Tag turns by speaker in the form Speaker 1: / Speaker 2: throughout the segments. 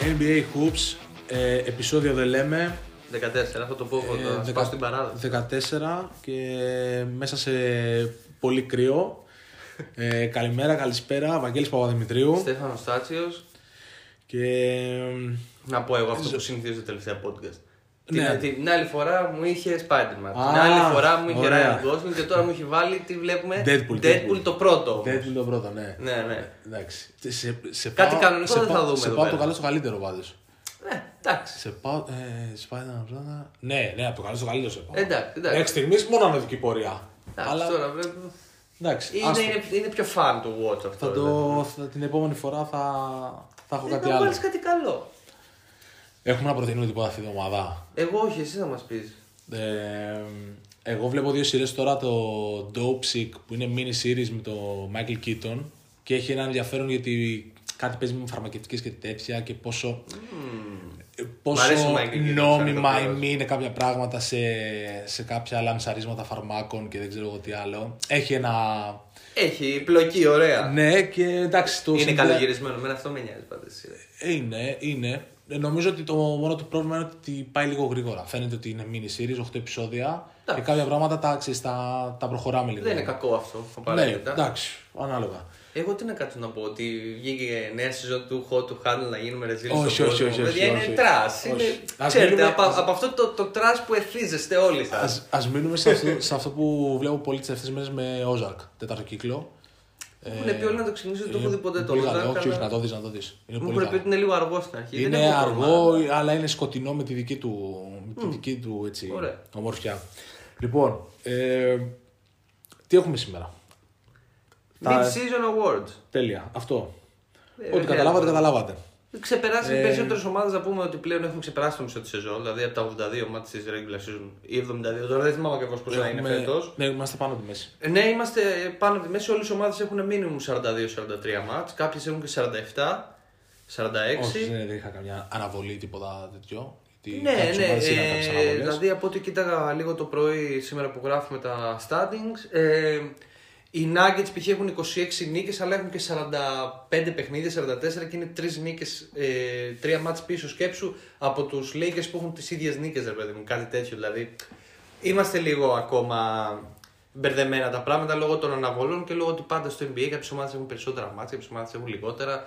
Speaker 1: NBA Hoops, ε, επεισόδιο δεν λέμε,
Speaker 2: 14, θα το πω εγώ.
Speaker 1: ε,
Speaker 2: θα
Speaker 1: δεκα-
Speaker 2: σπάσω την παράδα.
Speaker 1: 14 και μέσα σε πολύ κρύο. Ε, καλημέρα, καλησπέρα, Βαγγέλης Παπαδημητρίου
Speaker 2: Στέφανος Στάτσιος,
Speaker 1: και ε,
Speaker 2: Να πω εγώ αυτό που συνηθίζω τα τελευταία podcast.
Speaker 1: Ναι.
Speaker 2: Την, την, την άλλη φορά μου είχε Spider-Man. την
Speaker 1: Α,
Speaker 2: άλλη φορά μου είχε
Speaker 1: ωραία.
Speaker 2: Ryan Gosling και τώρα μου έχει βάλει τι βλέπουμε.
Speaker 1: Deadpool, Deadpool.
Speaker 2: το πρώτο.
Speaker 1: Deadpool το πρώτο, ναι.
Speaker 2: Ναι, ναι.
Speaker 1: Εντάξει. Σε, σε
Speaker 2: Κάτι
Speaker 1: πάω-
Speaker 2: κανονικό
Speaker 1: σε
Speaker 2: δεν θα
Speaker 1: πάω-
Speaker 2: δούμε
Speaker 1: Σε
Speaker 2: εδώ
Speaker 1: πάω
Speaker 2: πέρα.
Speaker 1: το καλό στο καλύτερο πάντως.
Speaker 2: Ναι, εντάξει.
Speaker 1: Σε πάω, ε, σε πάω ένα πρώτα. Ναι, ναι, από το καλό στο καλύτερο σε πάω.
Speaker 2: Εντάξει, εντάξει.
Speaker 1: Μέχρι στιγμής μόνο ανωδική πορεία.
Speaker 2: εντάξει
Speaker 1: Αλλά,
Speaker 2: τώρα βλέπω.
Speaker 1: εντάξει,
Speaker 2: Είναι,
Speaker 1: άστο.
Speaker 2: είναι, είναι πιο fan το watch αυτό.
Speaker 1: Θα το, θα- την επόμενη φορά θα, θα έχω
Speaker 2: Δεν
Speaker 1: κάτι
Speaker 2: Ε, θα
Speaker 1: άλλο.
Speaker 2: βάλεις κάτι καλό.
Speaker 1: Έχουμε να προτείνουμε τίποτα αυτή τη εβδομάδα.
Speaker 2: Εγώ όχι, εσύ θα μας πεις.
Speaker 1: Ε, εγώ βλέπω δύο σειρές τώρα, το Dope Sick που είναι mini series με το Michael Keaton και έχει ένα ενδιαφέρον γιατί κάτι παίζει με φαρμακευτικές και τέτοια και πόσο, ε, πόσο
Speaker 2: αρέσει ο Michael Keaton,
Speaker 1: νόμιμα
Speaker 2: σαν
Speaker 1: ή
Speaker 2: ηθοποιός.
Speaker 1: μη είναι κάποια πράγματα σε, σε κάποια λαμψαρίσματα φαρμάκων και δεν ξέρω εγώ τι άλλο. Έχει ένα...
Speaker 2: Έχει πλοκή, ωραία.
Speaker 1: Ναι και εντάξει το...
Speaker 2: είναι
Speaker 1: συνδυα- Ε,
Speaker 2: καλογυρισμένο, με αυτό με νοιάζει πάντα. εσύ, ρε.
Speaker 1: Είναι, είναι. Ε, Νομίζω ότι το μόνο του πρόβλημα είναι ότι πάει λίγο γρήγορα. Φαίνεται ότι είναι mini series, 8 επεισόδια.
Speaker 2: Εντάξει.
Speaker 1: Και κάποια πράγματα τα, ξέρεις, τα, τα προχωράμε λίγο.
Speaker 2: Δεν είναι κακό αυτό,
Speaker 1: Ναι,
Speaker 2: απαραίτητα.
Speaker 1: εντάξει, ανάλογα.
Speaker 2: Εγώ τι να κάτσω να πω, ότι βγήκε νέα σεζόν του Hot to Handle να γίνουμε ρεζίλοι
Speaker 1: Όχι,
Speaker 2: στον
Speaker 1: όχι,
Speaker 2: κόσμο.
Speaker 1: όχι, όχι,
Speaker 2: Παιδιά,
Speaker 1: όχι.
Speaker 2: είναι τρας.
Speaker 1: Όχι.
Speaker 2: Είναι...
Speaker 1: Ας
Speaker 2: Ξέρετε,
Speaker 1: μείνουμε-
Speaker 2: από, από αυτό το, το τρας που εθίζεστε όλοι σας.
Speaker 1: Ας, ας μείνουμε σε αυτό, σε αυτό που βλέπω πολύ τις αυτές μέρες με Ozark, τέταρτο κύκλο. Ε,
Speaker 2: Μου έχουν πει όλοι να το ξεκινήσω, δεν το
Speaker 1: Είναι
Speaker 2: έχω δει ποτέ το
Speaker 1: ε, πολύ καλό,
Speaker 2: Ozark,
Speaker 1: όχι, όχι, να
Speaker 2: αλλά
Speaker 1: το δεις, να το δεις. Είναι
Speaker 2: Μου
Speaker 1: πολύ
Speaker 2: έχουν
Speaker 1: καλό.
Speaker 2: πει ότι είναι λίγο αργό στην αρχή.
Speaker 1: Είναι
Speaker 2: δεν έχω
Speaker 1: αργό,
Speaker 2: προλάβει.
Speaker 1: αλλά είναι σκοτεινό με τη δική του, με τη δική του έτσι,
Speaker 2: Ωραία.
Speaker 1: ομορφιά. Λοιπόν, ε, τι έχουμε σήμερα. Τα-
Speaker 2: Mid-season awards.
Speaker 1: Τέλεια. Αυτό.
Speaker 2: Ε,
Speaker 1: Ό,τι
Speaker 2: βέβαια.
Speaker 1: καταλάβατε, καταλάβατε.
Speaker 2: Ξεπεράσει
Speaker 1: Ε,
Speaker 2: οι περισσότερες ομάδες να πούμε ότι πλέον έχουν ξεπεράσει το μισό της σεζόν. Δηλαδή από τα 82 μάτια της regular season ή 72. Τώρα δεν θυμάμαι ακριβώς πώς θα είναι
Speaker 1: Έχουμε-
Speaker 2: φέτος.
Speaker 1: Ναι, είμαστε πάνω από τη μέση.
Speaker 2: Ναι, είμαστε πάνω από τη μέση. Όλες οι ομάδες έχουν minimum 42-43 μάτς. Κάποιες έχουν και 47, 46.
Speaker 1: Όχι, δεν είχα καμιά αναβολή, τίποτα τέτοιο. Γιατί
Speaker 2: ναι,
Speaker 1: κάποιες
Speaker 2: ναι.
Speaker 1: ομάδες είχαν
Speaker 2: ε,
Speaker 1: κάποιες αναβολές.
Speaker 2: δηλαδή από ό,τι κοίταγα λίγο το πρωί σήμερα που γράφουμε τα standings. Ε, οι Nuggets π.χ. έχουν 26 νίκες αλλά έχουν και 45 παιχνίδια, 44 και είναι 3 νίκες, ε, 3 μάτς πίσω σκέψου από τους Lakers που έχουν τις ίδιες νίκες ρε παιδί μου, κάτι τέτοιο δηλαδή. Είμαστε λίγο ακόμα μπερδεμένα τα πράγματα λόγω των αναβολών και λόγω του πάντα στο NBA κάποιες ομάδες έχουν περισσότερα μάτια, κάποιες ομάδες έχουν λιγότερα.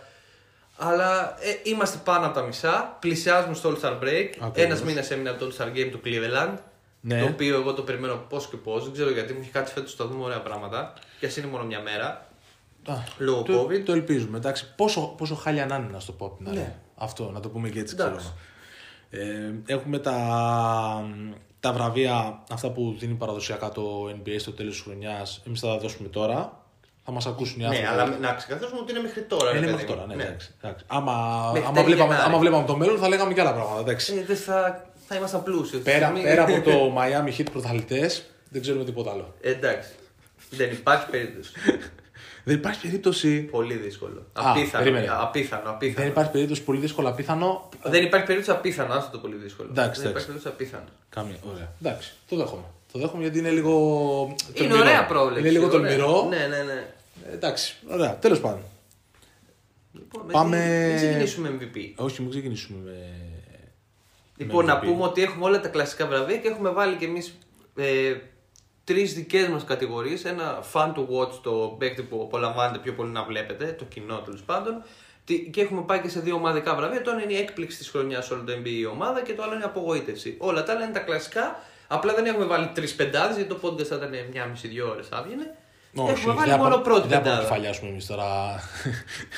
Speaker 2: Αλλά ε, είμαστε πάνω από τα μισά. Πλησιάζουμε στο All Star Break.
Speaker 1: Ακριβώς.
Speaker 2: Ένας μήνας έμεινε από το All Star Game του Cleveland.
Speaker 1: Ναι.
Speaker 2: Το οποίο εγώ το περιμένω πώς και πώς. Δεν ξέρω γιατί μου έχει κάτσει φέτος. Θα δούμε ωραία πράγματα. Και ας είναι μόνο μια μέρα.
Speaker 1: Α,
Speaker 2: λόγω
Speaker 1: το,
Speaker 2: COVID.
Speaker 1: Το ελπίζουμε. Εντάξει, πόσο, πόσο χάλια να είναι, να σου το πω απ' την άλλη. Αυτό, να το πούμε και έτσι. Ξέρω.
Speaker 2: Ναι. Εντάξει.
Speaker 1: Ε, έχουμε τα, τα βραβεία, αυτά που δίνει παραδοσιακά το NBA στο τέλος της χρονιάς. Εμείς θα τα δώσουμε τώρα. Θα μας ακούσουν οι
Speaker 2: Ναι,
Speaker 1: άνθρωποι.
Speaker 2: αλλά να ξεκαθαρίσουμε ότι είναι μέχρι τώρα. ρε
Speaker 1: Είναι
Speaker 2: παιδί
Speaker 1: μέχρι
Speaker 2: μου.
Speaker 1: τώρα, ναι,
Speaker 2: Ναι.
Speaker 1: εντάξει. εντάξει. Άμα,
Speaker 2: Μέχρι
Speaker 1: άμα,
Speaker 2: τέλη
Speaker 1: βλέπαμε,
Speaker 2: Γενάρη.
Speaker 1: άμα βλέπαμε το μέλλον θα λέγαμε και άλλα πράγματα. Εντάξει.
Speaker 2: Ε, δεν θα, θα ήμασταν πλούσιοι.
Speaker 1: πέρα,
Speaker 2: Μην-
Speaker 1: πέρα από το Miami Heat πρωταθλητές, δεν ξέρουμε τίποτα άλλο.
Speaker 2: Ε, Εντάξει. Δεν υπάρχει περίπτωση.
Speaker 1: Δεν υπάρχει περίπτωση.
Speaker 2: Πολύ δύσκολο.
Speaker 1: Α, περίμενε.
Speaker 2: Απίθανο. Απίθανο.
Speaker 1: Δεν
Speaker 2: απίθανο.
Speaker 1: υπάρχει περίπτωση πολύ δύσκολα πιθανό.
Speaker 2: Δεν υπάρχει περίπτωση απίθανο, άστο το πολύ δύσκολο.
Speaker 1: Εντάξει,
Speaker 2: δεν
Speaker 1: εντάξει.
Speaker 2: υπάρχει περίπτωση απίθανο.
Speaker 1: Καμία. Ωραία. Εντάξει, το δέχομαι. Το δέχομαι γιατί είναι λίγο.
Speaker 2: Είναι
Speaker 1: τολμηρό.
Speaker 2: ωραία πρόβλεψη.
Speaker 1: Είναι λίγο
Speaker 2: ωραία.
Speaker 1: τολμηρό.
Speaker 2: Ναι, ναι, ναι.
Speaker 1: Ε, εντάξει, ωραία. Τέλος πάντων.
Speaker 2: Λοιπόν,
Speaker 1: Πάμε-
Speaker 2: Μην ξεκινήσουμε MVP.
Speaker 1: Όχι, μην ξεκινήσουμε με.
Speaker 2: Λοιπόν,
Speaker 1: MVP.
Speaker 2: να πούμε ότι έχουμε όλα τα κλασικά βραβεία και έχουμε βάλει κι εμείς ε, τρεις δικές μας κατηγορίες. Ένα fan to watch, το παίκτη που απολαμβάνετε πιο πολύ να βλέπετε, το κοινό τέλος πάντων. Τι- Και έχουμε πάει και σε δύο ομαδικά βραβεία. Το ένα είναι η έκπληξη της χρονιάς όλο το NBA η ομάδα και το άλλο είναι η απογοήτευση. Όλα τα άλλα είναι τα κλασικά. Απλά δεν έχουμε βάλει τρεις πεντάδες γιατί το podcast θα ήταν μια μισή-δύο ώρες άβγαινε. έχουμε βάλει
Speaker 1: δεν
Speaker 2: μόνο
Speaker 1: πάμε-
Speaker 2: πρώτη
Speaker 1: Δεν πάμε να
Speaker 2: πεντάδα.
Speaker 1: κεφαλιάσουμε εμείς τώρα.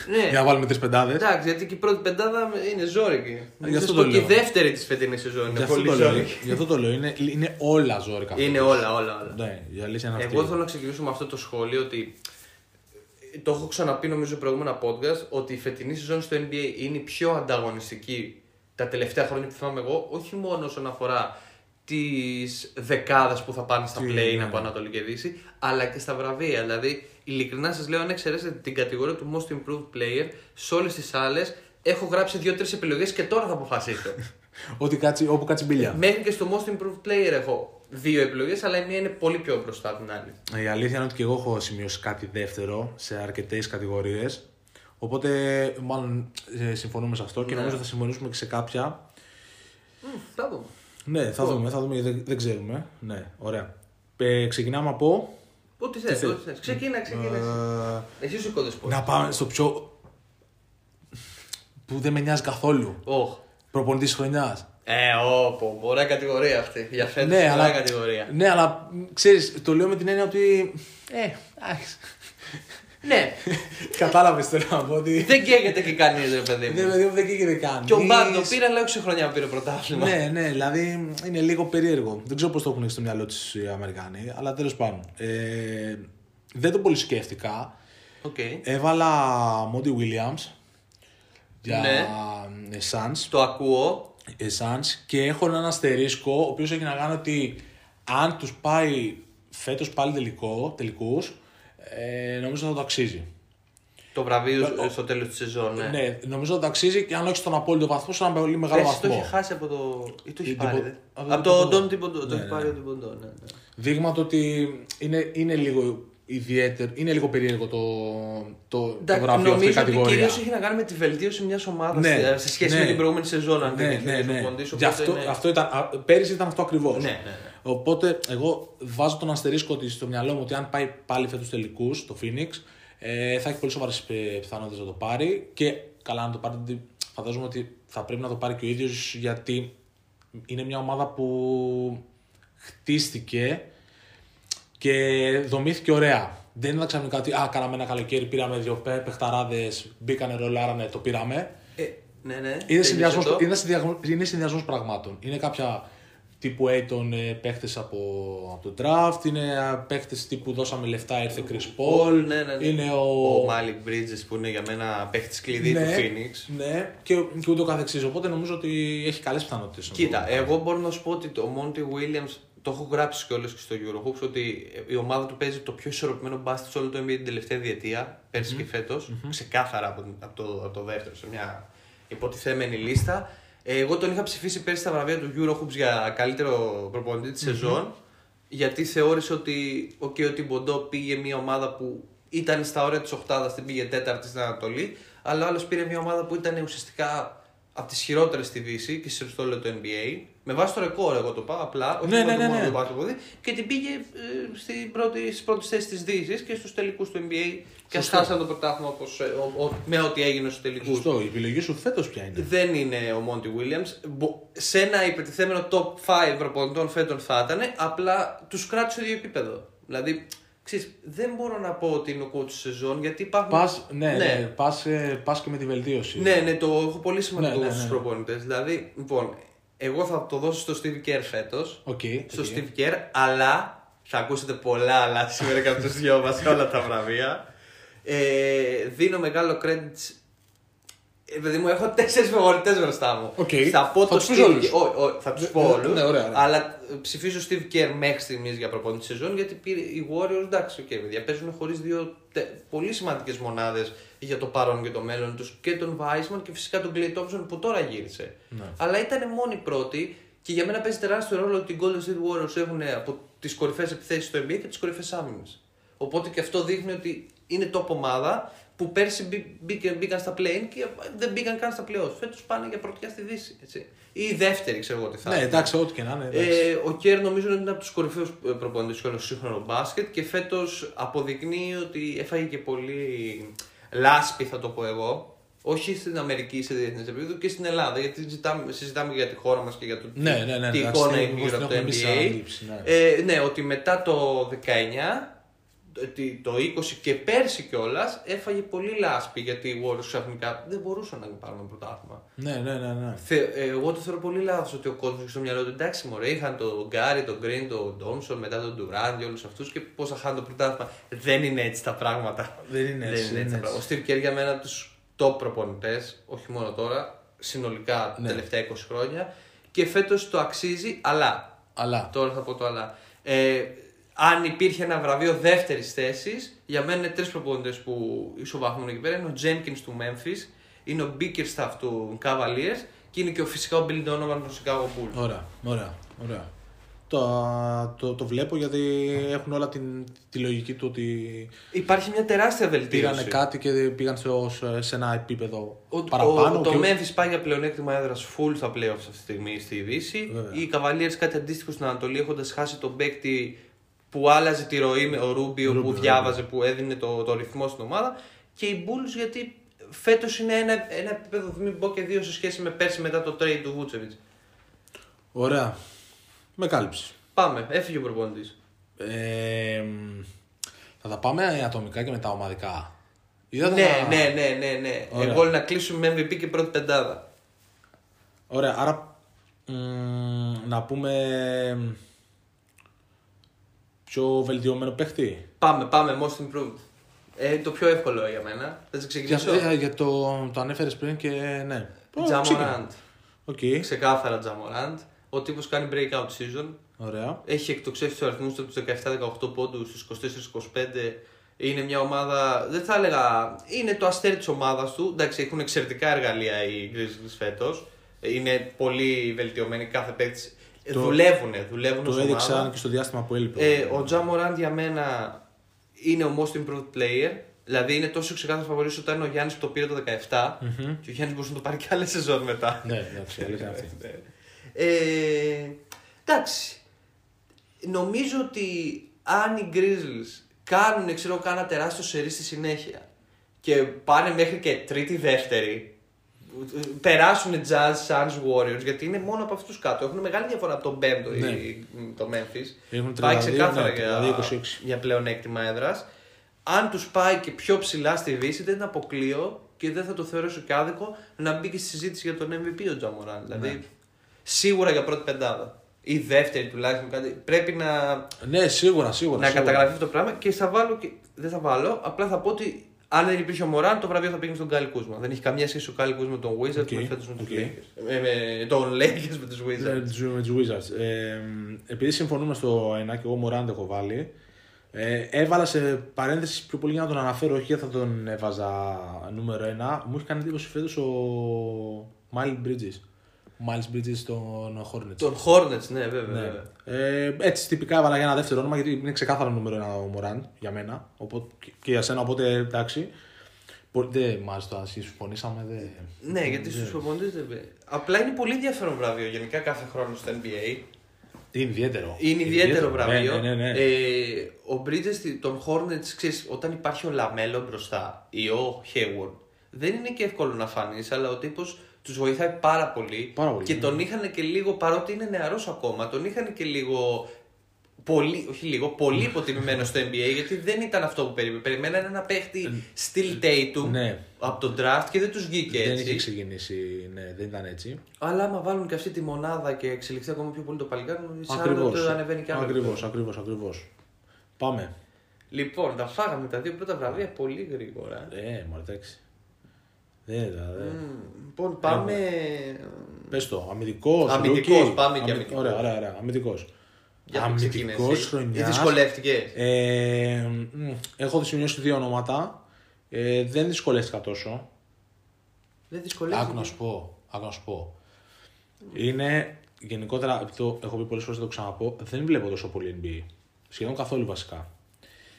Speaker 2: Ναι.
Speaker 1: Για να βάλουμε τρεις πεντάδες.
Speaker 2: Εντάξει, γιατί και η πρώτη πεντάδα είναι ζώρικη.
Speaker 1: Γι' αυτό
Speaker 2: Σας
Speaker 1: το
Speaker 2: πω Και η
Speaker 1: λέω.
Speaker 2: δεύτερη της φετινής σεζόν είναι
Speaker 1: Γι' αυτό,
Speaker 2: πολύ
Speaker 1: το λέω,
Speaker 2: ζώρικη.
Speaker 1: γι' αυτό το λέω. Είναι, είναι όλα ζώρικα.
Speaker 2: Είναι όλα, όλα, όλα.
Speaker 1: Ναι, η αλήθεια είναι αυτή.
Speaker 2: Εγώ θέλω να ξεκινήσω με αυτό το σχόλιο ότι ε, το έχω ξαναπεί νομίζω προηγούμενα podcast ότι η φετινή σεζόν στο NBA είναι η πιο ανταγωνιστική τα τελευταία χρόνια που θυμάμαι εγώ, όχι μόνο όσον αφορά τις δεκάδες που θα πάνε στα
Speaker 1: Τι,
Speaker 2: play
Speaker 1: ναι.
Speaker 2: από Ανατολή και Δύση, αλλά και στα βραβεία. Δηλαδή, ειλικρινά σας λέω, αν εξαιρέσετε την κατηγορία του Most Improved Player, σε όλες τις άλλες έχω γράψει δύο-τρει επιλογές και τώρα θα αποφασίσω.
Speaker 1: Ότι κάτσει, όπου κάτσει μπιλιά.
Speaker 2: Μέχρι και στο Most Improved Player έχω δύο επιλογές, αλλά η μία είναι πολύ πιο μπροστά από την άλλη.
Speaker 1: Η αλήθεια είναι ότι και εγώ έχω σημειώσει κάτι δεύτερο σε αρκετές κατηγορίες. Οπότε, μάλλον ε, συμφωνούμε σε
Speaker 2: Ναι.
Speaker 1: αυτό και νομίζω θα συμφωνήσουμε και σε κάποια.
Speaker 2: Μμ, Θα δούμε.
Speaker 1: Ναι, θα δούμε, θα δούμε, δεν, δεν ξέρουμε. Ναι, ωραία. Ε, ξεκινάμε από.
Speaker 2: Ό,τι θες, ό,τι θες. Ξεκίνα, ξεκίνα. εσύ.
Speaker 1: ε,
Speaker 2: Εσύ σου κόντες πώς.
Speaker 1: να πάμε στο πιο. που δεν με νοιάζει καθόλου.
Speaker 2: Ωχ.
Speaker 1: Προπονητής χρονιάς.
Speaker 2: Ε, όπο, ωραία κατηγορία αυτή. Για φέτος,
Speaker 1: Ναι,
Speaker 2: ωραία
Speaker 1: αλλά,
Speaker 2: κατηγορία.
Speaker 1: ναι, αλλά ξέρεις, το λέω με την έννοια ότι. Ε, εντάξει.
Speaker 2: Ναι,
Speaker 1: Κατάλαβες θέλω να πω ότι.
Speaker 2: δεν καίγεται και κανείς ρε παιδί
Speaker 1: Ναι,
Speaker 2: μου.
Speaker 1: παιδί μου, δεν καίγεται καν.
Speaker 2: Και ο Μπάντο πήρε, αλλά όχι σε χρονιά που πήρε πρωτάθλημα.
Speaker 1: Ναι, ναι, δηλαδή είναι λίγο περίεργο. Δεν ξέρω πώς το έχουν στο μυαλό τους οι Αμερικανοί, αλλά τέλος πάντων. Ε, δεν τον πολύ σκέφτηκα.
Speaker 2: Οκ.
Speaker 1: Έβαλα Μόντι Williams για
Speaker 2: Ναι.
Speaker 1: ε, Suns.
Speaker 2: Το ακούω.
Speaker 1: Ε, Suns και έχω έναν αστερίσκο ο οποίος έχει να κάνει ότι αν τους πάει φέτος πάλι τελικό, τελικούς, ε, νομίζω θα το αξίζει.
Speaker 2: Το βραβείο στο τέλος της σεζόν, ναι.
Speaker 1: Ναι. νομίζω θα το αξίζει και αν όχι στον απόλυτο βαθμό, σε ένα πολύ μεγάλο
Speaker 2: Πέρσι το
Speaker 1: βαθμό.
Speaker 2: έχει χάσει από το. ή το έχει
Speaker 1: Ή
Speaker 2: πάρει.
Speaker 1: τίπο-
Speaker 2: δε.
Speaker 1: από
Speaker 2: Από
Speaker 1: το Τιμποντό.
Speaker 2: το Ντόν Τιμποντό. Το έχει πάρει ο Τιμποντό, ναι. ναι.
Speaker 1: Δείγμα το ότι είναι, είναι λίγο ιδιαίτερο, είναι λίγο περίεργο το, το, το
Speaker 2: Εντάξει,
Speaker 1: βραβείο αυτή η
Speaker 2: Νομίζω ότι κυρίω
Speaker 1: κατηγορία.
Speaker 2: έχει να κάνει με τη βελτίωση μιας ομάδας
Speaker 1: Ναι,
Speaker 2: σε σχέση
Speaker 1: ναι.
Speaker 2: με την προηγούμενη σεζόν. Αν
Speaker 1: Ναι,
Speaker 2: δεν
Speaker 1: ναι, ναι.
Speaker 2: έχει
Speaker 1: Γι' αυτό, αυτό ήταν, α, πέρυσι ήταν αυτό ακριβώς.
Speaker 2: Ναι, ναι, ναι.
Speaker 1: Οπότε εγώ βάζω τον αστερίσκο ότι στο μυαλό μου ότι αν πάει πάλι φέτος τελικούς το Phoenix, ε, θα έχει πολύ σοβαρές πιθανότητες να το πάρει. Και καλά να το πάρει, γιατί φαντάζομαι ότι θα πρέπει να το πάρει και ο ίδιος γιατί είναι μια ομάδα που χτίστηκε και δομήθηκε ωραία. Δεν είδα ξαφνικά ότι α, κάναμε ένα καλοκαίρι, πήραμε δύο παι- παιχταράδες, μπήκανε ρολάρανε, το πήραμε.
Speaker 2: Ε, ναι, ναι.
Speaker 1: Είναι
Speaker 2: Τέλειωσε
Speaker 1: συνδυασμός,
Speaker 2: το.
Speaker 1: είναι, συνδυασμός, είναι συνδυασμός πραγμάτων. Είναι κάποια τύπου Aiton ε, παίχτες από, από το draft, είναι ε, παίχτες τύπου δώσαμε λεφτά, ήρθε Chris Paul,
Speaker 2: ναι, ναι, ναι.
Speaker 1: είναι
Speaker 2: Ο
Speaker 1: ο...
Speaker 2: Μάλικ Μπρίτζε που είναι για μένα παίχτης κλειδί του Phoenix.
Speaker 1: ναι, και, και ούτω καθεξής. Οπότε νομίζω ότι έχει καλές πιθανότητες. να το
Speaker 2: Κοίτα, εγώ μπορώ να σου πω ότι το Monty Williams το έχω γράψει κιόλας και στο Eurohoops ότι η ομάδα του παίζει το πιο ισορροπημένο μπάσκετ σε όλο το NBA την τελευταία διετία, πέρσι και φετο ξεκάθαρα από, την- από, το, από το δεύτερο, σε μια υποτιθέμενη λίστα. Ε, Εγώ τον είχα ψηφίσει πέρσι στα βραβεία του Eurohoops για καλύτερο προπονητή της σεζον γιατί θεώρησε ότι okay, ο Τιμποντό πήγε μια ομάδα που ήταν στα όρια της οκτάδας, την πήγε τέταρτη στην Ανατολή, αλλά ο άλλος πήρε μια ομάδα που ήταν ουσιαστικά από τις χειρότερες στη Δύση και σε όλο το NBA. Με βάση το ρεκόρ, εγώ το πάω απλά. Όχι
Speaker 1: Ναι,
Speaker 2: μόνο
Speaker 1: ναι,
Speaker 2: το
Speaker 1: ναι,
Speaker 2: μόνο
Speaker 1: ναι.
Speaker 2: το μπάσκετ που έχω δει. Και την πήγε ε, στην πρώτη, στις πρώτες θέσεις της Δύσης και στους τελικούς του NBA. Και ας
Speaker 1: Σωστό.
Speaker 2: χάσαν το πρωτάθλημα όπως, ε, ο- ο- με ό,τι έγινε στους τελικούς.
Speaker 1: Σωστό, η επιλογή σου φέτος ποια είναι.
Speaker 2: Δεν είναι ο Μόντι Williams. Μπο- Σε ένα υπετιθέμενο top 5 προπονητών φέτον θα ήταν, απλά τους κράτησε το ίδιο επίπεδο. Δηλαδή, ξέρεις, δεν μπορώ να πω ότι είναι ο coach της σεζόν γιατί υπάρχουν.
Speaker 1: Πας, ναι, ναι. πας, ε, πας και με τη βελτίωση.
Speaker 2: Ναι, ναι, το έχω πολύ σημαντικό
Speaker 1: Ναι, ναι,
Speaker 2: στους
Speaker 1: ναι.
Speaker 2: προπονητές. Δηλαδή, λοιπόν, εγώ θα το δώσω στο Steve Kerr φέτος.
Speaker 1: Οκ,
Speaker 2: Στο
Speaker 1: οκ. Ναι,
Speaker 2: Steve Kerr, αλλά θα ακούσετε πολλά αλλά σήμερα και από του δυο μα όλα τα βραβεία. Ε, δίνω μεγάλο credit. σ- Ε, παιδί μου, έχω τέσσερις φεγορητέ μπροστά μου.
Speaker 1: Οκ.
Speaker 2: Θα πω
Speaker 1: Θα
Speaker 2: το
Speaker 1: τους πεις
Speaker 2: Steve
Speaker 1: όλους.
Speaker 2: Kerr- Ό, ό, θα τους
Speaker 1: Ναι,
Speaker 2: πω
Speaker 1: ναι,
Speaker 2: όλους.
Speaker 1: ναι, ωραία, ωραία.
Speaker 2: Αλλά ε, ψηφίζω Steve Kerr μέχρι στιγμής για προπόνηση σεζόν γιατί πήρε, οι Warriors εντάξει, okay, παιδιά, παίζουν χωρίς δύο τε, πολύ σημαντικές μονάδες για το παρόν και το μέλλον τους και τον Weissman και φυσικά τον Clay Thompson που τώρα γύρισε.
Speaker 1: Ναι.
Speaker 2: Αλλά ήταν μόνη πρώτη και για μένα παίζει τεράστιο ρόλο ότι οι Golden State Warriors έχουν ε, από τις κορυφαίες επιθέσεις στο NBA και τις κορυφαίες άμυνες. Οπότε και αυτό δείχνει ότι είναι top ομάδα που πέρσι μπή- μπήκε- μπήκαν στα play και δεν μπήκαν καν στα play-off. Φέτος πάνε για πρωτιά στη Δύση. Έτσι. Ή δεύτερη, ξέρω εγώ τι θα
Speaker 1: Ναι,
Speaker 2: είναι.
Speaker 1: εντάξει, ό,τι και να είναι. Ναι, εντάξει.
Speaker 2: Ε, ο Κέρ νομίζω ότι είναι από ε, τους κορυφαίους προπονητέ στο σύγχρονο μπάσκετ και φέτος αποδεικνύει ότι έφαγε και πολύ λάσπη, θα το πω εγώ. Όχι στην Αμερική σε διεθνές επίπεδο και στην Ελλάδα. Γιατί συζητάμε, συζητάμε για τη χώρα μας και για το τι-
Speaker 1: Ναι, ναι, ναι,
Speaker 2: τι
Speaker 1: εντάξει,
Speaker 2: εικόνα
Speaker 1: την-
Speaker 2: είναι γύρω
Speaker 1: την
Speaker 2: από το
Speaker 1: έχουμε εμείς σαν
Speaker 2: NBA.
Speaker 1: αντίληψη, ναι.
Speaker 2: Ε, ναι, ότι μετά το 19 ότι το 20 και πέρσι κιόλας έφαγε πολύ λάσπη γιατί οι Warriors ξαφνικά δεν μπορούσαν να πάρουν πρωτάθλημα.
Speaker 1: Ναι, ναι, ναι, ναι.
Speaker 2: Θε, ε, εγώ το θεωρώ πολύ λάθος ότι ο κόσμος έχει στο μυαλό του εντάξει, μωρέ, είχαν τον Γκάρι, τον Γκριν, τον Ντόμσον, μετά τον Ντουράντ και όλους αυτούς και πώς θα χάνουν το πρωτάθλημα. Δεν είναι έτσι τα πράγματα.
Speaker 1: Δεν είναι έτσι, δεν είναι
Speaker 2: τα πράγματα. Ο Στίβ Κέρ για μένα τους top προπονητές, όχι μόνο τώρα, συνολικά
Speaker 1: Ναι.
Speaker 2: τα τελευταία 20 χρόνια και φέτος το αξίζει, αλλά.
Speaker 1: Αλλά
Speaker 2: Τώρα θα πω το αλλά. Ε, αν υπήρχε ένα βραβείο δεύτερης θέσης, για μένα είναι τρεις προπονητές που ισοβαθμούν εκεί πέρα. Είναι ο Jenkins του Memphis, είναι ο Bickerstaff του Cavaliers και είναι και ο, φυσικά ο Bill Donovan του Chicago Bulls.
Speaker 1: Ωραία, ωραία, ωραία. Το, το, το βλέπω γιατί έχουν όλα την, τη λογική του ότι
Speaker 2: Υπάρχει μια τεράστια βελτίωση.
Speaker 1: πήραν κάτι και πήγαν στο, σε ένα επίπεδο
Speaker 2: Ο,
Speaker 1: παραπάνω.
Speaker 2: ο, το
Speaker 1: και-
Speaker 2: Memphis πάει για πλεονέκτημα έδρας full στα playoffs αυτή τη στιγμή στη Δύση.
Speaker 1: Βέβαια.
Speaker 2: Οι Cavaliers κάτι αντίστοιχο στην Ανατολή έχοντας χάσει τον παίκτη που άλλαζε τη ροή με ο Ρούμπιο που διάβαζε, που έδινε το, το ρυθμό στην ομάδα. Και οι Bulls γιατί φέτος είναι ένα, ένα επίπεδο, μην πω και δύο σε σχέση με πέρσι μετά το trade του Vucevic.
Speaker 1: Ωραία. Με κάλυψε.
Speaker 2: Πάμε, έφυγε ο προπονητής.
Speaker 1: Ε, μ, θα τα πάμε ατομικά και μετά ομαδικά. Ή δεν θα-
Speaker 2: Ναι, ναι, ναι, ναι. ναι.
Speaker 1: Ωραία.
Speaker 2: Εγώ να κλείσουμε με MVP και πρώτη πεντάδα.
Speaker 1: Ωραία, άρα μ, να πούμε μ, πιο βελτιωμένο παίχτη.
Speaker 2: Πάμε, πάμε, most improved. Ε, το πιο εύκολο για μένα. Θα σε
Speaker 1: Για,
Speaker 2: ξεκινήσω.
Speaker 1: ε, για το, το ανέφερες πριν και ναι. Ω, ξεκινά.
Speaker 2: Τζαμοράντ.
Speaker 1: Οκ,
Speaker 2: Ξεκάθαρα Τζαμοράντ. Ο τύπος κάνει breakout season.
Speaker 1: ωραία.
Speaker 2: Έχει εκτοξεύσει τους αριθμούς του από τους 17-18 πόντους στους 24-25. Είναι μια ομάδα, δεν θα έλεγα, είναι το αστέρι της ομάδας του. Εντάξει, έχουν εξαιρετικά εργαλεία οι Grizzlies φέτος. Είναι πολύ βελτιωμένοι κάθε παίκτης. Δουλεύουν, ε, δουλεύουν ως
Speaker 1: Το
Speaker 2: ομάδα.
Speaker 1: έδειξαν και στο διάστημα που έλειπε.
Speaker 2: Ε, ο Τζα Μοράντ για μένα είναι ο most improved player. Δηλαδή είναι τόσο ξεκάθαρος φαβορής όταν είναι ο Γιάννης που το πήρε το 17 και ο Γιάννης μπορούσε να το πάρει και άλλε σεζόν μετά.
Speaker 1: ναι, εντάξει, αλήθεια είναι αυτή.
Speaker 2: Ε, εντάξει. Νομίζω ότι αν οι Grizzlies κάνουν, ξέρω, κάνα τεράστιο σερί στη συνέχεια και πάνε μέχρι και τρίτη, δεύτερη, περάσουν Jazz, Suns, Warriors, γιατί είναι μόνο από αυτούς κάτω. Έχουν μεγάλη διαφορά από τον πέμπτο
Speaker 1: Ναι.
Speaker 2: ή το Memphis.
Speaker 1: Έχουν
Speaker 2: πάει
Speaker 1: 32,
Speaker 2: ξεκάθαρα
Speaker 1: ναι,
Speaker 2: για,
Speaker 1: 32-26.
Speaker 2: για πλεονέκτημα έδρας. Αν τους πάει και πιο ψηλά στη Δύση, δεν αποκλείω και δεν θα το θεωρήσω και άδικο να μπει και στη συζήτηση για τον MVP ο
Speaker 1: Ναι.
Speaker 2: Τζαμοράν. Δηλαδή, σίγουρα για πρώτη πεντάδα. Ή δεύτερη τουλάχιστον κάτι. Πρέπει να,
Speaker 1: Ναι, σίγουρα, σίγουρα.
Speaker 2: να
Speaker 1: σίγουρα.
Speaker 2: καταγραφεί αυτό το πράγμα και θα βάλω. Και... Δεν θα βάλω, απλά θα πω ότι αν δεν υπήρχε ο Μωράν, το βραβείο θα πήγαινε στον Κάλι Κούσμα. Δεν έχει καμία σχέση ο Κάλι Κούσμα με τον Wizard
Speaker 1: Οκ,
Speaker 2: με φέτος με τους
Speaker 1: οκ.
Speaker 2: Lakers. Ε, με τον Lakers με τους Wizards.
Speaker 1: Ναι, τους- με τους Wizards. Ε, μ, επειδή συμφωνούμε στο ένα και εγώ Μωράντ έχω βάλει, ε, έβαλα σε παρένθεση πιο πολύ για να τον αναφέρω, όχι γιατί θα τον έβαζα νούμερο ένα. Μου έχει κάνει εντύπωση φέτος ο Miles Bridges. Miles Bridges των Hornets.
Speaker 2: Τον Hornets, ναι, βέβαια.
Speaker 1: Ναι.
Speaker 2: βέβαια.
Speaker 1: Ε, έτσι τυπικά έβαλα για ένα δεύτερο όνομα γιατί είναι ξεκάθαρο νούμερο ένα ο Μωράν για μένα οπότε, και- και για σένα οπότε εντάξει. Πολύ, δεν μάλιστα το αν συμφωνήσαμε. Δεν...
Speaker 2: Ναι, γιατί στου προπονητέ δεν πει. Απλά είναι πολύ ενδιαφέρον βραβείο γενικά κάθε χρόνο στο NBA.
Speaker 1: Είναι ιδιαίτερο.
Speaker 2: Είναι ιδιαίτερο βραβείο.
Speaker 1: Ναι, ναι, ναι. ναι.
Speaker 2: Ε, ο Bridges των Hornets, ξέρεις, όταν υπάρχει ο Λαμέλο μπροστά ή ο Hayward, δεν είναι και εύκολο να φανείς, αλλά ο τύπος τους βοηθάει πάρα πολύ.
Speaker 1: Πάρα πολύ,
Speaker 2: και
Speaker 1: ναι.
Speaker 2: τον είχαν και λίγο, παρότι είναι νεαρός ακόμα, τον είχαν και λίγο. Πολύ, όχι λίγο, πολύ υποτιμημένο στο NBA γιατί δεν ήταν αυτό που περίμενε. Περιμένανε ένα παίχτη still Tatum
Speaker 1: Ε, ναι.
Speaker 2: από τον draft και δεν τους βγήκε
Speaker 1: δεν
Speaker 2: έτσι.
Speaker 1: είχε ξεκινήσει, ναι, δεν ήταν έτσι.
Speaker 2: Αλλά άμα βάλουν και αυτή τη μονάδα και εξελιχθεί ακόμα πιο πολύ το παλικάρι, σαν
Speaker 1: Ακριβώ.
Speaker 2: να ανεβαίνει κι άλλο.
Speaker 1: Ακριβώς, ακριβώς, ακριβώς. Πάμε.
Speaker 2: Λοιπόν, τα φάγαμε τα δύο πρώτα βραβεία πολύ γρήγορα.
Speaker 1: Ε, μωρέ, εντάξει. Δεν, δεν, δεν.
Speaker 2: Λοιπόν, πάμε.
Speaker 1: Πες το, αμυντικός,
Speaker 2: Αμυντικός,
Speaker 1: rookie.
Speaker 2: πάμε και
Speaker 1: Αμυ-
Speaker 2: αμυντικός.
Speaker 1: Ωραία, ωραία, ωραία, αμυντικός.
Speaker 2: Για να
Speaker 1: αμυντικός
Speaker 2: ξεκινήσεις.
Speaker 1: χρονιάς.
Speaker 2: Ή δυσκολεύτηκες.
Speaker 1: Ε, μ, έχω σημειώσει δύο ονόματα. Ε, δεν δυσκολεύτηκα τόσο.
Speaker 2: Δεν
Speaker 1: Άκου
Speaker 2: δυσκολεύτηκε.
Speaker 1: να σου πω. Άκου να σου πω. Είναι γενικότερα, το έχω πει πολλές φορές, το ξαναπώ, δεν βλέπω τόσο πολύ NBA. Σχεδόν καθόλου βασικά.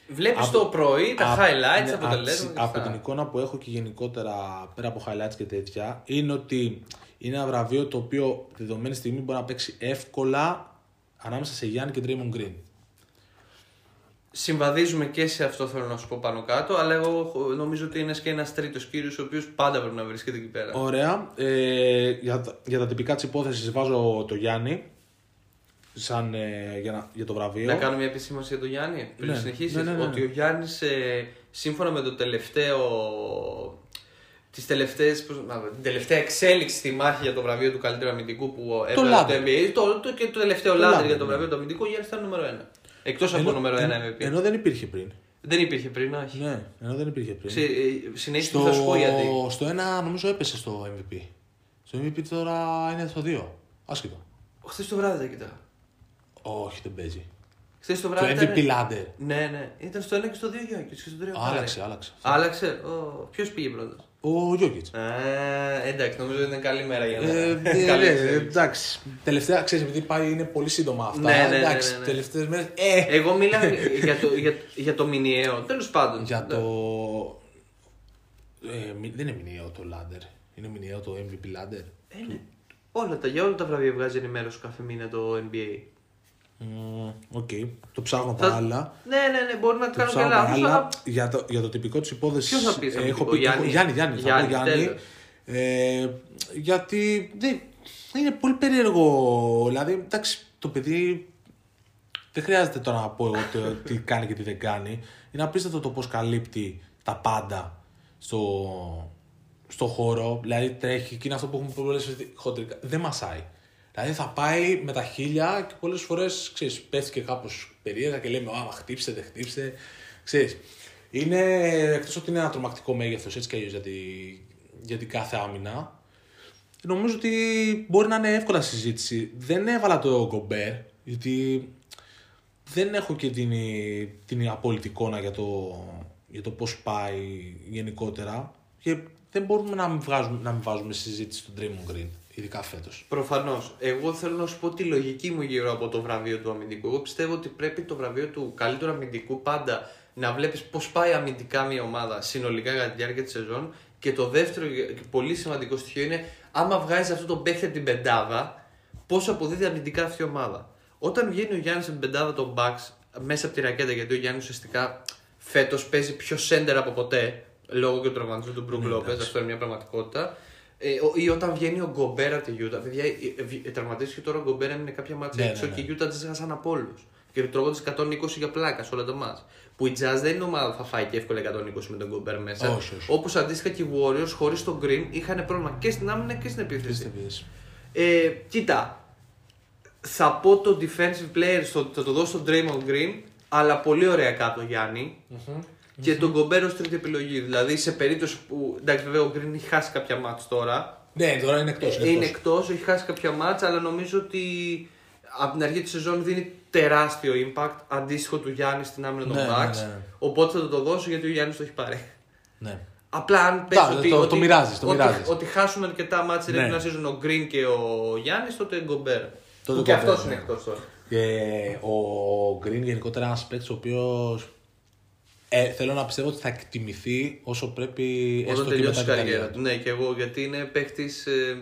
Speaker 2: Βλέπεις
Speaker 1: Από-
Speaker 2: το πρωί τα
Speaker 1: Απ-
Speaker 2: highlights,
Speaker 1: ναι,
Speaker 2: τα αποτελέσματα. και
Speaker 1: Από
Speaker 2: αυτά.
Speaker 1: την εικόνα που έχω και γενικότερα πέρα από highlights και τέτοια, είναι ότι είναι ένα βραβείο το οποίο δεδομένη στιγμή μπορεί να παίξει εύκολα ανάμεσα σε Γιάννη και Draymond Green.
Speaker 2: Συμβαδίζουμε και σε αυτό θέλω να σου πω πάνω κάτω, αλλά εγώ έχω- νομίζω ότι είναι και ένας τρίτος κύριος ο οποίος πάντα πρέπει να βρίσκεται εκεί πέρα.
Speaker 1: Ωραία. Ε, για, τα- για τα τυπικά της υπόθεσης βάζω το Γιάννη. Σαν, ε, για, να- για το βραβείο.
Speaker 2: Να Ναι, κάνω μια επισήμανση για τον Γιάννη πριν
Speaker 1: Ναι.
Speaker 2: συνεχίσεις.
Speaker 1: Ναι, ναι, ναι, ναι.
Speaker 2: Ότι ο Γιάννης, σύμφωνα με το τελευταίο. Τις τελευταίες, πώς να πω, την τελευταία εξέλιξη στη μάχη για το βραβείο του καλύτερου αμυντικού που έβαλε το
Speaker 1: Λάντερ.
Speaker 2: NBA. Το, το, και το τελευταίο
Speaker 1: Το
Speaker 2: λάδι
Speaker 1: Λάντερ,
Speaker 2: για το
Speaker 1: ναι. Ε,
Speaker 2: βραβείο του αμυντικού, ο Γιάννης ήταν νούμερο 1. Εκτός από το νούμερο 1 MVP.
Speaker 1: Ενώ δεν υπήρχε πριν.
Speaker 2: Δεν υπήρχε πριν, όχι.
Speaker 1: Ναι, ενώ δεν υπήρχε πριν.
Speaker 2: Ξε- ε, Συνέχισε τι θα σου πω γιατί.
Speaker 1: στο ένα νομίζω έπεσε στο MVP. Στο MVP τώρα είναι στο 2. Άσχετο.
Speaker 2: Χθες το βράδυ τα κοιτάω.
Speaker 1: Όχι, δεν παίζει.
Speaker 2: Χθε το
Speaker 1: Το
Speaker 2: βράδυ.
Speaker 1: MVP
Speaker 2: ήταν...
Speaker 1: Lander.
Speaker 2: Ναι, ναι. Ήταν στο 1 και στο 2 Γιάννη και στο 3
Speaker 1: Άλλαξε, άλλαξε.
Speaker 2: Άλλαξε. Ποιος πήγε πρώτος.
Speaker 1: Ο Γιώκητ.
Speaker 2: Ε, εντάξει, νομίζω ότι ήταν καλή μέρα για να.
Speaker 1: Ε, ε,
Speaker 2: καλή
Speaker 1: ναι,
Speaker 2: εξέλιξη.
Speaker 1: εντάξει. Τελευταία, ξέρεις, επειδή πάει είναι πολύ σύντομα αυτά.
Speaker 2: Ναι, ναι, ναι,
Speaker 1: εντάξει,
Speaker 2: ναι, ναι.
Speaker 1: τελευταίες μέρες. Ε,
Speaker 2: Εγώ μιλάω για το, για, για το μηνιαίο. Τέλος πάντων.
Speaker 1: για το. Ε, μη- δεν είναι μηνιαίο το Λάντερ. Είναι μηνιαίο το MVP Λάντερ.
Speaker 2: Ε, ναι. Όλα τα, για όλα τα βραβεία βγάζει ενημέρωση κάθε μήνα το NBA.
Speaker 1: Οκ. Το ψάχνω τα άλλα.
Speaker 2: Ναι, ναι, ναι, μπορεί να
Speaker 1: Το
Speaker 2: κάνω και
Speaker 1: ψάχνω τα
Speaker 2: λάθο,
Speaker 1: άλλα.
Speaker 2: αλλά.
Speaker 1: Για το, για το τυπικό της υπόθεσης.
Speaker 2: Ποιος θα πει στον
Speaker 1: Έχω
Speaker 2: τυπικό,
Speaker 1: πει
Speaker 2: Γιάννη?
Speaker 1: Γιάννη, Γιάννη, θα πω
Speaker 2: Γιάννη,
Speaker 1: Γιάννη.
Speaker 2: τέλος.
Speaker 1: Ε, γιατί δεν- είναι πολύ περίεργο. Δηλαδή, εντάξει, το παιδί δεν χρειάζεται τώρα να πω εγώ το- τι κάνει και τι δεν κάνει. Είναι απίστευτο το πώς καλύπτει τα πάντα στο, στο χώρο. Δηλαδή τρέχει και είναι αυτό που έχουμε πολλές χοντρικά. Δεν μασάει. Δηλαδή θα πάει με τα χίλια και πολλές φορές πέφτει και κάπως περίεργα και λέμε Άμα χτύψτε, δεν χτύψτε. Ξέρεις, είναι εκτός ότι είναι ένα τρομακτικό μέγεθος έτσι κι αλλιώς για, τη- για την κάθε άμυνα. Νομίζω ότι μπορεί να είναι εύκολα συζήτηση. Δεν έβαλα το Γκομπέρ, γιατί δεν έχω και την, την απόλυτη εικόνα για το, για το πώς πάει γενικότερα. Και δεν μπορούμε να μην, βγάζουμε, να μην βάζουμε συζήτηση στον Draymond Green, ειδικά φέτος.
Speaker 2: Προφανώς. Εγώ θέλω να σου πω τη λογική μου γύρω από το βραβείο του αμυντικού. Εγώ πιστεύω ότι πρέπει το βραβείο του καλύτερου αμυντικού πάντα να βλέπεις πώς πάει αμυντικά μια ομάδα συνολικά κατά τη διάρκεια της σεζόν. Και το δεύτερο και πολύ σημαντικό στοιχείο είναι άμα βγάζεις αυτό το παίχτη από την πεντάδα, πώς αποδίδει αμυντικά αυτή η ομάδα. Όταν βγαίνει ο Γιάννης από την πεντάδα των Bucks μέσα από τη ρακέτα, γιατί ο Γιάννης ουσιαστικά φέτος παίζει πιο σέντερ από ποτέ λόγω και του τραυματισμού του
Speaker 1: Ναι,
Speaker 2: Μπρουκ Λόπε. Αυτό είναι μια πραγματικότητα. Ε, ο- ή όταν βγαίνει ο Γκομπέρα από τη Γιούτα. Παιδιά, ε, ε, βγει- ε, τραυματίστηκε τώρα ο Γκομπέρα, έμεινε κάποια μάτια
Speaker 1: Ναι,
Speaker 2: έξω
Speaker 1: ναι, ναι.
Speaker 2: και η Γιούτα τη έχασαν από όλους. Και τρώγοντα 120 για πλάκα σε όλα τα μάτια. Που η Jazz δεν είναι ομάδα που θα φάει και εύκολα 120 με τον Γκομπέρα μέσα.
Speaker 1: Όχι, όχι.
Speaker 2: Όπως αντίστοιχα και οι Warriors χωρίς τον Green είχαν πρόβλημα και στην άμυνα και στην επίθεση.
Speaker 1: Πιστεύεις.
Speaker 2: Ε, κοίτα, θα πω το defensive player, στο, θα το δώσω στον Draymond Green, αλλά πολύ ωραία κάτω Γιάννη. Και τον Κομπέρο ως τρίτη επιλογή. Δηλαδή σε περίπτωση που. Εντάξει, βέβαια ο Green έχει χάσει κάποια μάτς τώρα.
Speaker 1: Ναι, τώρα είναι εκτός. Είναι
Speaker 2: είναι
Speaker 1: εκτός.
Speaker 2: εκτός, έχει χάσει κάποια μάτς, αλλά νομίζω ότι από την αρχή της σεζόν δίνει τεράστιο impact αντίστοιχο του Γιάννη στην άμυνα των
Speaker 1: Ναι, ναι,
Speaker 2: Bucks.
Speaker 1: ναι.
Speaker 2: Οπότε θα το δώσω γιατί ο Γιάννης το έχει πάρει.
Speaker 1: Ναι.
Speaker 2: Απλά αν πες
Speaker 1: Καλά,
Speaker 2: ότι,
Speaker 1: το-
Speaker 2: ότι,
Speaker 1: το μοιράζεις, το
Speaker 2: ότι,
Speaker 1: μοιράζεις.
Speaker 2: ότι χάσουμε αρκετά μάτς
Speaker 1: Ναι.
Speaker 2: ναι. regular season ο Green και ο Γιάννης, τότε Γκομπέρ.
Speaker 1: Τότε
Speaker 2: Που και
Speaker 1: Gobert,
Speaker 2: αυτός
Speaker 1: ναι.
Speaker 2: είναι εκτός τώρα.
Speaker 1: Και ο Green γενικότερα είναι ένας παίκτης ο οποίος. Ε, θέλω να πιστεύω ότι θα εκτιμηθεί όσο πρέπει
Speaker 2: Όταν
Speaker 1: και
Speaker 2: τελειώσει η
Speaker 1: μετά την
Speaker 2: καριέρα του. Ναι, και εγώ γιατί είναι παίχτης ε,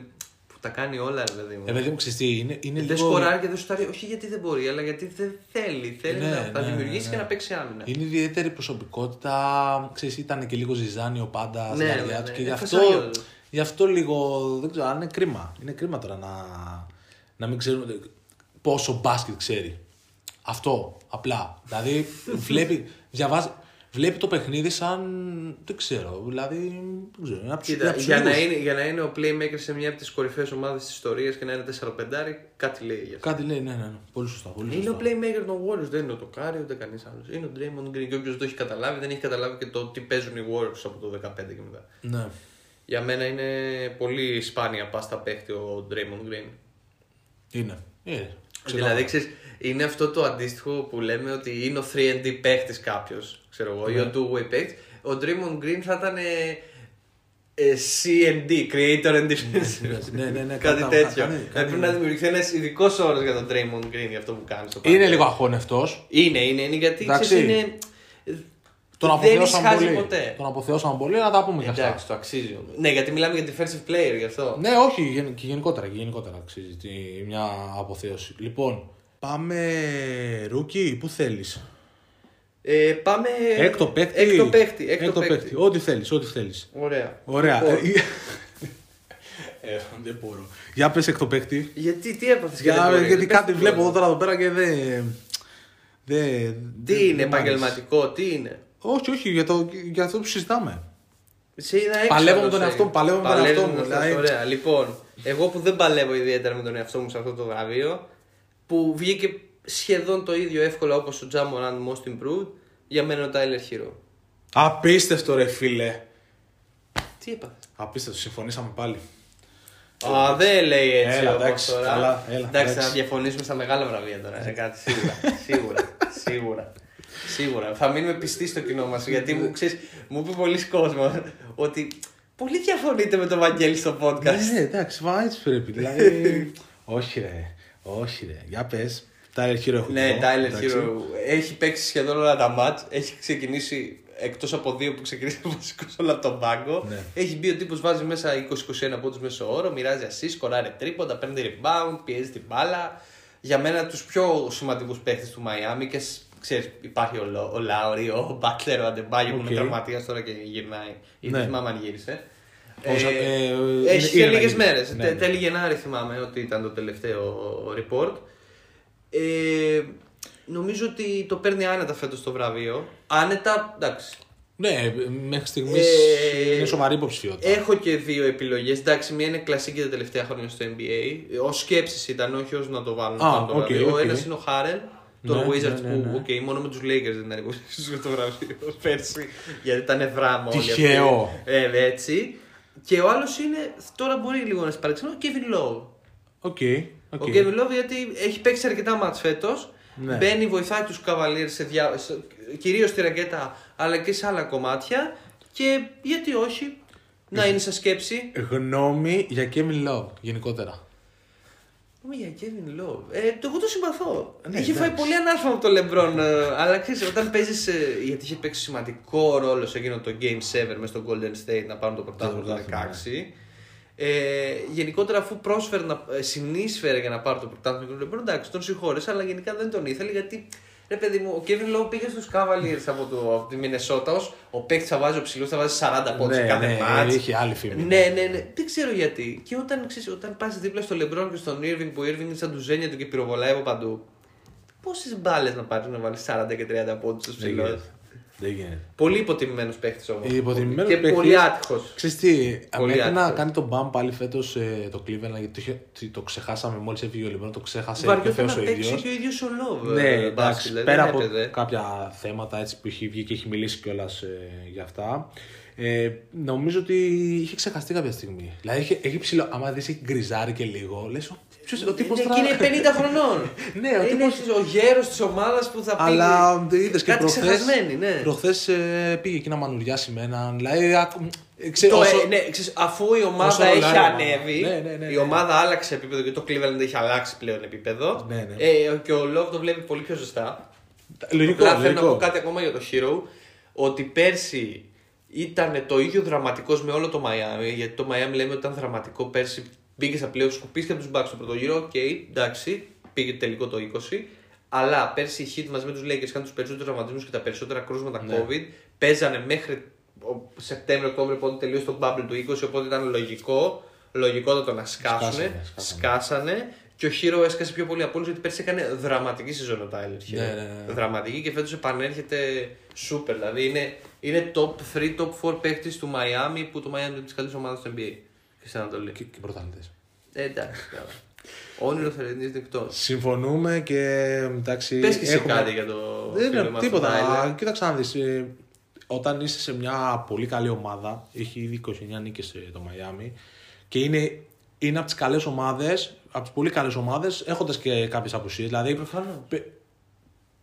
Speaker 2: που τα κάνει όλα, ρε παιδί μου.
Speaker 1: Ε, παιδί μου, ξέρεις τι, είναι, είναι
Speaker 2: δεν
Speaker 1: λίγο...
Speaker 2: σκοράρει και δεν σουτάρει, όχι γιατί δεν μπορεί, αλλά γιατί δεν θέλει. Θέλει
Speaker 1: Ναι,
Speaker 2: να τα
Speaker 1: ναι,
Speaker 2: δημιουργήσει
Speaker 1: ναι.
Speaker 2: και να παίξει άμυνα.
Speaker 1: Είναι ιδιαίτερη προσωπικότητα. Ξέρεις, ήταν και λίγο ζυζάνιο πάντα στην
Speaker 2: Ναι,
Speaker 1: καρδιά
Speaker 2: ναι,
Speaker 1: του
Speaker 2: ναι.
Speaker 1: και γι'
Speaker 2: Ε,
Speaker 1: αυτό,
Speaker 2: φασαρία.
Speaker 1: γι' αυτό λίγο. Δεν ξέρω, αν είναι κρίμα. Είναι κρίμα τώρα να, να μην ξέρουμε πόσο μπάσκετ ξέρει. Αυτό απλά. Δηλαδή βλέπεις, διαβάζεις, βλέπει το παιχνίδι σαν. Δεν ξέρω. Δηλαδή. Δεν ξέρω, είναι από τους- είναι
Speaker 2: Κοίτα,
Speaker 1: από τους
Speaker 2: για να,
Speaker 1: λίγους.
Speaker 2: είναι, για να είναι ο playmaker σε μια από τις κορυφαίες ομάδες της ιστορίας και να είναι 4-5, κάτι λέει γι' αυτό.
Speaker 1: Κάτι λέει, ναι, ναι, ναι. Πολύ σωστά. Πολύ
Speaker 2: Είναι
Speaker 1: σωστά.
Speaker 2: ο playmaker των Warriors, δεν είναι ο Τοκάρι ούτε κανείς άλλος. Είναι ο Draymond Green. Και όποιος το έχει καταλάβει, δεν έχει καταλάβει και το τι παίζουν οι Warriors από το 15 και μετά.
Speaker 1: Ναι.
Speaker 2: Για μένα είναι πολύ σπάνια πάστα παίχτη ο Draymond Green.
Speaker 1: Είναι. Είναι.
Speaker 2: Δηλαδή, ξέρεις, είναι αυτό το αντίστοιχο που λέμε ότι είναι ο 3D παίχτης κάποιος, ξέρω εγώ, ή
Speaker 1: Ναι.
Speaker 2: ο two-way παίχτης. Ο Draymond Green θα ήταν. Ε, ε, C&D, Creator and Defense.
Speaker 1: ναι, ναι, ναι,
Speaker 2: κάτι
Speaker 1: κατάλαβα.
Speaker 2: τέτοιο.
Speaker 1: Κάνει-
Speaker 2: Ε,
Speaker 1: κάνει-
Speaker 2: Πρέπει να δημιουργηθεί ένας ειδικός όρος για τον Draymond Green για αυτό που κάνει. στο
Speaker 1: Είναι
Speaker 2: παρκέ.
Speaker 1: λίγο αχώνευτος.
Speaker 2: Είναι, είναι, είναι γιατί
Speaker 1: Εντάξει.
Speaker 2: ξέρεις, είναι.
Speaker 1: Τον
Speaker 2: δεν
Speaker 1: αποθεώσαμε
Speaker 2: ισχάζει
Speaker 1: πολύ.
Speaker 2: ποτέ.
Speaker 1: Τον αποθεώσαμε πολύ, να τα πούμε κι αυτά.
Speaker 2: Εντάξει, το αξίζει όμως. Ναι, γιατί μιλάμε για defensive player γι' αυτό.
Speaker 1: Ναι, όχι, γεν- και γενικότερα, και γενικότερα αξίζει τη- μια αποθέωση. Λοιπόν, πάμε ρούκι, πού θέλεις.
Speaker 2: Ε, πάμε.
Speaker 1: Έκτο παίκτη.
Speaker 2: Έκτο παίκτη. Έκτο,
Speaker 1: Έκτο
Speaker 2: παίκτη.
Speaker 1: παίκτη. Ό,τι θέλεις, ό,τι θέλεις.
Speaker 2: Ωραία.
Speaker 1: Ωραία.
Speaker 2: Λοιπόν,
Speaker 1: Ε, ε, δεν μπορώ. Για πες έκτο παίκτη.
Speaker 2: γιατί τι έπαθες
Speaker 1: Για, γιατί κάτι βλέπω εδώ τώρα εδώ πέρα και δεν... δεν- δεν-
Speaker 2: Τι
Speaker 1: δεν
Speaker 2: είναι
Speaker 1: μ' άρεσε.
Speaker 2: επαγγελματικό, τι είναι.
Speaker 1: Όχι, όχι, για, το, για αυτό που συζητάμε.
Speaker 2: Σε είδα έξω.
Speaker 1: Παλεύω με
Speaker 2: να
Speaker 1: τον
Speaker 2: σε-
Speaker 1: εαυτό μου, παλεύω με τον
Speaker 2: Παλεύεις
Speaker 1: εαυτό μου,
Speaker 2: εαυτό σου,
Speaker 1: δηλαδή.
Speaker 2: Ωραία. Λοιπόν, εγώ που δεν παλεύω ιδιαίτερα με τον εαυτό μου σε αυτό το βραβείο, που βγήκε σχεδόν το ίδιο εύκολα όπως ο Τζάμοραν Most Improved, για μένα ο Tyler Hero.
Speaker 1: Απίστευτο ρε φίλε.
Speaker 2: Τι έπαθε.
Speaker 1: Απίστευτο, συμφωνήσαμε πάλι.
Speaker 2: Α, δεν λέει έτσι.
Speaker 1: Έλα,
Speaker 2: όπως
Speaker 1: εντάξει,
Speaker 2: τώρα.
Speaker 1: καλά, έλα,
Speaker 2: εντάξει,
Speaker 1: εντάξει.
Speaker 2: να διαφωνήσουμε στα μεγάλα βραβεία τώρα. Σε κάτι σίγουρα. σίγουρα. σίγουρα. Σίγουρα. Θα μείνουμε πιστοί στο κοινό μας. γιατί μου, ξέρεις, μου είπε πολλοί κόσμος ότι Πολύ διαφωνείτε με τον Βαγγέλη στο podcast.
Speaker 1: Ναι, εντάξει, μα έτσι πρέπει. Δηλαδή. όχι, ρε. Όχι, ρε. Για πες. Tyler Hero έχω
Speaker 2: Ναι,
Speaker 1: εγώ,
Speaker 2: Tyler
Speaker 1: εντάξει.
Speaker 2: Hero έχει παίξει σχεδόν όλα τα μάτς. Έχει ξεκινήσει εκτός από δύο που ξεκίνησε βασικό όλα από τον πάγκο.
Speaker 1: Ναι.
Speaker 2: Έχει μπει ο τύπος, βάζει μέσα 20-21 πόντους μέσω όρο, μοιράζει assist, κοράρει τρίποντα, παίρνει rebound, πιέζει την μπάλα. Για μένα τους πιο σημαντικούς παίχτε του Μαϊάμι και σ- ξέρεις, υπάρχει ο, Λο- ο Λάουρι, ο Μπάτλερ, ο Αντεμπάγιο που είναι
Speaker 1: Οκ.
Speaker 2: τραυματίας τώρα και γυρνάει. Ή
Speaker 1: Ναι.
Speaker 2: δεν θυμάμαι αν γύρισε.
Speaker 1: Όσα- ε, ε, είναι-
Speaker 2: έχει και
Speaker 1: είναι να
Speaker 2: λίγε
Speaker 1: γυρίσει.
Speaker 2: μέρες.
Speaker 1: Ναι, ναι.
Speaker 2: Τέλη Γενάρη θυμάμαι ότι ήταν το τελευταίο report. Ε, νομίζω ότι το παίρνει άνετα φέτος το βραβείο. Άνετα, εντάξει.
Speaker 1: Ναι, μέχρι στιγμής
Speaker 2: Ε,
Speaker 1: είναι σοβαρή υποψηφιότητα.
Speaker 2: Έχω και δύο επιλογές. Εντάξει, μία είναι κλασική τα τελευταία χρόνια στο NBA. Ως σκέψης ήταν, όχι ως να το βάλουν
Speaker 1: Α,
Speaker 2: πάνω το
Speaker 1: οκ,
Speaker 2: βραβείο.
Speaker 1: οκ.
Speaker 2: Ο ένας είναι ο Χάρελ, τον
Speaker 1: Ναι,
Speaker 2: Wizards
Speaker 1: ναι, ναι, ναι.
Speaker 2: που οκ, μόνο με τους Lakers δεν ήταν υποψήφιος το βραβείο πέρσι. Γιατί ήταν βράμα όλοι αυτοί.
Speaker 1: Τυχαίο.
Speaker 2: Ε, έτσι. Και ο άλλος είναι, τώρα μπορεί λίγο να σε παραξενώ, ο Kevin Love.
Speaker 1: Οκ. οκ.
Speaker 2: ε, Ο Kevin Love γιατί έχει παίξει αρκετά μάτς φέτος.
Speaker 1: Ναι.
Speaker 2: Μπαίνει, βοηθάει τους Cavaliers σε δια... σε... κυρίως στη ρακέτα αλλά και σε άλλα κομμάτια. Και γιατί όχι να είναι σε σκέψη.
Speaker 1: Γνώμη για Kevin Love γενικότερα.
Speaker 2: Πούμε για Kevin Love. Ε, το, εγώ το συμπαθώ.
Speaker 1: Ναι,
Speaker 2: είχε φάει
Speaker 1: εντάξει.
Speaker 2: πολύ ανάρφωμα από τον LeBron. ε, αλλά ξέρεις, όταν παίζεις. γιατί είχε παίξει σημαντικό ρόλο σε εκείνο το Game 7 μες στο Golden State να πάρουν το πρωτάθλημα
Speaker 1: Το
Speaker 2: το 16.
Speaker 1: πρωτάθλημα, ναι.
Speaker 2: Ε, γενικότερα, αφού πρόσφερε να, ε, συνείσφερε για να πάρει το πρωτάθλημα του LeBron, εντάξει, τον συγχώρεσα, αλλά γενικά δεν τον ήθελε γιατί. Ρε παιδί μου, ο Kevin Love πήγε στους Cavaliers από, το, από τη Μινεσότα ως ο παίκτης θα βάζει ο ψηλός, θα βάζει 40 πόντου
Speaker 1: Ναι,
Speaker 2: κάθε
Speaker 1: ναι,
Speaker 2: μάτς.
Speaker 1: είχε άλλη φήμη.
Speaker 2: Ναι, ναι, ναι. Δεν ξέρω γιατί. Και όταν, ξέρεις, όταν πας δίπλα στο Λεμπρόν και στον Irving που ο Irving είναι σαν του Ζένια του και πυροβολάει από παντού. Πόσες μπάλες να πάρεις να βάλεις 40 και 30 πόντου στο
Speaker 1: Δεν
Speaker 2: ψηλό.
Speaker 1: γίνεται. Δεν γίνεται.
Speaker 2: Πολύ υποτιμημένος παίχτης όμως.
Speaker 1: Ε, υποτιμημένος
Speaker 2: Και
Speaker 1: παίκτης.
Speaker 2: πολύ άτυχος.
Speaker 1: Ξέρεις τι,
Speaker 2: Πολύ
Speaker 1: μέχρι να
Speaker 2: άτυχος.
Speaker 1: κάνει τον μπαμ πάλι φέτος ε, το Cleveland, γιατί το, είχε- τι- το ξεχάσαμε μόλις έφυγε ο Λεμπρόν, το ξέχασε
Speaker 2: Βαριόταν
Speaker 1: φέως
Speaker 2: να παίξει
Speaker 1: ίδιος.
Speaker 2: και ο ίδιος ο Λόβ.
Speaker 1: Ναι,
Speaker 2: ε,
Speaker 1: εντάξει,
Speaker 2: μπάσκετ, δηλαδή,
Speaker 1: πέρα
Speaker 2: δεν
Speaker 1: από
Speaker 2: έπαιζε.
Speaker 1: κάποια θέματα έτσι, που έχει βγει και έχει μιλήσει κιόλας ε, για αυτά. Ε, νομίζω ότι είχε ξεχαστεί κάποια στιγμή. Δηλαδή έχει, έχει ψηλό. Άμα δεις, έχει γκριζάρει και λίγο. Λες, ποιος ο τύπος
Speaker 2: Ναι, και είναι 50 χρονών.
Speaker 1: Ναι, ο
Speaker 2: ο
Speaker 1: τύπος-
Speaker 2: Είναι ο γέρος της ομάδας που θα πει.
Speaker 1: Αλλά είδες και
Speaker 2: Κάτι
Speaker 1: προχθές,
Speaker 2: ξεχασμένοι, ναι.
Speaker 1: προχθές, ε, πήγε εκεί να μανουριάσει με έναν. Δηλαδή, άκου- ε, ξέρεις,
Speaker 2: Το,
Speaker 1: όσο-
Speaker 2: ε, ναι, ξέρεις, αφού η
Speaker 1: όσο
Speaker 2: ομάδα έχει
Speaker 1: ρολάρει η ομάδα.
Speaker 2: ανέβει,
Speaker 1: Ναι, ναι, ναι,
Speaker 2: η
Speaker 1: ναι.
Speaker 2: ομάδα άλλαξε επίπεδο και το Cleveland έχει αλλάξει πλέον επίπεδο.
Speaker 1: Ναι, ναι.
Speaker 2: Ε, και ο Love το βλέπει πολύ πιο ζεστά. ναι,
Speaker 1: Λογικό,
Speaker 2: Απλά θέλω να πω
Speaker 1: λογικό.
Speaker 2: κάτι ακόμα για το Hero. Ότι πέρσι ήταν το ίδιο δραματικός με όλο το Miami. Γιατί το Miami λέμε ότι ήταν δραματικό πέρσι. Μπήκε στα πλέον, σκουπίστηκε από τους Bucks στο πρώτο γύρο. Οκ, εντάξει, πήγε τελικό το 20. Αλλά πέρσι οι Heat μαζί με τους Lakers είχαν τους περισσότερους τραυματισμούς και τα περισσότερα κρούσματα
Speaker 1: Ναι.
Speaker 2: COVID. Παίζανε μέχρι ο- Σεπτέμβριο-Οκτώβριο, πότε τελείωσε το bubble του 20. Οπότε ήταν λογικό, λογικότατο να σκάσουνε.
Speaker 1: Σκάσανε,
Speaker 2: Σκάσανε.
Speaker 1: σκάσανε.
Speaker 2: Και ο Hero έσκασε πιο πολύ από όλους γιατί πέρσι έκανε δραματική σεζόν ο Tyler Hero.
Speaker 1: Ναι, ναι, ναι.
Speaker 2: Δραματική και φέτος επανέρχεται σούπερ. Δηλαδή είναι, είναι top 3, top 4 παίκτης του Miami που το Miami είναι από τις καλύτερες ομάδες του NBA. Και στην Ανατολή.
Speaker 1: Και, και πρωταθλητές.
Speaker 2: Ε, εντάξει, καλά. Όνειρο θερινή δικτών.
Speaker 1: Συμφωνούμε και εντάξει.
Speaker 2: Πες και εσύ
Speaker 1: Ε, έχουμε- Ε,
Speaker 2: κάτι για το.
Speaker 1: Δεν
Speaker 2: φίλο
Speaker 1: είναι
Speaker 2: μας,
Speaker 1: τίποτα.
Speaker 2: τον Tyler.
Speaker 1: Κοίταξε να δεις. ε, Όταν είσαι σε μια πολύ καλή ομάδα, έχει ήδη 29 νίκες ε, το Μαϊάμι και είναι, είναι από τις καλές ομάδες, από τις πολύ καλές ομάδες, έχοντας και κάποιες απουσίες. Δηλαδή,
Speaker 2: Προφανώς.
Speaker 1: πε-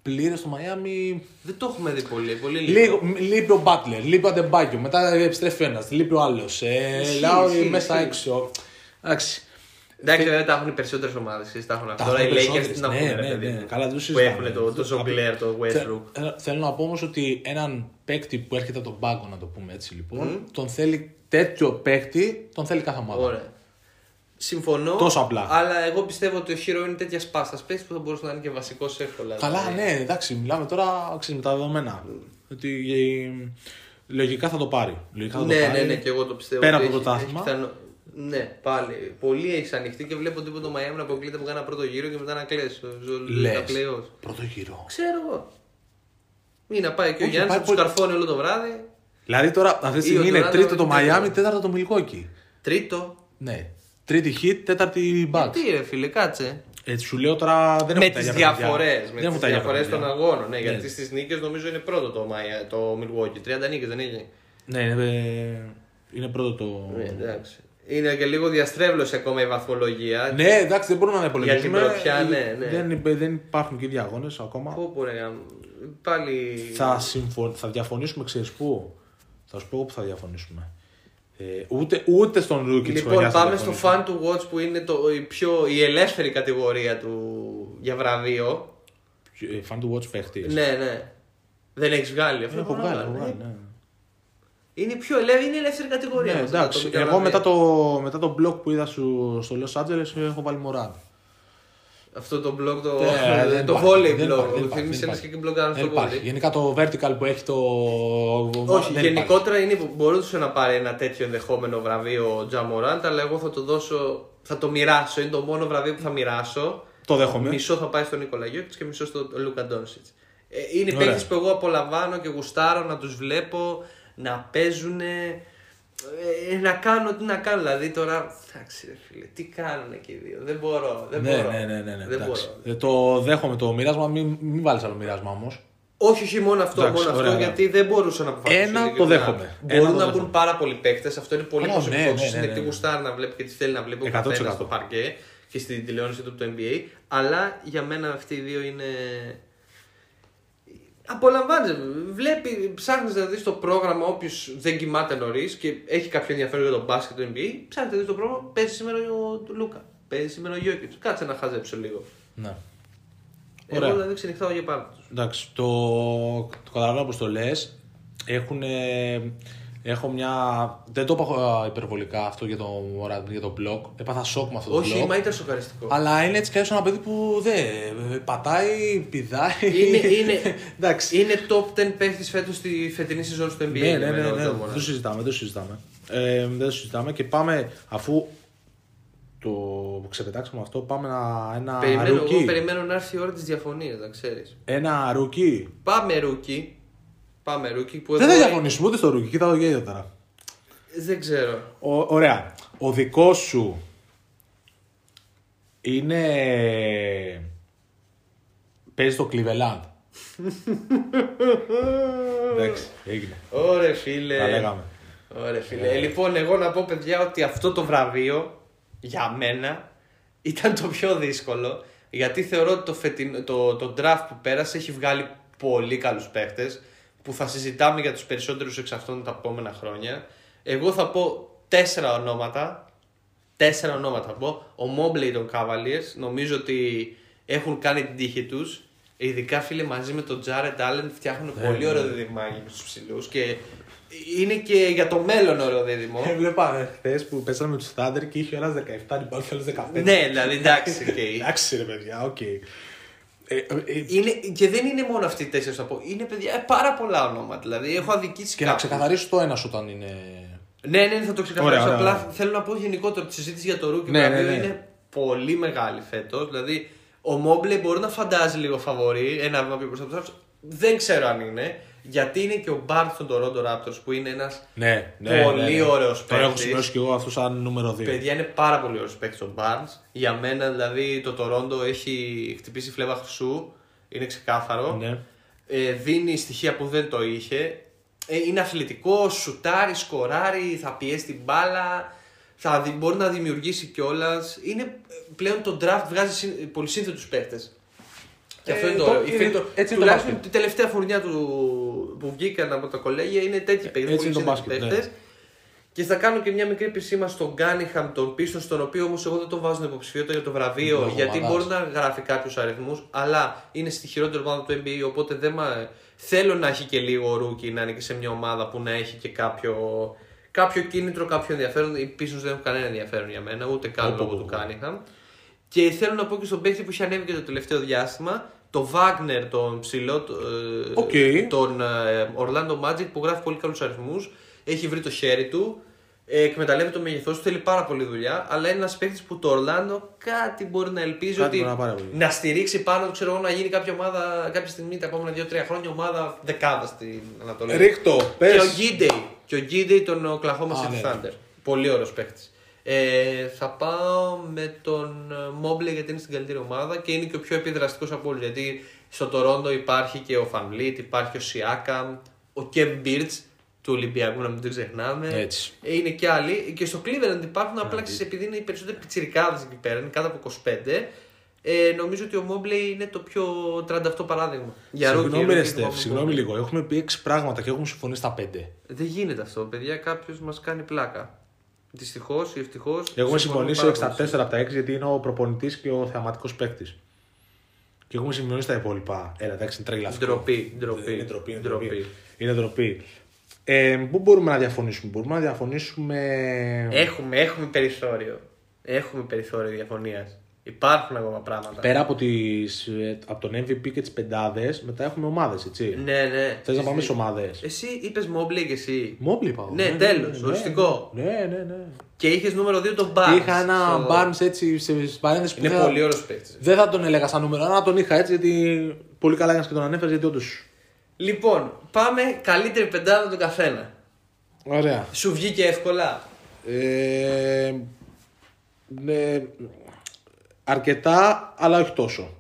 Speaker 1: πλήρες το Μαϊάμι,
Speaker 2: Δεν το έχουμε δει πολύ. πολύ λίγο.
Speaker 1: λίγο, μ, λείπει ο Μπάτλερ, λείπει ο Αντεμπάκιο, μετά επιστρέφει ένας, λείπει ο άλλος, ε,
Speaker 2: Ισχύει,
Speaker 1: Λάουρι
Speaker 2: ισχύει,
Speaker 1: μέσα
Speaker 2: ισχύει.
Speaker 1: έξω. Εντάξει.
Speaker 2: Εντάξει, βέβαια τα έχουν οι περισσότερες ομάδες. Τα έχουν
Speaker 1: Τα
Speaker 2: τώρα. Οι
Speaker 1: έχουν
Speaker 2: Lakers
Speaker 1: περισσότερες.
Speaker 2: τι να
Speaker 1: Ναι,
Speaker 2: πούνε,
Speaker 1: ναι,
Speaker 2: ρε παιδί
Speaker 1: ναι.
Speaker 2: μου,
Speaker 1: Καλά, δεν το
Speaker 2: Που
Speaker 1: συζητάμε.
Speaker 2: έχουν το, το Jongleur, το Westbrook.
Speaker 1: Θε- ε, Θέλω να πω όμως ότι έναν παίκτη που έρχεται από τον πάγκο, να το πούμε έτσι λοιπόν, τον θέλει τέτοιο παίκτη, τον θέλει κάθε ομάδα.
Speaker 2: Ωραία. Συμφωνώ.
Speaker 1: Τόσο απλά.
Speaker 2: Αλλά εγώ πιστεύω ότι ο Hero είναι τέτοια σπάστα παίκτη που θα μπορούσε να είναι και βασικός εύκολα.
Speaker 1: Καλά,
Speaker 2: Δηλαδή,
Speaker 1: ναι, εντάξει, μιλάμε τώρα ξέρεις, με τα δεδομένα. Ότι ε, λογικά θα το πάρει. Λογικά θα το
Speaker 2: Ναι,
Speaker 1: πάρει.
Speaker 2: ναι, ναι, και εγώ το πιστεύω.
Speaker 1: Πέρα
Speaker 2: ότι
Speaker 1: από το
Speaker 2: έχει-
Speaker 1: πρωτάθλημα.
Speaker 2: έχει πιθανό- Ναι, πάλι. Πολύ έχεις ανοιχτεί και βλέπω τίποτα το Miami να αποκλείται από κανένα πρώτο γύρο και μετά να κλέσει.
Speaker 1: Λες,
Speaker 2: Τα playoffs.
Speaker 1: Πρώτο γύρο.
Speaker 2: Ξέρω εγώ. Ή να πάει και ο
Speaker 1: Όχι,
Speaker 2: Γιάννης
Speaker 1: πάει
Speaker 2: να τους
Speaker 1: πολύ-
Speaker 2: καρφώνει όλο το βράδυ.
Speaker 1: Δηλαδή τώρα αυτή τη
Speaker 2: Ή
Speaker 1: στιγμή
Speaker 2: ο
Speaker 1: είναι
Speaker 2: Τωράντο
Speaker 1: τρίτο το
Speaker 2: είναι
Speaker 1: Μαϊάμι,
Speaker 2: τέταρτο.
Speaker 1: τέταρτο το Μιλγόκι.
Speaker 2: Τρίτο.
Speaker 1: Ναι. Τρίτη hit, τέταρτη Bucks.
Speaker 2: Τι ρε φίλε, κάτσε.
Speaker 1: Ε, σου λέω τώρα δεν
Speaker 2: με
Speaker 1: έχουμε τα
Speaker 2: τις
Speaker 1: ίδια παιχνίδια.
Speaker 2: διαφορές. Με
Speaker 1: Δεν
Speaker 2: τι
Speaker 1: έχουμε τα ίδια
Speaker 2: διαφορές των
Speaker 1: παιχνίδια.
Speaker 2: αγώνων. Ναι, γιατί στις νίκες νομίζω είναι πρώτο το, Μάια- το Milwaukee. 30 νίκες δεν έχει.
Speaker 1: Ναι, είναι, είναι πρώτο το.
Speaker 2: Ναι, εντάξει. Είναι και λίγο διαστρέβλωση ακόμα η βαθμολογία.
Speaker 1: Ναι, εντάξει, δεν μπορούμε να
Speaker 2: Για
Speaker 1: υπολογίσουμε.
Speaker 2: την πρωτιά, ναι, ναι.
Speaker 1: Δεν, υπε- δεν υπάρχουν και διαγώνες ακόμα.
Speaker 2: Πού μπορεί να. Πάλι.
Speaker 1: Θα, συμφων... θα διαφωνήσουμε, ξέρεις πού. Θα σου πω εγώ που θα διαφωνήσουμε. Ε, ούτε, ούτε στον Ρούκι της
Speaker 2: Λοιπόν,
Speaker 1: χρονιάς θα
Speaker 2: πάμε στο
Speaker 1: διαφωνήσω.
Speaker 2: Fun to Watch που είναι το, η, πιο, η ελεύθερη κατηγορία του για βραβείο.
Speaker 1: Ε, Fan του Watch παίχτη. Ε,
Speaker 2: Ναι, ναι. Δεν έχεις βγάλει αυτό.
Speaker 1: έχω
Speaker 2: το
Speaker 1: βγάλει.
Speaker 2: πράγμα,
Speaker 1: έχω
Speaker 2: ναι.
Speaker 1: βγάλει, ναι.
Speaker 2: Είναι η πιο ελεύθερη, είναι η ελεύθερη κατηγορία.
Speaker 1: Ναι,
Speaker 2: μας,
Speaker 1: εντάξει.
Speaker 2: αυτό το
Speaker 1: Εγώ
Speaker 2: βραβείο.
Speaker 1: μετά το, μετά το blog που είδα σου, στο Los Angeles έχω βάλει Μωράν.
Speaker 2: Αυτό το blog, το,
Speaker 1: Ε, δεν
Speaker 2: το
Speaker 1: υπάρχει,
Speaker 2: volley
Speaker 1: δεν
Speaker 2: blog.
Speaker 1: υπάρχει, δεν
Speaker 2: Μου
Speaker 1: υπάρχει,
Speaker 2: θύμισε ένα
Speaker 1: δεν
Speaker 2: και μπλογκάρουν
Speaker 1: Δεν
Speaker 2: στο
Speaker 1: υπάρχει.
Speaker 2: volley.
Speaker 1: Γενικά το vertical που έχει το.
Speaker 2: Όχι,
Speaker 1: δεν
Speaker 2: γενικότερα είναι, που μπορούσε να πάρει ένα τέτοιο ενδεχόμενο βραβείο ο Τζαμοράντ, αλλά εγώ θα το δώσω, θα το μοιράσω. Είναι το μόνο βραβείο που θα μοιράσω.
Speaker 1: υπάρχει. Το δέχομαι.
Speaker 2: Μισό θα πάει στον Νικόλα Γιώκητ και μισό στον Λούκα Ντόνσιτ. Είναι
Speaker 1: Ωραία.
Speaker 2: παίκτες που εγώ απολαμβάνω και γουστάρω να τους βλέπω να παίζουν. να κάνω τι να κάνω. Δηλαδή τώρα. Εντάξει, ρε φίλε, τι κάνουν εκεί οι δύο. Δεν μπορώ. Δεν
Speaker 1: Ναι,
Speaker 2: μπορώ.
Speaker 1: ναι, ναι, ναι, ναι,
Speaker 2: δεν
Speaker 1: εντάξει. Ε,
Speaker 2: μπορώ.
Speaker 1: Το δέχομαι το μοίρασμα, μην, μην βάλεις άλλο μοίρασμα όμως.
Speaker 2: Όχι, όχι μόνο αυτό,
Speaker 1: Εντάξει,
Speaker 2: μόνο
Speaker 1: ωραία,
Speaker 2: αυτό
Speaker 1: ωραία.
Speaker 2: γιατί δεν μπορούσα να αποφασίσω.
Speaker 1: Ένα
Speaker 2: ειλικρινά.
Speaker 1: το δέχομαι.
Speaker 2: Μπορούν
Speaker 1: Ένα το
Speaker 2: να
Speaker 1: δέχομαι.
Speaker 2: μπουν πάρα πολλοί παίκτες. Αυτό είναι πολύ
Speaker 1: Καλά,
Speaker 2: προσωπικό.
Speaker 1: ναι, ναι,
Speaker 2: Ξέρεις,
Speaker 1: ναι,
Speaker 2: είναι
Speaker 1: ναι,
Speaker 2: τι
Speaker 1: ναι.
Speaker 2: γουστάρει να βλέπει και τι θέλει να βλέπει
Speaker 1: 100%.
Speaker 2: ο καθένας στο παρκέ και στην τηλεόραση του από το NBA. Αλλά για μένα αυτοί οι δύο είναι. Απολαμβάνει. Βλέπει, ψάχνεις να δεις το πρόγραμμα όποιος δεν κοιμάται νωρίς και έχει κάποιο ενδιαφέρον για τον μπάσκετ του NBA. Ψάχνεις να δεις το πρόγραμμα. Παίζει σήμερα ο Λούκα. Παίζει σήμερα ο Γιώκητ. Κάτσε να χαζέψω λίγο.
Speaker 1: Ναι. Ωραία.
Speaker 2: Εγώ δηλαδή ξενυχτάω για πάνω τους.
Speaker 1: Εντάξει, το, το καταλαβαίνω πώς το λες. Έχουν. ε, έχω μια. Δεν το είπα ε, υπερβολικά αυτό για το, για το blog. Έπαθα σοκ με αυτό το
Speaker 2: Όχι,
Speaker 1: blog.
Speaker 2: μα ήταν σοκαριστικό.
Speaker 1: Αλλά είναι έτσι κι αλλιώς ένα παιδί που δεν. Πατάει, πηδάει.
Speaker 2: Είναι, είναι,
Speaker 1: Εντάξει.
Speaker 2: είναι top 10 παίχτης φέτος στη φετινή σεζόν στο NBA.
Speaker 1: Ναι,
Speaker 2: για
Speaker 1: ναι, ναι,
Speaker 2: μένα,
Speaker 1: ναι,
Speaker 2: ο
Speaker 1: δεν
Speaker 2: Ντόμορα.
Speaker 1: το συζητάμε, δεν το συζητάμε. Ε, δεν το συζητάμε και πάμε, αφού το ξεπετάξαμε αυτό, πάμε να, ένα
Speaker 2: Περιμένω,
Speaker 1: ρούκι.
Speaker 2: εγώ περιμένω να έρθει η ώρα της διαφωνίας, να ξέρεις.
Speaker 1: Ένα ρούκι.
Speaker 2: Πάμε ρούκι. Πάμε ρούκι που
Speaker 1: Δεν
Speaker 2: εγώ-
Speaker 1: θα διαφωνήσουμε ούτε στο ρούκι, κοίτα το γέλιο τώρα.
Speaker 2: Δεν ξέρω.
Speaker 1: Ο, ωραία. Ο δικός σου είναι. Παίζει το Cleveland. Εντάξει, έγινε.
Speaker 2: Ωρε φίλε.
Speaker 1: Τα λέγαμε.
Speaker 2: Ωρε φίλε. Ε, λοιπόν, εγώ να πω παιδιά ότι αυτό το βραβείο για μένα ήταν το πιο δύσκολο. Γιατί θεωρώ ότι το, φετιν... το, το draft που πέρασε έχει βγάλει πολύ καλούς παίχτε που θα συζητάμε για τους περισσότερους εξ αυτών τα επόμενα χρόνια. Εγώ θα πω τέσσερα ονόματα. Τέσσερα ονόματα θα πω. Ο Μόμπλεϊ των Cavaliers νομίζω ότι έχουν κάνει την τύχη τους. Ειδικά φίλε μαζί με τον Τζάρετ Άλεν φτιάχνουν πολύ ωραίο διδυμάκι με τους ψηλούς και είναι και για το μέλλον ωραίο δίδυμο.
Speaker 1: ε, Έβλεπα χθες που πέσαμε με τους Thunder και είχε ένα 17 rebound και άλλο 15.
Speaker 2: ναι, δηλαδή εντάξει. οκ.
Speaker 1: Ε, Εντάξει ρε παιδιά, οκ. Ε, ε, ε,
Speaker 2: Είναι, και δεν είναι μόνο αυτοί οι τέσσερις θα πω. Είναι παιδιά ε, πάρα πολλά ονόματα. Δηλαδή έχω αδικήσει
Speaker 1: και να
Speaker 2: κάποιους.
Speaker 1: ξεκαθαρίσω το ένας σου όταν είναι.
Speaker 2: Ναι, ναι, θα το ξεκαθαρίσω.
Speaker 1: Ωραία, ωραία,
Speaker 2: Απλά
Speaker 1: ωραία.
Speaker 2: θέλω να πω γενικότερα τη συζήτηση για το ρούκι
Speaker 1: Ναι,
Speaker 2: βραβείο
Speaker 1: ναι, ναι.
Speaker 2: είναι πολύ μεγάλη φέτος. Δηλαδή, ο Μόμπλε μπορεί να φαντάζει λίγο φαβορή, ένα βήμα πιο προ τα μπροστά. Δεν ξέρω αν είναι. Γιατί είναι και ο Μπάρτ στον Toronto Raptors που είναι ένας.
Speaker 1: Ναι,
Speaker 2: Πολύ ωραίος
Speaker 1: Τώρα έχω
Speaker 2: παίκτης.
Speaker 1: σημειώσει και εγώ αυτός σαν νούμερο 2.
Speaker 2: Παιδιά είναι πάρα πολύ ωραίος παίκτης ο Barnes. Για μένα δηλαδή το Toronto έχει χτυπήσει φλέβα χρυσού. Είναι ξεκάθαρο.
Speaker 1: Ναι.
Speaker 2: Ε, δίνει στοιχεία που δεν το είχε. Ε, είναι αθλητικός, σουτάρει, σκοράρει, θα πιέσει την μπάλα, θα δι- μπορεί να δημιουργήσει κιόλας. Είναι ε, πλέον το draft βγάζει συν, πολυσύνθετου παίκτες. Και αυτό
Speaker 1: Ε,
Speaker 2: είναι το
Speaker 1: το-
Speaker 2: ωραίο. Η
Speaker 1: είναι-
Speaker 2: φέτο-
Speaker 1: έτσι είναι το
Speaker 2: τουλάχιστον
Speaker 1: μπάσκετ.
Speaker 2: την τελευταία φουρνιά του, που βγήκαν από τα κολέγια είναι τέτοιοι παίκτες,
Speaker 1: Ε, έτσι είναι το
Speaker 2: πολυσύνθετοι
Speaker 1: μπάσκετ, ναι.
Speaker 2: παίκτες. Και θα κάνω και μια μικρή επισήμα στον Γκάνιχαμ, τον πίσω, στον οποίο όμως εγώ δεν τον βάζω υποψηφιότητα για το βραβείο.
Speaker 1: Ναι,
Speaker 2: γιατί
Speaker 1: ομαδάς.
Speaker 2: μπορεί να γράφει κάποιους αριθμούς, αλλά είναι στη χειρότερη ομάδα του NBA. Οπότε δεν μα... θέλω να έχει και λίγο ρούκι, να είναι και σε μια ομάδα που να έχει και κάποιο, κάποιο κίνητρο, κάποιο ενδιαφέρον. Οι πίσω δεν έχουν κανένα ενδιαφέρον για μένα, ούτε καν
Speaker 1: Όπου,
Speaker 2: λόγω
Speaker 1: όπου.
Speaker 2: του Γκάνιχαμ. Και θέλω να πω και στον παίκτη που είχε ανέβει και το τελευταίο διάστημα, το Βάγνερ, τον ψηλό, το- ε,
Speaker 1: Οκ.
Speaker 2: τον ε, Orlando Magic που γράφει πολύ καλούς αριθμούς, έχει βρει το χέρι του, ε, εκμεταλλεύεται το μέγεθός του, θέλει πάρα πολύ δουλειά, αλλά είναι ένας παίκτης που το Orlando κάτι μπορεί να ελπίζει
Speaker 1: Κάτι
Speaker 2: ότι
Speaker 1: μπορεί να πάρει από εκεί.
Speaker 2: να στηρίξει πάνω του, ξέρω εγώ, να γίνει κάποια ομάδα κάποια στιγμή τα επόμενα 2-3 χρόνια ομάδα δεκάδας στην Ανατολή.
Speaker 1: Ρίχτο,
Speaker 2: Ε, Και ο
Speaker 1: πες.
Speaker 2: Γκίντεϊ. Και ο Γκίντεϊ τον Oklahoma
Speaker 1: Α,
Speaker 2: City
Speaker 1: ναι.
Speaker 2: Thunder. Πολύ ωραίος παίκτης. Ε, θα πάω με τον ε, Μόμπλε γιατί είναι στην καλύτερη ομάδα και είναι και ο πιο επιδραστικός από όλους. Γιατί στο Τορόντο υπάρχει και ο Φανβλίτ, υπάρχει ο Σιάκαμ, ο Κεμ Μπίρτ του Ολυμπιακού, να μην το ξεχνάμε.
Speaker 1: Έτσι.
Speaker 2: Ε, Είναι και άλλοι. Και στο Cleveland υπάρχουν απλά ξέρεις, επειδή είναι οι περισσότεροι πιτσιρικάδες εκεί πέρα, είναι κάτω από 25. Ε, νομίζω ότι ο Μόμπλεϊ είναι το πιο 38 παράδειγμα. Για rookie,
Speaker 1: Συγγνώμη, ρε
Speaker 2: rookie,
Speaker 1: Στεφ,
Speaker 2: rookie.
Speaker 1: συγγνώμη λίγο. Έχουμε πει 6 πράγματα και έχουμε συμφωνήσει στα 5.
Speaker 2: Δεν γίνεται αυτό, παιδιά. Κάποιος μας κάνει πλάκα. Δυστυχώς ή ευτυχώς.
Speaker 1: Έχουμε συμφωνήσει στα 4 από τα 6 γιατί είναι ο προπονητής και ο θεαματικός παίκτης. Και έχουμε συμφωνήσει τα υπόλοιπα. Έλα, εντάξει, είναι τραγελαφικό.
Speaker 2: Ντροπή, ντροπή,
Speaker 1: Είναι ντροπή. Είναι
Speaker 2: ντροπή.
Speaker 1: ντροπή. Είναι ντροπή. Ε, πού μπορούμε να διαφωνήσουμε, μπορούμε να διαφωνήσουμε.
Speaker 2: Έχουμε, έχουμε περιθώριο. Έχουμε περιθώριο διαφωνίας. Υπάρχουν ακόμα πράγματα.
Speaker 1: Πέρα από, τις, ε, από τον MVP και τις πεντάδες, μετά έχουμε ομάδες, έτσι.
Speaker 2: Ναι, ναι.
Speaker 1: Θες να πάμε στι ομάδες.
Speaker 2: Εσύ είπες Μόμπλε και εσύ.
Speaker 1: Μόμπλη πάω.
Speaker 2: Ναι, τέλος, οριστικό.
Speaker 1: Ναι, ναι, ναι.
Speaker 2: Και είχες νούμερο 2 τον Barnes.
Speaker 1: Είχα ένα Barnes έτσι σε σε παρένθεση που
Speaker 2: Είναι
Speaker 1: δεν θα-
Speaker 2: πολύ ωραίος παίκτης.
Speaker 1: Δεν θα τον έλεγα σαν νούμερο, αλλά τον είχα έτσι γιατί πολύ καλά έκανε και τον ανέφερες γιατί όντως.
Speaker 2: Λοιπόν, πάμε καλύτερη πεντάδα τον καθένα.
Speaker 1: Ωραία.
Speaker 2: Σου βγήκε εύκολα.
Speaker 1: Ε, ναι, αρκετά, αλλά όχι τόσο.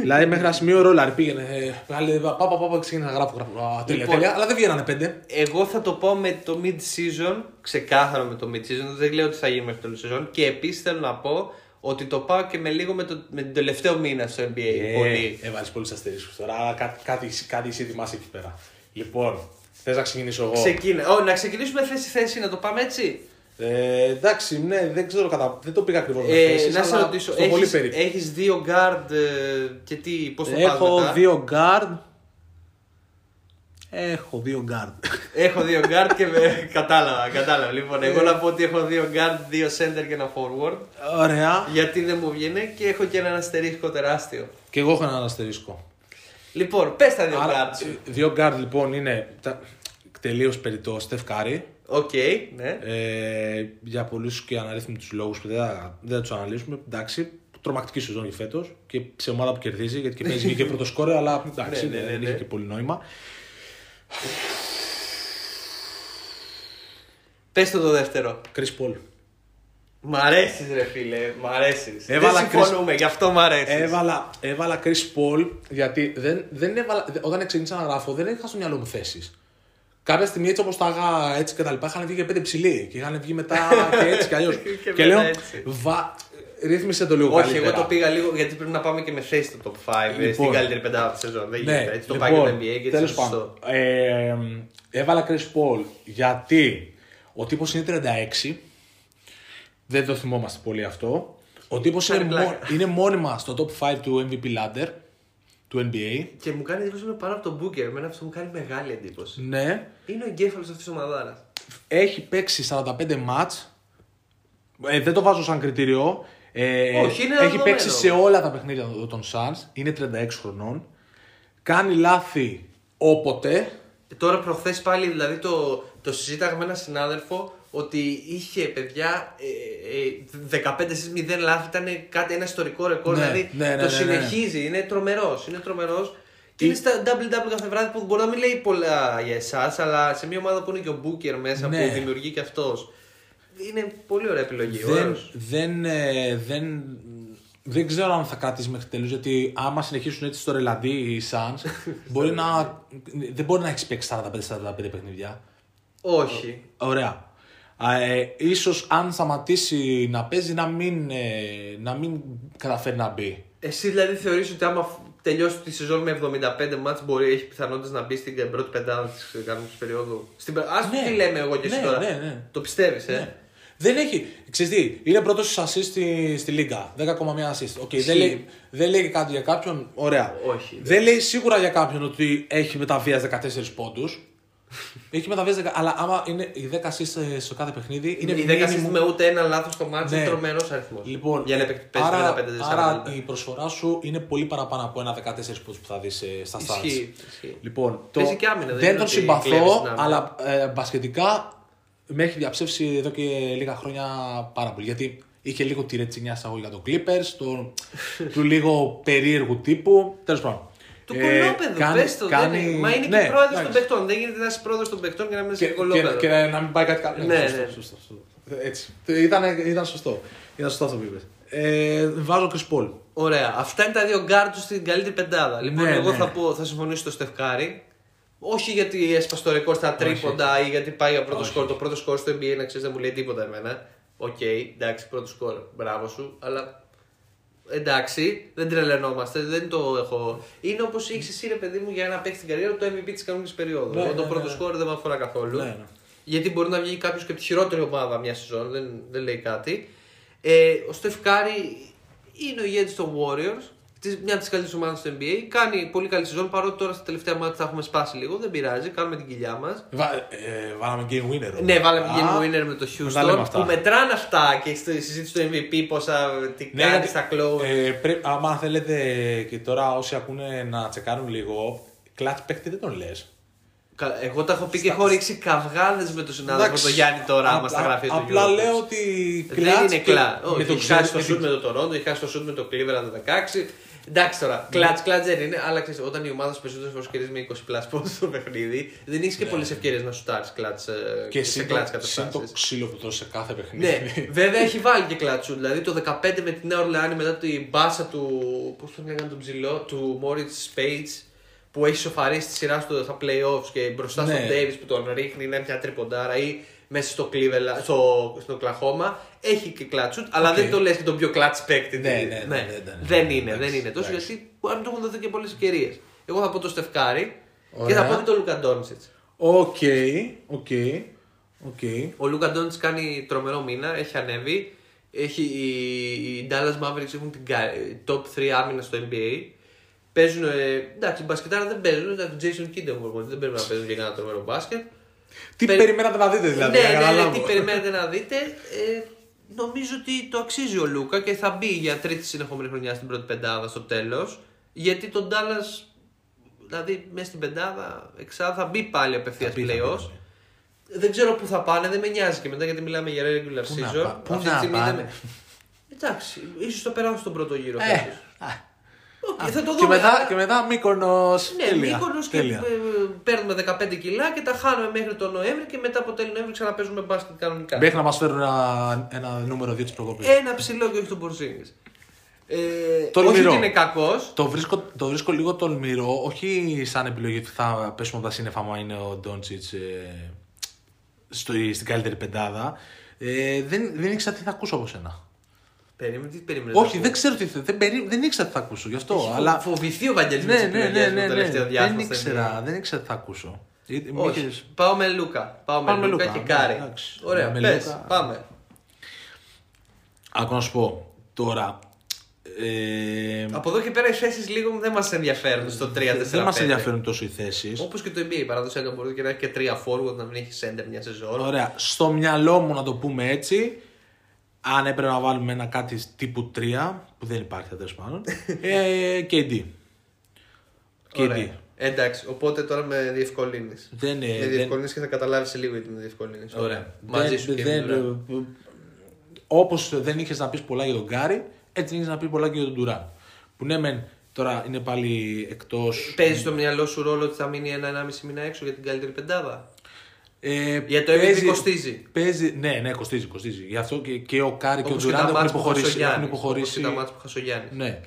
Speaker 1: δηλαδή μέχρι ένα σημείο ρόλαρ πήγαινε. ε, Πάλι, πα, πα, πα, πα, ξεκίνησα να γράφω, γράφω. Α, τέλεια,
Speaker 2: Λοιπόν.
Speaker 1: τέλεια. Αλλά δεν βγαίνανε πέντε.
Speaker 2: Εγώ θα το πω με το mid season, ξεκάθαρο με το mid season, δεν λέω ότι θα γίνει μέχρι το τέλος season. Και επίσης θέλω να πω ότι το πάω και με λίγο με, το, με τον τελευταίο μήνα στο NBA. Ε,
Speaker 1: Ε,
Speaker 2: πολύ.
Speaker 1: Έβαλες πολλούς αστερίσκους τώρα. αλλά κά- Κάτι, κάτι εσύ ετοιμάσαι εκεί πέρα. Λοιπόν, θες να ξεκινήσω εγώ.
Speaker 2: Ξεκίνα. Ω, να ξεκινήσουμε θέση-θέση, να το πάμε έτσι.
Speaker 1: Ε, εντάξει, ναι, δεν ξέρω κατά. Δεν το πήγα ακριβώς με
Speaker 2: Ε,
Speaker 1: θέσεις,
Speaker 2: να σε
Speaker 1: αλλά
Speaker 2: ρωτήσω,
Speaker 1: στο πολύ
Speaker 2: έχεις,
Speaker 1: περίπου.
Speaker 2: έχεις δύο guard ε, και τι, πώς το πας
Speaker 1: Έχω
Speaker 2: μετά?
Speaker 1: δύο guard. Έχω δύο guard.
Speaker 2: Έχω δύο guard και με... κατάλαβα, κατάλαβα. Λοιπόν,
Speaker 1: Ε.
Speaker 2: εγώ να πω ότι έχω δύο guard, δύο center και ένα forward.
Speaker 1: Ωραία.
Speaker 2: Γιατί δεν μου βγαίνει και έχω και έναν αστερίσκο τεράστιο.
Speaker 1: Και εγώ έχω έναν αστερίσκο.
Speaker 2: Λοιπόν, πες τα δύο
Speaker 1: Άρα,
Speaker 2: guard σου.
Speaker 1: ε, δύο guard λοιπόν είναι τελείω περιττό Στεφκάρη.
Speaker 2: Οκ, ναι.
Speaker 1: Ε, για πολλούς και αναρρύθμιτους λόγους που δεν θα, δεν θα τους αναλύσουμε. Εντάξει, τρομακτική σεζόν για φέτος και σε ομάδα που κερδίζει γιατί και παίζει και πρώτο σκόρε, αλλά εντάξει,
Speaker 2: Ναι, ναι, ναι,
Speaker 1: δεν
Speaker 2: ναι.
Speaker 1: είχε και πολύ νόημα.
Speaker 2: Πες το το δεύτερο.
Speaker 1: Κρι Πολ.
Speaker 2: Μ' αρέσεις ρε φίλε, μ' αρέσεις.
Speaker 1: Έβαλα
Speaker 2: δεν συμφωνούμε, γι' αυτό μ' αρέσεις.
Speaker 1: Έβαλα, έβαλα Chris Paul γιατί δεν, δεν έβαλα, δε- όταν ξεκίνησα να γράφω δεν είχα στο μυαλό μου θέσεις. Κάποια στιγμή έτσι όπως τα είχα έτσι και τα λοιπά, είχαν βγει και πέντε ψηλοί και είχαν βγει μετά και έτσι κι αλλιώς.
Speaker 2: Και
Speaker 1: και,
Speaker 2: μετά
Speaker 1: λέω,
Speaker 2: έτσι.
Speaker 1: βα, ρύθμισε το λίγο
Speaker 2: Όχι,
Speaker 1: καλύτερα.
Speaker 2: εγώ το πήγα λίγο γιατί πρέπει να πάμε και με θέση στο top 5 στην
Speaker 1: Λοιπόν. Ναι,
Speaker 2: καλύτερη πεντάδα της σεζόν. Δεν γίνεται. έτσι το πάει και το NBA και
Speaker 1: τέλος
Speaker 2: έτσι σωστό.
Speaker 1: πάντων. Ε, έβαλα Chris Paul γιατί ο τύπος είναι 36. Δεν το θυμόμαστε πολύ αυτό. Ο τύπος είναι,
Speaker 2: Κάνει πλάκα.
Speaker 1: μό- είναι μόνιμα στο top 5 του MVP Ladder του NBA.
Speaker 2: Και μου κάνει εντύπωση είναι πάνω από τον Booker. Εμένα αυτό μου κάνει μεγάλη εντύπωση.
Speaker 1: Ναι.
Speaker 2: Είναι ο εγκέφαλος αυτής της ομαδάρα.
Speaker 1: Έχει παίξει 45 μάτς. Ε, δεν το βάζω σαν κριτήριο. Ε,
Speaker 2: Όχι, είναι
Speaker 1: έχει
Speaker 2: δεδομένο.
Speaker 1: παίξει σε όλα τα παιχνίδια των Suns. Είναι 36 χρονών. Κάνει λάθη όποτε.
Speaker 2: Και Ε, τώρα προχθές πάλι, δηλαδή το, το συζήταγα με έναν συνάδελφο ότι είχε παιδιά ε, ε, 15 στι 0 λάθη. Ήταν κάτι, ένα ιστορικό ρεκόρ.
Speaker 1: Ναι,
Speaker 2: δηλαδή
Speaker 1: ναι, ναι,
Speaker 2: το
Speaker 1: ναι, ναι.
Speaker 2: συνεχίζει. Είναι τρομερός. Είναι τρομερός. Και είναι στα double-double κάθε βράδυ που μπορεί να μην λέει πολλά για εσάς, αλλά σε μια ομάδα που είναι και ο Booker μέσα
Speaker 1: Ναι.
Speaker 2: που δημιουργεί και αυτός. Είναι πολύ ωραία επιλογή.
Speaker 1: δεν,
Speaker 2: ωραίος.
Speaker 1: δεν, ε, δεν, δεν ξέρω αν θα κρατήσει μέχρι τέλους γιατί άμα συνεχίσουν έτσι στο ρελαντί οι Suns μπορεί να, δεν μπορεί να έχεις παίξει 45-45 παιχνίδια.
Speaker 2: Όχι.
Speaker 1: Ωραία. Α, ε, ίσως αν σταματήσει να παίζει να μην, ε, να μην καταφέρει να μπει.
Speaker 2: Εσύ δηλαδή θεωρείς ότι άμα φ- τελειώσει τη σεζόν με 75 μάτς μπορεί, έχει πιθανότητες να μπει στην πρώτη πεντάδα της κανονικής περίοδου. Στην, πε- ας
Speaker 1: Ναι.
Speaker 2: τι λέμε εγώ και εσύ
Speaker 1: Ναι,
Speaker 2: τώρα.
Speaker 1: ναι, ναι.
Speaker 2: Το πιστεύεις, ε.
Speaker 1: Ναι. Δεν έχει. Ξέρεις τι, είναι πρώτο στις assist στη, στη λίγα. 10,1 assist. Οκ,
Speaker 2: Ισχύει.
Speaker 1: δεν, λέει, δεν λέει κάτι για κάποιον. Ωραία.
Speaker 2: Όχι.
Speaker 1: Δεν λέει σίγουρα για κάποιον ότι έχει μεταβία 14 πόντου. έχει μεταβία 10. Αλλά άμα είναι οι 10 assist στο κάθε παιχνίδι, είναι
Speaker 2: Οι 10
Speaker 1: minimum.
Speaker 2: assist με ούτε ένα λάθος στο μάτς
Speaker 1: Ναι.
Speaker 2: είναι τρομερός αριθμός.
Speaker 1: Λοιπόν,
Speaker 2: για να επεκ- παίζει
Speaker 1: άρα,
Speaker 2: 55-45
Speaker 1: άρα
Speaker 2: λεπτά.
Speaker 1: η προσφορά σου είναι πολύ παραπάνω από ένα 14 πόντους που θα δεις στα
Speaker 2: Ισχύει,
Speaker 1: στάτια.
Speaker 2: ισχύει.
Speaker 1: Λοιπόν,
Speaker 2: Παίζει και άμυνα, δεν είναι
Speaker 1: δεν τον
Speaker 2: ότι κλέβεις
Speaker 1: συμπαθώ,
Speaker 2: την άμυνα.
Speaker 1: αλλά ε, μπασκετικά με έχει διαψεύσει εδώ και λίγα χρόνια πάρα πολύ. Γιατί είχε λίγο τη ρετσινιά στα για τον Clippers, τον, του λίγο περίεργου τύπου. Τέλος πάντων.
Speaker 2: Του
Speaker 1: Ε,
Speaker 2: κολόπεδου,
Speaker 1: κάνει-
Speaker 2: πες το.
Speaker 1: κάνει-
Speaker 2: δεν είναι. Μα είναι
Speaker 1: ναι,
Speaker 2: και πρόεδρος
Speaker 1: εντάξει.
Speaker 2: των παιχτών. Δεν γίνεται να είσαι πρόεδρος των παιχτών και να μην είσαι
Speaker 1: Και,
Speaker 2: και
Speaker 1: και,
Speaker 2: κολόπεδο.
Speaker 1: και να μην πάει κάτι καλό.
Speaker 2: Ναι,
Speaker 1: σωστό,
Speaker 2: ναι.
Speaker 1: σωστό, σωστό. Έτσι. Ήταν, ήταν σωστό. Ήταν σωστό αυτό που είπες. Ε, βάζω Chris Paul.
Speaker 2: Ωραία. Αυτά είναι τα δύο γκάρτου στην καλύτερη πεντάδα. Λοιπόν,
Speaker 1: Ναι,
Speaker 2: εγώ
Speaker 1: ναι.
Speaker 2: θα, πω, θα συμφωνήσω στο Στεφκάρη. Όχι γιατί έσπασε το ρεκόρ στα τρίποντα ή γιατί πάει για πρώτο σκορ. Το πρώτο σκορ στο NBA να ξέρεις δεν μου λέει τίποτα εμένα. Οκ, εντάξει, πρώτο σκορ. Μπράβο σου. Αλλά Εντάξει, δεν τρελαινόμαστε, δεν το έχω. Είναι όπως έχει εσύ, ρε παιδί μου, για ένα παίχτη στην καριέρα το MVP της κανονικής περίοδου.
Speaker 1: Ναι,
Speaker 2: Εγώ
Speaker 1: ναι,
Speaker 2: το
Speaker 1: ναι,
Speaker 2: πρώτο
Speaker 1: ναι.
Speaker 2: σκόρ δεν με αφορά καθόλου.
Speaker 1: Ναι, ναι.
Speaker 2: Γιατί μπορεί να βγει κάποιος και από τη χειρότερη ομάδα μια σεζόν, δεν, δεν λέει κάτι. Ε, ο Στεφ Κάρι είναι ο ηγέτης των Warriors, της- μια από τις καλύτερες ομάδες του NBA. Κάνει πολύ καλή σεζόν παρότι τώρα στα τελευταία μάτια τα έχουμε σπάσει λίγο. Δεν πειράζει, κάνουμε την κοιλιά μας.
Speaker 1: Βα- ε, βάλαμε game winner. όμως.
Speaker 2: Ναι, βάλαμε
Speaker 1: Α,
Speaker 2: game winner με το
Speaker 1: τα λέμε
Speaker 2: Houston
Speaker 1: αυτά.
Speaker 2: που μετράνε αυτά και στη συζήτηση του MVP πόσα τι
Speaker 1: Ναι,
Speaker 2: κάνει
Speaker 1: γιατί,
Speaker 2: στα close.
Speaker 1: Ε, πρέ- άμα αν θέλετε και τώρα όσοι ακούνε να τσεκάρουν λίγο, κλατ παίκτη δεν τον λες.
Speaker 2: Κα- Εγώ τα έχω πει και έχω ρίξει καυγάδες με τον συνάδελφο τον Γιάννη τώρα, άμα στα γραφεία του
Speaker 1: Απλά
Speaker 2: Eurosports.
Speaker 1: λέω ότι
Speaker 2: Δεν είναι
Speaker 1: και-
Speaker 2: κλατ.
Speaker 1: με
Speaker 2: Όχι,
Speaker 1: τον
Speaker 2: έχει
Speaker 1: Xavier
Speaker 2: χάσει
Speaker 1: στο
Speaker 2: το σουτ
Speaker 1: shoot.
Speaker 2: με το Toronto, έχει χάσει το σουτ με το Cleveland το 16. Εντάξει τώρα, κλατ, κλατ δεν είναι, αλλά ξέρεις, όταν η ομάδα σου περισσότερε φορέ κερδίζει με 20 πλάσ πόντους στο παιχνίδι, δεν έχεις και πολλές ευκαιρίες να σουτάρεις κλατ
Speaker 1: Και
Speaker 2: σε
Speaker 1: εσύ
Speaker 2: κλατ
Speaker 1: το- συν το
Speaker 2: καταστάσεις.
Speaker 1: ξύλο που τρώσε σε κάθε
Speaker 2: Ναι,
Speaker 1: παιχνίδι.
Speaker 2: βέβαια έχει βάλει και κλατσού. Δηλαδή το 15 με τη Νέα Ορλεάνη μετά την μπάσα του. Πώς τον λέγανε τον ψηλό, του Μόριτ Σπέιτ που έχει σοφαρίσει τη σειρά του στα playoffs και μπροστά στον
Speaker 1: Ναι.
Speaker 2: Davis που τον ρίχνει να είναι μια τριποντάρα ή μέσα στο Cleveland, στο, στο Κλαχώμα. Έχει και κλατσούτ, αλλά
Speaker 1: Οκ.
Speaker 2: δεν το λες και τον πιο κλατ παίκτη. Δηλαδή,
Speaker 1: Ναι, ναι, ναι, ναι, ναι, ναι.
Speaker 2: Δεν είναι,
Speaker 1: Εντάξει,
Speaker 2: δεν είναι τόσο
Speaker 1: εντάξει.
Speaker 2: γιατί αν του έχουν δοθεί και πολλές ευκαιρίες. Εγώ θα πω το Στεφκάρη και
Speaker 1: Ωραία.
Speaker 2: θα πω και το Λούκα Ντόντσιτ.
Speaker 1: Οκ, οκ, οκ.
Speaker 2: Ο Λούκα Ντόντς κάνει τρομερό μήνα, έχει ανέβει. Έχει, οι, οι Dallas Mavericks έχουν την κα- top 3 άμυνα στο NBA. Παίζουν. Ε, εντάξει, μπασκετάρα δεν παίζουν. Εντάξει, ο Jason Kidd έχουν προπονητή, δεν πρέπει να παίζουν για κανένα τρομερό μπάσκετ.
Speaker 1: Τι
Speaker 2: Περι-
Speaker 1: περιμένατε να δείτε δηλαδή,
Speaker 2: ναι,
Speaker 1: να
Speaker 2: ναι, ναι,
Speaker 1: καταλάβω.
Speaker 2: τι περιμένετε να δείτε. Ε, νομίζω ότι το αξίζει ο Λούκα και θα μπει για τρίτη συνεχόμενη χρονιά στην πρώτη πεντάδα στο τέλος. Γιατί τον Dallas, δηλαδή μέσα στην πεντάδα, εξάδα θα μπει πάλι απευθείας
Speaker 1: Θα μπει, θα μπει,
Speaker 2: playoffs.
Speaker 1: θα μπει.
Speaker 2: Δεν ξέρω πού θα πάνε, δεν με νοιάζει και μετά γιατί μιλάμε για regular
Speaker 1: Πού να
Speaker 2: season.
Speaker 1: πά- πού
Speaker 2: Αυτή τη
Speaker 1: να
Speaker 2: στιγμή δεν
Speaker 1: πάνε.
Speaker 2: με- Εντάξει, ίσως το περάσουν στον πρώτο γύρο.
Speaker 1: Ε,
Speaker 2: φέτος.
Speaker 1: α,
Speaker 2: Οκ, ε, θα το δούμε.
Speaker 1: Και μετά, και μετά Μύκονος.
Speaker 2: Ναι,
Speaker 1: Τέλεια,
Speaker 2: Μύκονος και
Speaker 1: τέλεια.
Speaker 2: ε, παίρνουμε 15 κιλά και τα χάνουμε μέχρι τον Νοέμβρη και μετά από τέλειο Νοέμβρη ξαναπέζουμε μπάσκετ κανονικά.
Speaker 1: Μέχρι να μας φέρουν ένα, ένα νούμερο 2 της προκοπής.
Speaker 2: Ένα ψηλό και όχι τον Πορζίνγκη. Ε, όχι
Speaker 1: Τολμηρό.
Speaker 2: ότι είναι κακός.
Speaker 1: Το βρίσκω, το βρίσκω λίγο τολμηρό, όχι σαν επιλογή ότι θα πέσουμε από τα σύννεφα άμα είναι ο Ντόντσιτς ε, στο, στην καλύτερη πεντάδα. Ε, δεν, δεν ήξερα τι θα ακούσω από σένα.
Speaker 2: Περίμενε, τι περίμενες.
Speaker 1: όχι, δεν ξέρω τι θα- δεν, περί- δεν ήξερα τι θα ακούσω, γι' αυτό.
Speaker 2: Αλλά...
Speaker 1: αλλά...
Speaker 2: Φοβηθεί ο Βαγγελίδης
Speaker 1: ναι, ναι, ναι, ναι,
Speaker 2: το
Speaker 1: ναι,
Speaker 2: τελευταίο
Speaker 1: δεν
Speaker 2: διάστημα.
Speaker 1: ήξερα, δεν ήξερα τι θα ακούσω. Ε, μ'
Speaker 2: Όχι.
Speaker 1: είχες-
Speaker 2: Πάω με Λούκα. Πάω με,
Speaker 1: Πάμε
Speaker 2: Λούκα,
Speaker 1: Λούκα,
Speaker 2: και
Speaker 1: ναι,
Speaker 2: Κάρι.
Speaker 1: εντάξει.
Speaker 2: Ωραία,
Speaker 1: Με
Speaker 2: πες,
Speaker 1: Λούκα.
Speaker 2: Πάμε.
Speaker 1: Ακόμα να σου πω, τώρα... Ε,
Speaker 2: Από εδώ και πέρα οι θέσεις λίγο δεν μας ενδιαφέρουν στο 3-4.
Speaker 1: δεν μα ενδιαφέρουν τόσο οι θέσεις.
Speaker 2: Όπως και το NBA παραδοσιακά μπορεί και να έχει και 3 forward να μην έχει center μια σεζόν.
Speaker 1: Ωραία. Στο μυαλό μου να το πούμε έτσι, αν έπρεπε να βάλουμε ένα κάτι τύπου 3, που δεν υπάρχει τέλος πάντων. ε, KD. KD.
Speaker 2: Ωραία. Εντάξει, οπότε τώρα με διευκολύνεις.
Speaker 1: Δεν, ε,
Speaker 2: με
Speaker 1: δεν-
Speaker 2: διευκολύνεις και θα καταλάβεις σε λίγο γιατί με διευκολύνεις.
Speaker 1: Ωραία.
Speaker 2: Μαζί
Speaker 1: δεν,
Speaker 2: σου και
Speaker 1: δεν, Όπως δεν είχες να πεις πολλά για τον Γκάρι, έτσι δεν είχες να πεις πολλά και για τον Τουράν. Που ναι, μεν τώρα είναι πάλι εκτός.
Speaker 2: Παίζει στο μυαλό σου ρόλο ότι θα μείνει ένα-ενάμιση μήνα έξω για την καλύτερη πεντάδα.
Speaker 1: Ε,
Speaker 2: Για το MVP κοστίζει.
Speaker 1: Παίζει, ναι, ναι, κοστίζει, κοστίζει. Γι' αυτό και, και ο Κάρι και ο
Speaker 2: Όπως και
Speaker 1: Ντουράν
Speaker 2: τα
Speaker 1: έχουν
Speaker 2: μάτς που χάσε ο
Speaker 1: υποχωρήσει. Έχουν
Speaker 2: Γιάννης, όπως
Speaker 1: υποχωρήσει.
Speaker 2: και τα μάτς που χάσε ο Γιάννης.
Speaker 1: Ναι.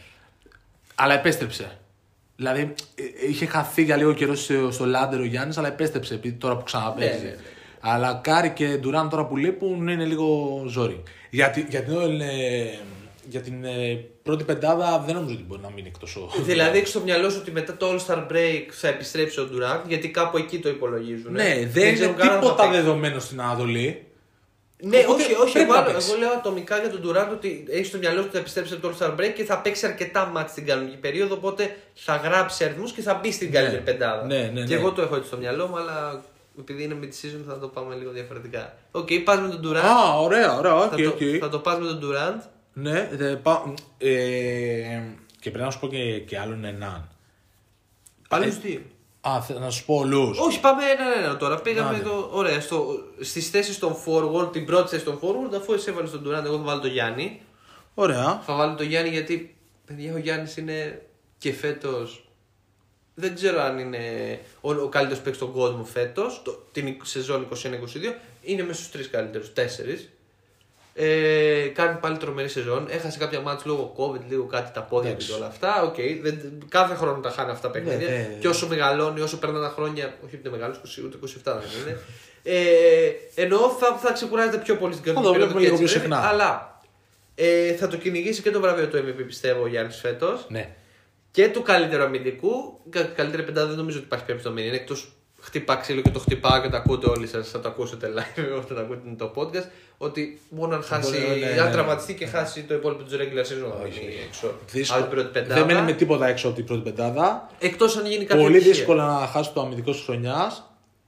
Speaker 1: Αλλά επέστρεψε. Δηλαδή ε, ε, είχε χαθεί για λίγο καιρό σε- στο Λάντερ ο Γιάννης, αλλά επέστρεψε επειδή τώρα που ξαναπέζει.
Speaker 2: Ναι, ναι, ναι.
Speaker 1: Αλλά Κάρι και Ντουράν τώρα που λείπουν ναι, είναι λίγο ζόρι. Για, τη- για την, ε, για την ε, πρώτη πεντάδα δεν νομίζω ότι μπορεί να μείνει εκτός ο.
Speaker 2: Δηλαδή έχεις στο μυαλό σου ότι μετά το All Star Break θα επιστρέψει ο Durant γιατί κάπου εκεί το υπολογίζουν.
Speaker 1: ναι, δεν,
Speaker 2: ξέρουν
Speaker 1: είναι
Speaker 2: καν αν θα
Speaker 1: τίποτα
Speaker 2: παίξει.
Speaker 1: δεδομένο στην Ανατολή.
Speaker 2: Ναι,
Speaker 1: Οπότε
Speaker 2: όχι, όχι
Speaker 1: πρέπει
Speaker 2: εγώ,
Speaker 1: να
Speaker 2: άλλο-
Speaker 1: παίξει.
Speaker 2: εγώ λέω ατομικά για τον Durant ότι έχεις στο μυαλό σου ότι θα επιστρέψει από το All Star Break και θα παίξει αρκετά μάτς στην κανονική περίοδο. Οπότε θα γράψει αριθμούς και θα μπει στην καλύτερη πεντάδα.
Speaker 1: Ναι, ναι, ναι.
Speaker 2: Και εγώ το έχω έτσι στο μυαλό μου, αλλά επειδή είναι mid-season θα το πάμε λίγο διαφορετικά. Οκ, πας με τον Durant.
Speaker 1: Α, ωραία, ωραία. οκ,
Speaker 2: θα, το,
Speaker 1: οκ.
Speaker 2: θα το πας με τον Durant.
Speaker 1: Ναι, δε, πα, ε, και πρέπει να σου πω και, και άλλον έναν.
Speaker 2: Πάλι
Speaker 1: Ε, Α, θε- να σου πω όλους.
Speaker 2: Όχι, πάμε ένα-ένα τώρα. Πήγαμε
Speaker 1: ναι.
Speaker 2: το. Ωραία, στο, στις θέσεις των forward, την πρώτη θέση των forward, αφού εσύ έβαλες τον Durant, εγώ θα βάλω τον Γιάννη.
Speaker 1: Ωραία.
Speaker 2: Θα βάλω τον Γιάννη γιατί, παιδιά, ο Γιάννης είναι και φέτος Δεν ξέρω αν είναι ο, ο καλύτερος παίκτης στον κόσμο φέτος, το, την σεζόν 21-22. Είναι μέσα στου τρεις καλύτερους, τέσσερις. Ε, κάνει πάλι τρομερή σεζόν. Έχασε κάποια μάτς λόγω COVID, λίγο κάτι τα πόδια του και όλα αυτά. Οκ, δεν, κάθε χρόνο τα χάνει αυτά τα παιχνίδια.
Speaker 1: Ναι, ναι.
Speaker 2: Και όσο μεγαλώνει, όσο περνάνε τα χρόνια. Όχι ούτε μεγάλο, ούτε 27 δεν είναι. ε, εννοώ θα, θα ξεκουράζεται πιο πολύ στην
Speaker 1: Θα
Speaker 2: κανονική
Speaker 1: το
Speaker 2: περίοδο
Speaker 1: βλέπουμε λίγο
Speaker 2: και έτσι
Speaker 1: πιο
Speaker 2: πρέπει,
Speaker 1: συχνά.
Speaker 2: Αλλά Ε, θα το κυνηγήσει και το βραβείο του MVP πιστεύω ο Γιάννης φέτος.
Speaker 1: Ναι.
Speaker 2: Και του καλύτερου αμυντικού. Κα- Καλύτερη πεντάδα δεν νομίζω ότι υπάρχει περίπτωση να μείνει. Είναι εκτός χτυπά ξύλο και το χτυπάω και τα ακούτε όλοι σας. Θα το ακούσετε live όταν τα ακούτε το podcast. Ότι μόνο αν χάσει.
Speaker 1: Μπορεί, ναι,
Speaker 2: αν
Speaker 1: ναι.
Speaker 2: τραυματιστεί και χάσει το υπόλοιπο του regular season θα
Speaker 1: Όχι.
Speaker 2: μείνει έξω.
Speaker 1: Δύσκολο.
Speaker 2: Από την πρώτη
Speaker 1: Δεν μένει με
Speaker 2: πεντάδα.
Speaker 1: τίποτα έξω από την πρώτη πεντάδα.
Speaker 2: Εκτός αν γίνει κάτι
Speaker 1: Πολύ δύσκολο να χάσει το αμυντικό της χρονιάς.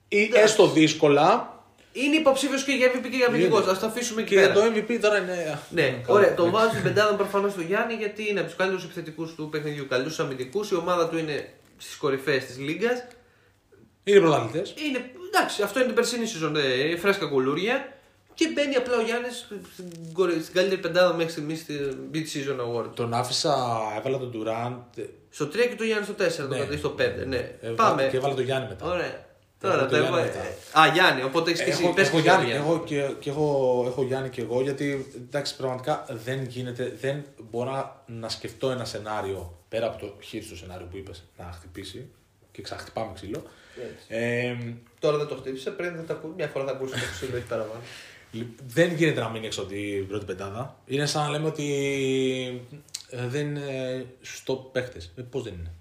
Speaker 1: Ή έστω δύσκολα.
Speaker 2: Είναι υποψήφιος και για MVP και για αμυντικός. Ας το αφήσουμε εκεί.
Speaker 1: Και για
Speaker 2: πέρα.
Speaker 1: το MVP τώρα είναι.
Speaker 2: Ναι, ωραία. Το βάζω στην πεντάδα προφανώς του Γιάννη γιατί είναι από τους καλύτερους επιθετικούς του παιχνιδιού, καλούς αμυντικούς. Η ομάδα του είναι στις κορυφαίες της λίγα.
Speaker 1: Είναι πρωταθλητές.
Speaker 2: Είναι, εντάξει, αυτό είναι την περσινή σεζόν. Ε, φρέσκα κουλούρια. Και μπαίνει απλά ο Γιάννης στην, κορυ- στην καλύτερη πεντάδα μέχρι στιγμής στη Mid-Season Award.
Speaker 1: Τον άφησα, έβαλα τον Durant.
Speaker 2: Στο 3 και το Γιάννη στο 4, το
Speaker 1: Ναι.
Speaker 2: κρατήσει στο 5. Ναι.
Speaker 1: έβαλα- Και
Speaker 2: Πάμε.
Speaker 1: έβαλα τον Γιάννη μετά.
Speaker 2: Ωραία.
Speaker 1: Έχω
Speaker 2: Τώρα
Speaker 1: το
Speaker 2: το
Speaker 1: Γιάννη
Speaker 2: έβα-
Speaker 1: μετά.
Speaker 2: Α, Γιάννη, οπότε έχεις και εσύ.
Speaker 1: Έχω,
Speaker 2: Πες
Speaker 1: έχω,
Speaker 2: και
Speaker 1: Γιάννη,
Speaker 2: εσύ, Γιάννη.
Speaker 1: έχω, και, και έχω, έχω Γιάννη και εγώ γιατί εντάξει, πραγματικά δεν γίνεται, δεν μπορώ να, να σκεφτώ ένα σενάριο πέρα από το χείριστο σενάριο που είπες να χτυπήσει και ξαχτυπάμε ξύλο. Ε,
Speaker 2: Τώρα δεν το χτύπησε, πριν δεν τα ακούω. Μια φορά θα ακούσει το ξύλο, έχει παραπάνω.
Speaker 1: λι- δεν γίνεται να μείνει έξω από την πρώτη πεντάδα. Είναι σαν να λέμε ότι ε, δεν είναι στο παίχτες. Ε, Πώς δεν είναι.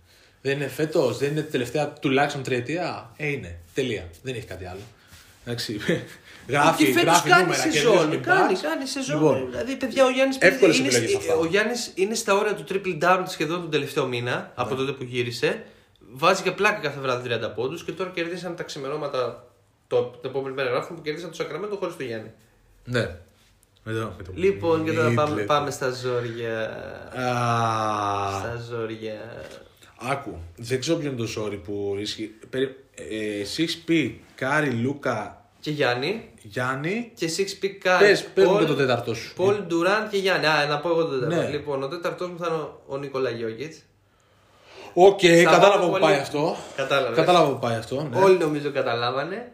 Speaker 1: Δεν είναι φέτος, δεν είναι τελευταία τουλάχιστον τριετία. Ε, είναι. Τελεία. Δεν έχει κάτι άλλο. Εντάξει. Γράφει,
Speaker 2: και φέτος
Speaker 1: γράφει
Speaker 2: Ε, κάνει
Speaker 1: νούμερα, κερδίζει
Speaker 2: σεζόν.
Speaker 1: την
Speaker 2: Κάνει,
Speaker 1: Bucks.
Speaker 2: κάνει σεζόν.
Speaker 1: Λοιπόν.
Speaker 2: δηλαδή, παιδιά, ο Γιάννης
Speaker 1: Εύκολες επιλογές αυτά.
Speaker 2: Ο Γιάννης είναι στα όρια του triple down σχεδόν τον τελευταίο μήνα
Speaker 1: Ναι.
Speaker 2: από τότε που γύρισε. Βάζει και πλάκα κάθε βράδυ 30 πόντους και τώρα κερδίσαν τα ξημερώματα το, το επόμενο μέρα γράφουν που κερδίσαν το Σακραμέντο χωρίς το Γιάννη.
Speaker 1: Ναι. Με το, με το Ε,
Speaker 2: Λοιπόν, και τώρα
Speaker 1: Μίτλε.
Speaker 2: πάμε, πάμε στα ζόρια.
Speaker 1: Α,
Speaker 2: Στα ζόρια.
Speaker 1: άκου, δεν ξέρω ποιο είναι το ζόρι που ίσχυε. Περι- ε, εσύ έχεις πει Κάρι, Λούκα,
Speaker 2: Και Γιάννη.
Speaker 1: Γιάννη.
Speaker 2: Και Six Pick Card.
Speaker 1: Πες, πες μου και το τέταρτος σου.
Speaker 2: Πολ, Ντουράν και Γιάννη. Α, να πω εγώ τον τέταρτο.
Speaker 1: Ναι.
Speaker 2: Λοιπόν, ο τέταρτος μου θα είναι ο, ο Νίκολα Γιώργιτ.
Speaker 1: Οκ, κατάλαβα
Speaker 2: βάλω
Speaker 1: που
Speaker 2: πολύ.
Speaker 1: πάει αυτό.
Speaker 2: Κατάλαβες.
Speaker 1: Κατάλαβα που πάει αυτό. ναι.
Speaker 2: Όλοι νομίζω καταλάβανε.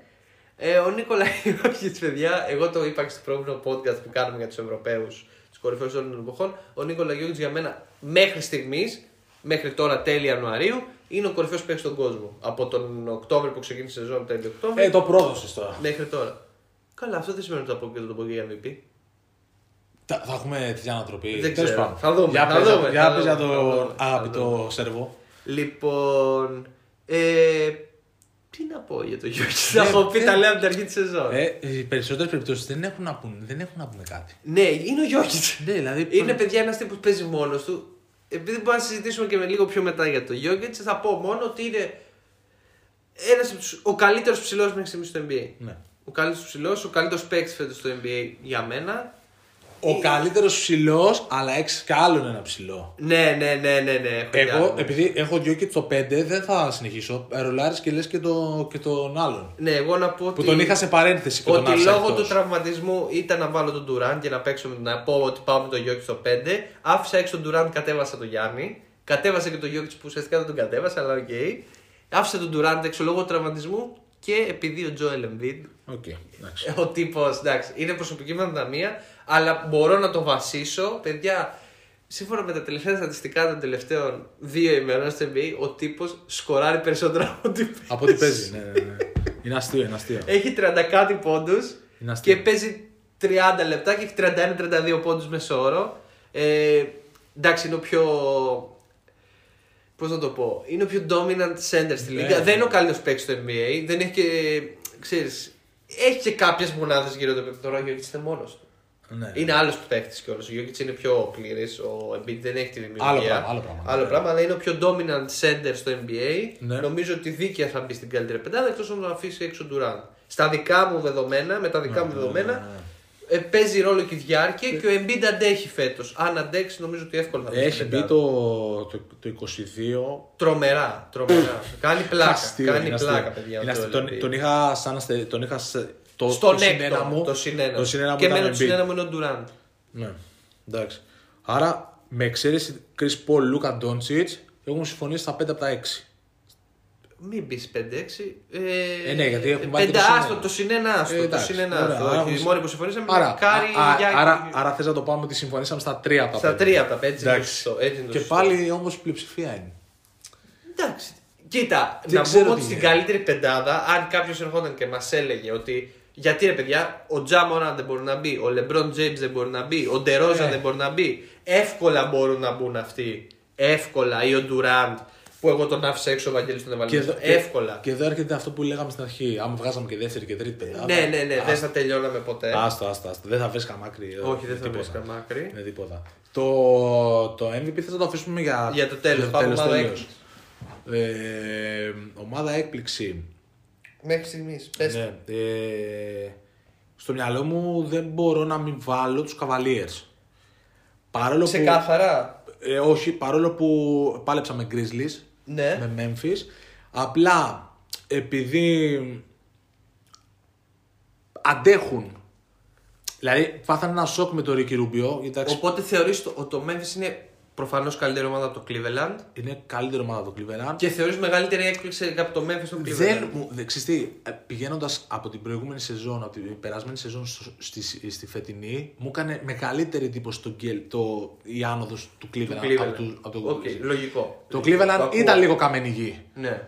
Speaker 2: Ε, ο Νίκολα Ιώργης, παιδιά, εγώ το είπα και στο προηγούμενο podcast που κάνουμε για τους Ευρωπαίους, τους κορυφαίους όλων των εποχών. Ο Νίκολα Ιώργης για μένα μέχρι στιγμής, μέχρι τώρα τέλη Ιανουαρίου, είναι ο κορυφαίος παίκτης στον κόσμο. Από τον Οκτώβριο που ξεκίνησε η σεζόν, τέλη Οκτώβριο,
Speaker 1: Ε, το πρόδωσες τώρα.
Speaker 2: μέχρι τώρα. Καλά, αυτό δεν σημαίνει ότι θα πω και θα το πω και για MVP.
Speaker 1: Τα- θα έχουμε τέτοια ανατροπή.
Speaker 2: Δεν
Speaker 1: Τέλος
Speaker 2: ξέρω.
Speaker 1: πάντων.
Speaker 2: Θα δούμε,
Speaker 1: Για
Speaker 2: θα
Speaker 1: πες,
Speaker 2: δούμε,
Speaker 1: Για
Speaker 2: θα
Speaker 1: πες
Speaker 2: δούμε,
Speaker 1: για
Speaker 2: θα δούμε,
Speaker 1: τον
Speaker 2: θα
Speaker 1: αγαπητό Σέρβο.
Speaker 2: Λοιπόν. Ε, τι να πω για το Γιώργη. Θα
Speaker 1: Ναι,
Speaker 2: έχω πει
Speaker 1: ναι.
Speaker 2: τα λέω από την αρχή τη σεζόν.
Speaker 1: Ε, οι περισσότερες περιπτώσεις δεν έχουν να πούνε, δεν έχουν να πούνε κάτι.
Speaker 2: Ναι, είναι ο Γιώργης.
Speaker 1: Ναι, δηλαδή.
Speaker 2: Είναι παιδιά ένας τύπος που παίζει μόνος του. Επειδή μπορούμε να συζητήσουμε και με λίγο πιο μετά για το Γιώργιτ, θα πω μόνο ότι είναι ένας από τους- ο καλύτερος ψηλός μέχρι στιγμής στο NBA.
Speaker 1: Ναι.
Speaker 2: Ο καλύτερος ψηλός, ο καλύτερος παίκτης φέτος στο NBA για μένα.
Speaker 1: Ο καλύτερος ψηλός, αλλά έχεις κι άλλον ένα ψηλό.
Speaker 2: Ναι, ναι, ναι, ναι. ναι έχω κι
Speaker 1: Εγώ,
Speaker 2: άλλο.
Speaker 1: επειδή έχω δυο και το 5, δεν θα συνεχίσω. Ρολάρι και λες και, το, και τον άλλον.
Speaker 2: Ναι, εγώ να πω ότι.
Speaker 1: Που τον είχα σε παρένθεση και τον
Speaker 2: Ότι
Speaker 1: άφησα
Speaker 2: λόγω του
Speaker 1: εκτός.
Speaker 2: τραυματισμού ήταν να βάλω τον Τουράν και να παίξω με- να πω ότι πάω με τον Γιώκη στο 5. Άφησα έξω τον Τουράν, κατέβασα τον Γιάννη. Κατέβασα και τον Γιώκη που ουσιαστικά δεν τον κατέβασα, αλλά οκ. Άφησα τον Τουράν έξω λόγω τραυματισμού και επειδή ο Τζόελ Εμβίντ.
Speaker 1: Οκ, εντάξει.
Speaker 2: Ο τύπος, εντάξει, είναι προσωπική μου αδυναμία, αλλά μπορώ να το βασίσω. Παιδιά, σύμφωνα με τα τελευταία στατιστικά των τελευταίων δύο ημερών στο NBA, ο τύπος σκοράρει περισσότερα από ό,τι
Speaker 1: Από ό,τι παίζει. Ε, ναι, ναι, ναι. Είναι αστείο, είναι αστείο.
Speaker 2: έχει 30 κάτι πόντους
Speaker 1: Είναι αστείο.
Speaker 2: και παίζει 30 λεπτά και έχει 31-32 πόντους μέσω όρο. Ε, εντάξει, είναι ο πιο. Πώς να το πω, είναι ο πιο dominant center στη
Speaker 1: Ναι.
Speaker 2: λίγα. Δεν είναι ο καλύτερος παίκτης στο NBA. Δεν έχει και. ξέρεις, έχει και κάποιες μονάδες γύρω του Τώρα ο Γιώργη είναι μόνος του.
Speaker 1: Ναι.
Speaker 2: Είναι άλλος παίκτη κιόλας. Ο Γιώργη είναι πιο πλήρης. Ο Embiid δεν έχει τη δημιουργία.
Speaker 1: Άλλο πράγμα, άλλο πράγμα.
Speaker 2: Άλλο πράγμα, αλλά είναι ο πιο dominant center στο NBA.
Speaker 1: Ναι.
Speaker 2: Νομίζω ότι δίκαια θα μπει στην καλύτερη πεντάδα εκτός αν τον αφήσει έξω του Ραν. Στα δικά μου δεδομένα, με τα δικά
Speaker 1: Ναι,
Speaker 2: μου δεδομένα, ε, παίζει ρόλο και η διάρκεια και ο Embiid αντέχει φέτος. Αν αντέξει, νομίζω ότι εύκολα θα μπει.
Speaker 1: Έχει
Speaker 2: στην
Speaker 1: μπει
Speaker 2: πεντάδα.
Speaker 1: το, το, το 22.
Speaker 2: Τρομερά, τρομερά. κάνει πλάκα.
Speaker 1: Αστείο,
Speaker 2: κάνει
Speaker 1: είναι αστείο.
Speaker 2: πλάκα, παιδιά.
Speaker 1: Είναι
Speaker 2: ο
Speaker 1: αστείο.
Speaker 2: Joel
Speaker 1: Τον,
Speaker 2: Embiid.
Speaker 1: τον είχα σαν αστε, τον είχα σε- το,
Speaker 2: Στον
Speaker 1: το συνένα
Speaker 2: έκτο.
Speaker 1: μου.
Speaker 2: Το συνένα.
Speaker 1: Το συνένα μου
Speaker 2: και
Speaker 1: ήταν
Speaker 2: μένω το
Speaker 1: Embiid.
Speaker 2: συνένα μου είναι ο Durant.
Speaker 1: Ναι. Εντάξει. Άρα, με εξαίρεση Chris Paul, Luka Doncic, έχουν συμφωνήσει στα 5 από τα 6.
Speaker 2: Μην πεις 5-6. Ε,
Speaker 1: Ε, ναι, γιατί έχουμε βάλει και
Speaker 2: πέντε,
Speaker 1: το συνένα.
Speaker 2: άστο, το συνένα άστο.
Speaker 1: Ε,
Speaker 2: το
Speaker 1: εντάξει,
Speaker 2: συνένα
Speaker 1: ωραία,
Speaker 2: άστο.
Speaker 1: άρα
Speaker 2: όχι,
Speaker 1: έχουμε-
Speaker 2: μόνοι που συμφωνήσαμε
Speaker 1: Άρα,
Speaker 2: άρα, Κάρι,
Speaker 1: α- α-
Speaker 2: Γιάννη.
Speaker 1: άρα, άρα θες να το πάμε ότι συμφωνήσαμε στα τρία από τα
Speaker 2: Στα
Speaker 1: πέντε.
Speaker 2: τρία από τα πέντε. είναι
Speaker 1: Εντάξει.
Speaker 2: σωστό, έτσι είναι το
Speaker 1: Και
Speaker 2: σωστό.
Speaker 1: πάλι όμως πλειοψηφία είναι.
Speaker 2: Εντάξει. Κοίτα,
Speaker 1: Δεν
Speaker 2: να
Speaker 1: ξέρω
Speaker 2: πούμε
Speaker 1: τι
Speaker 2: ότι στην
Speaker 1: είναι.
Speaker 2: καλύτερη πεντάδα, αν κάποιος ερχόταν και μας έλεγε ότι Γιατί ρε παιδιά, ο Τζάμοραν δεν μπορεί να μπει, ο Λεμπρόν Τζέιμ δεν μπορεί να μπει, ο Ντερόζα
Speaker 1: Ε.
Speaker 2: δεν μπορεί να μπει. Εύκολα μπορούν να μπουν αυτοί. Εύκολα. Ή ο Ντουραντ που εγώ τον άφησα έξω ο Βαγγέλης τον έβαλε.
Speaker 1: Και
Speaker 2: μέσα.
Speaker 1: εδώ- και-
Speaker 2: Εύκολα.
Speaker 1: Και εδώ έρχεται αυτό που λέγαμε στην αρχή. Άμα βγάζαμε και δεύτερη και τρίτη πεντάδα.
Speaker 2: Ναι, ναι, ναι, δεν
Speaker 1: άστα,
Speaker 2: θα τελειώναμε ποτέ.
Speaker 1: Άστα, άστα, άστα. Δεν θα βρίσκαμε άκρη.
Speaker 2: Όχι, δεν θα
Speaker 1: Ε, τίποτα.
Speaker 2: βρίσκαμε άκρη.
Speaker 1: Ναι, τίποτα. Το, το MVP θα το αφήσουμε για,
Speaker 2: Για το τέλος. Πάμε ομάδα
Speaker 1: τέλος. Ε, ομάδα έκπληξη.
Speaker 2: Μέχρι στιγμής. Πες.
Speaker 1: Ναι, ε, στο μυαλό μου δεν μπορώ να μην βάλω τους Cavaliers. Παρόλο που,
Speaker 2: Ξεκάθαρα.
Speaker 1: ε, όχι, παρόλο που πάλεψα με Grizzlies,
Speaker 2: Ναι.
Speaker 1: με Memphis. Απλά επειδή αντέχουν. Δηλαδή πάθανε ένα σοκ με το Ρίκη Ρουμπιό. Εντάξει,
Speaker 2: Οπότε θεωρείς ότι το Memphis είναι προφανώς καλύτερη ομάδα από το Cleveland
Speaker 1: είναι καλύτερη ομάδα το Cleveland.
Speaker 2: και θεωρείς μεγαλύτερη έκπληξη από το Memphis στο Cleveland.
Speaker 1: Δεν μου. Δε, ξέρεις τι, πηγαίνοντας από την προηγούμενη σεζόν, από την περασμένη σεζόν στο- στη, στη φετινή, μου έκανε μεγαλύτερη εντύπωση το, γκέλ- το, η άνοδος του Cleveland.
Speaker 2: Το
Speaker 1: Από
Speaker 2: Cleveland.
Speaker 1: του- από το,
Speaker 2: Οκ, λογικό.
Speaker 1: το
Speaker 2: Το
Speaker 1: Cleveland
Speaker 2: ακούω.
Speaker 1: ήταν λίγο καμένη γη.
Speaker 2: Ναι.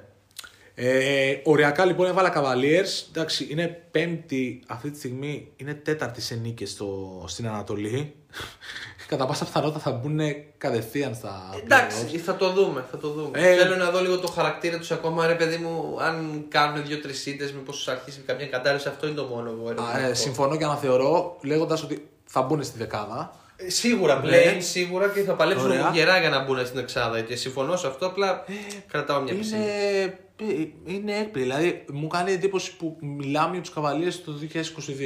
Speaker 1: Ε, οριακά λοιπόν έβαλα Cavaliers. Εντάξει, είναι πέμπτη αυτή τη στιγμή, είναι τέταρτη σε νίκες στο, στην Ανατολή. Κατά πάσα πιθανότητα θα μπουν κατευθείαν στα. playoffs.
Speaker 2: Εντάξει, θα το δούμε. Θα το δούμε.
Speaker 1: Ε,
Speaker 2: Θέλω να δω λίγο το χαρακτήρα τους ακόμα, ρε παιδί μου. Αν κάνουν δύο-τρει ήττε, μήπω αρχίσει καμιά κατάρρευση. Αυτό είναι το μόνο που
Speaker 1: Α,
Speaker 2: έλεγα.
Speaker 1: ε, συμφωνώ και αναθεωρώ λέγοντας ότι θα μπουν στη δεκάδα.
Speaker 2: Ε, Σίγουρα
Speaker 1: Ναι.
Speaker 2: πλέον, σίγουρα και θα παλέψουν
Speaker 1: Ωραία. Ε,
Speaker 2: γερά για να μπουν στην εξάδα. Και συμφωνώ σε αυτό, απλά κρατάω μια
Speaker 1: Είναι, ε,
Speaker 2: πισίνη.
Speaker 1: είναι έκπληξη. Δηλαδή, μου κάνει εντύπωση που μιλάμε για τους καβαλίε το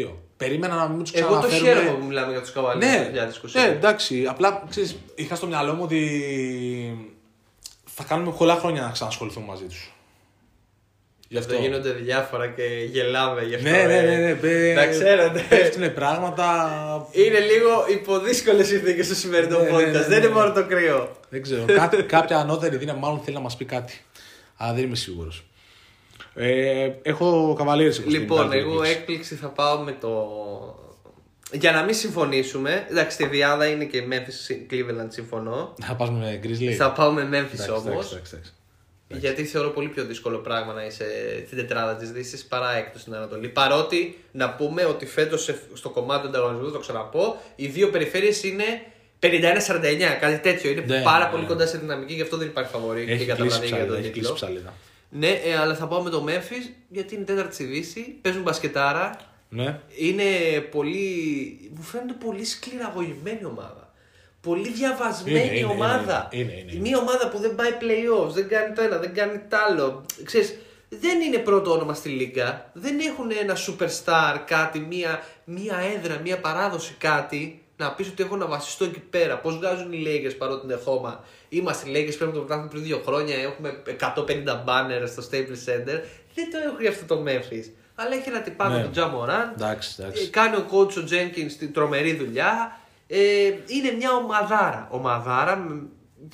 Speaker 1: 2022. Περίμενα να μην τους
Speaker 2: Εγώ
Speaker 1: ξαναφέρουμε.
Speaker 2: το χαίρομαι που μιλάμε για τους καβαλιού
Speaker 1: Ναι,
Speaker 2: του 2020.
Speaker 1: ναι, εντάξει. Απλά ξέρεις, είχα στο μυαλό μου ότι θα κάνουμε πολλά χρόνια να ξανασχοληθούμε μαζί τους. Γι' αυτό.
Speaker 2: Αυτό γίνονται διάφορα και γελάμε γι' αυτό.
Speaker 1: Ναι, ναι,
Speaker 2: ε.
Speaker 1: ναι. ναι, ναι.
Speaker 2: Τα ξέρατε.
Speaker 1: Πέφτουν πράγματα.
Speaker 2: Είναι λίγο υπό δύσκολε συνθήκε το σημερινό
Speaker 1: Ναι, ναι,
Speaker 2: podcast.
Speaker 1: ναι, ναι,
Speaker 2: Δεν είναι
Speaker 1: ναι.
Speaker 2: μόνο το κρύο.
Speaker 1: Δεν ξέρω. Κά- κάποια ανώτερη δύναμη μάλλον θέλει να μας πει κάτι. Αλλά δεν είμαι σίγουρος. Ε, έχω καβαλίε.
Speaker 2: Λοιπόν, εγώ έκπληξη θα πάω με το. Για να μην συμφωνήσουμε, εντάξει, στη Διάδα είναι και Memphis Cleveland συμφωνώ.
Speaker 1: Θα πας με Grizzly.
Speaker 2: Θα πάω με Memphis
Speaker 1: Ναι. Εντάξει,
Speaker 2: όμως.
Speaker 1: εντάξει, εντάξει, εντάξει.
Speaker 2: Γιατί θεωρώ πολύ πιο δύσκολο πράγμα να είσαι στην τετράδα της Δύσης παρά έκτος στην Ανατολή. Παρότι να πούμε ότι φέτος στο κομμάτι του ανταγωνισμού, θα το ξαναπώ, οι δύο περιφέρειες είναι 51-49, κάτι τέτοιο. Είναι
Speaker 1: Ναι,
Speaker 2: πάρα
Speaker 1: ναι,
Speaker 2: πολύ
Speaker 1: ναι.
Speaker 2: κοντά σε δυναμική, γι' αυτό δεν υπάρχει φαβορή και
Speaker 1: Έχει
Speaker 2: για τα
Speaker 1: κλείσει
Speaker 2: βραδιά και για
Speaker 1: ψαλίδα,
Speaker 2: τον
Speaker 1: έχει κλείσει
Speaker 2: τίτλο.
Speaker 1: ψαλίδα.
Speaker 2: Ναι, ε, αλλά θα πάω με το Memphis γιατί είναι τέταρτη στη Δύση, παίζουν μπασκετάρα,
Speaker 1: Ναι.
Speaker 2: είναι πολύ. Μου φαίνεται πολύ σκληραγωγημένη ομάδα. Πολύ διαβασμένη
Speaker 1: Είναι, είναι,
Speaker 2: ομάδα.
Speaker 1: είναι, είναι, είναι.
Speaker 2: Μια ομάδα που δεν πάει playoffs, δεν κάνει το ένα, δεν κάνει το άλλο. Ξέρεις, δεν είναι πρώτο όνομα στη Λίγκα. Δεν έχουν ένα superstar, κάτι, μία, μία έδρα, μία παράδοση, κάτι. Να πεις ότι έχω να βασιστώ εκεί πέρα. Πώς βγάζουν οι Lakers παρότι είναι χώμα. Είμαστε οι Lakers, πρέπει να το πρωτάθλημα πριν δύο χρόνια. Έχουμε 150 μπάνερ στο Staples Center. Δεν το έχουν αυτό το Memphis. Αλλά έχει ένα τυπάδο
Speaker 1: Ναι.
Speaker 2: του Τζαμοράν.
Speaker 1: Εντάξει,
Speaker 2: Ε,
Speaker 1: εντάξει.
Speaker 2: κάνει ο coach ο Jenkins την τρομερή δουλειά. Ε, είναι μια ομαδάρα. Ομαδάρα. μ,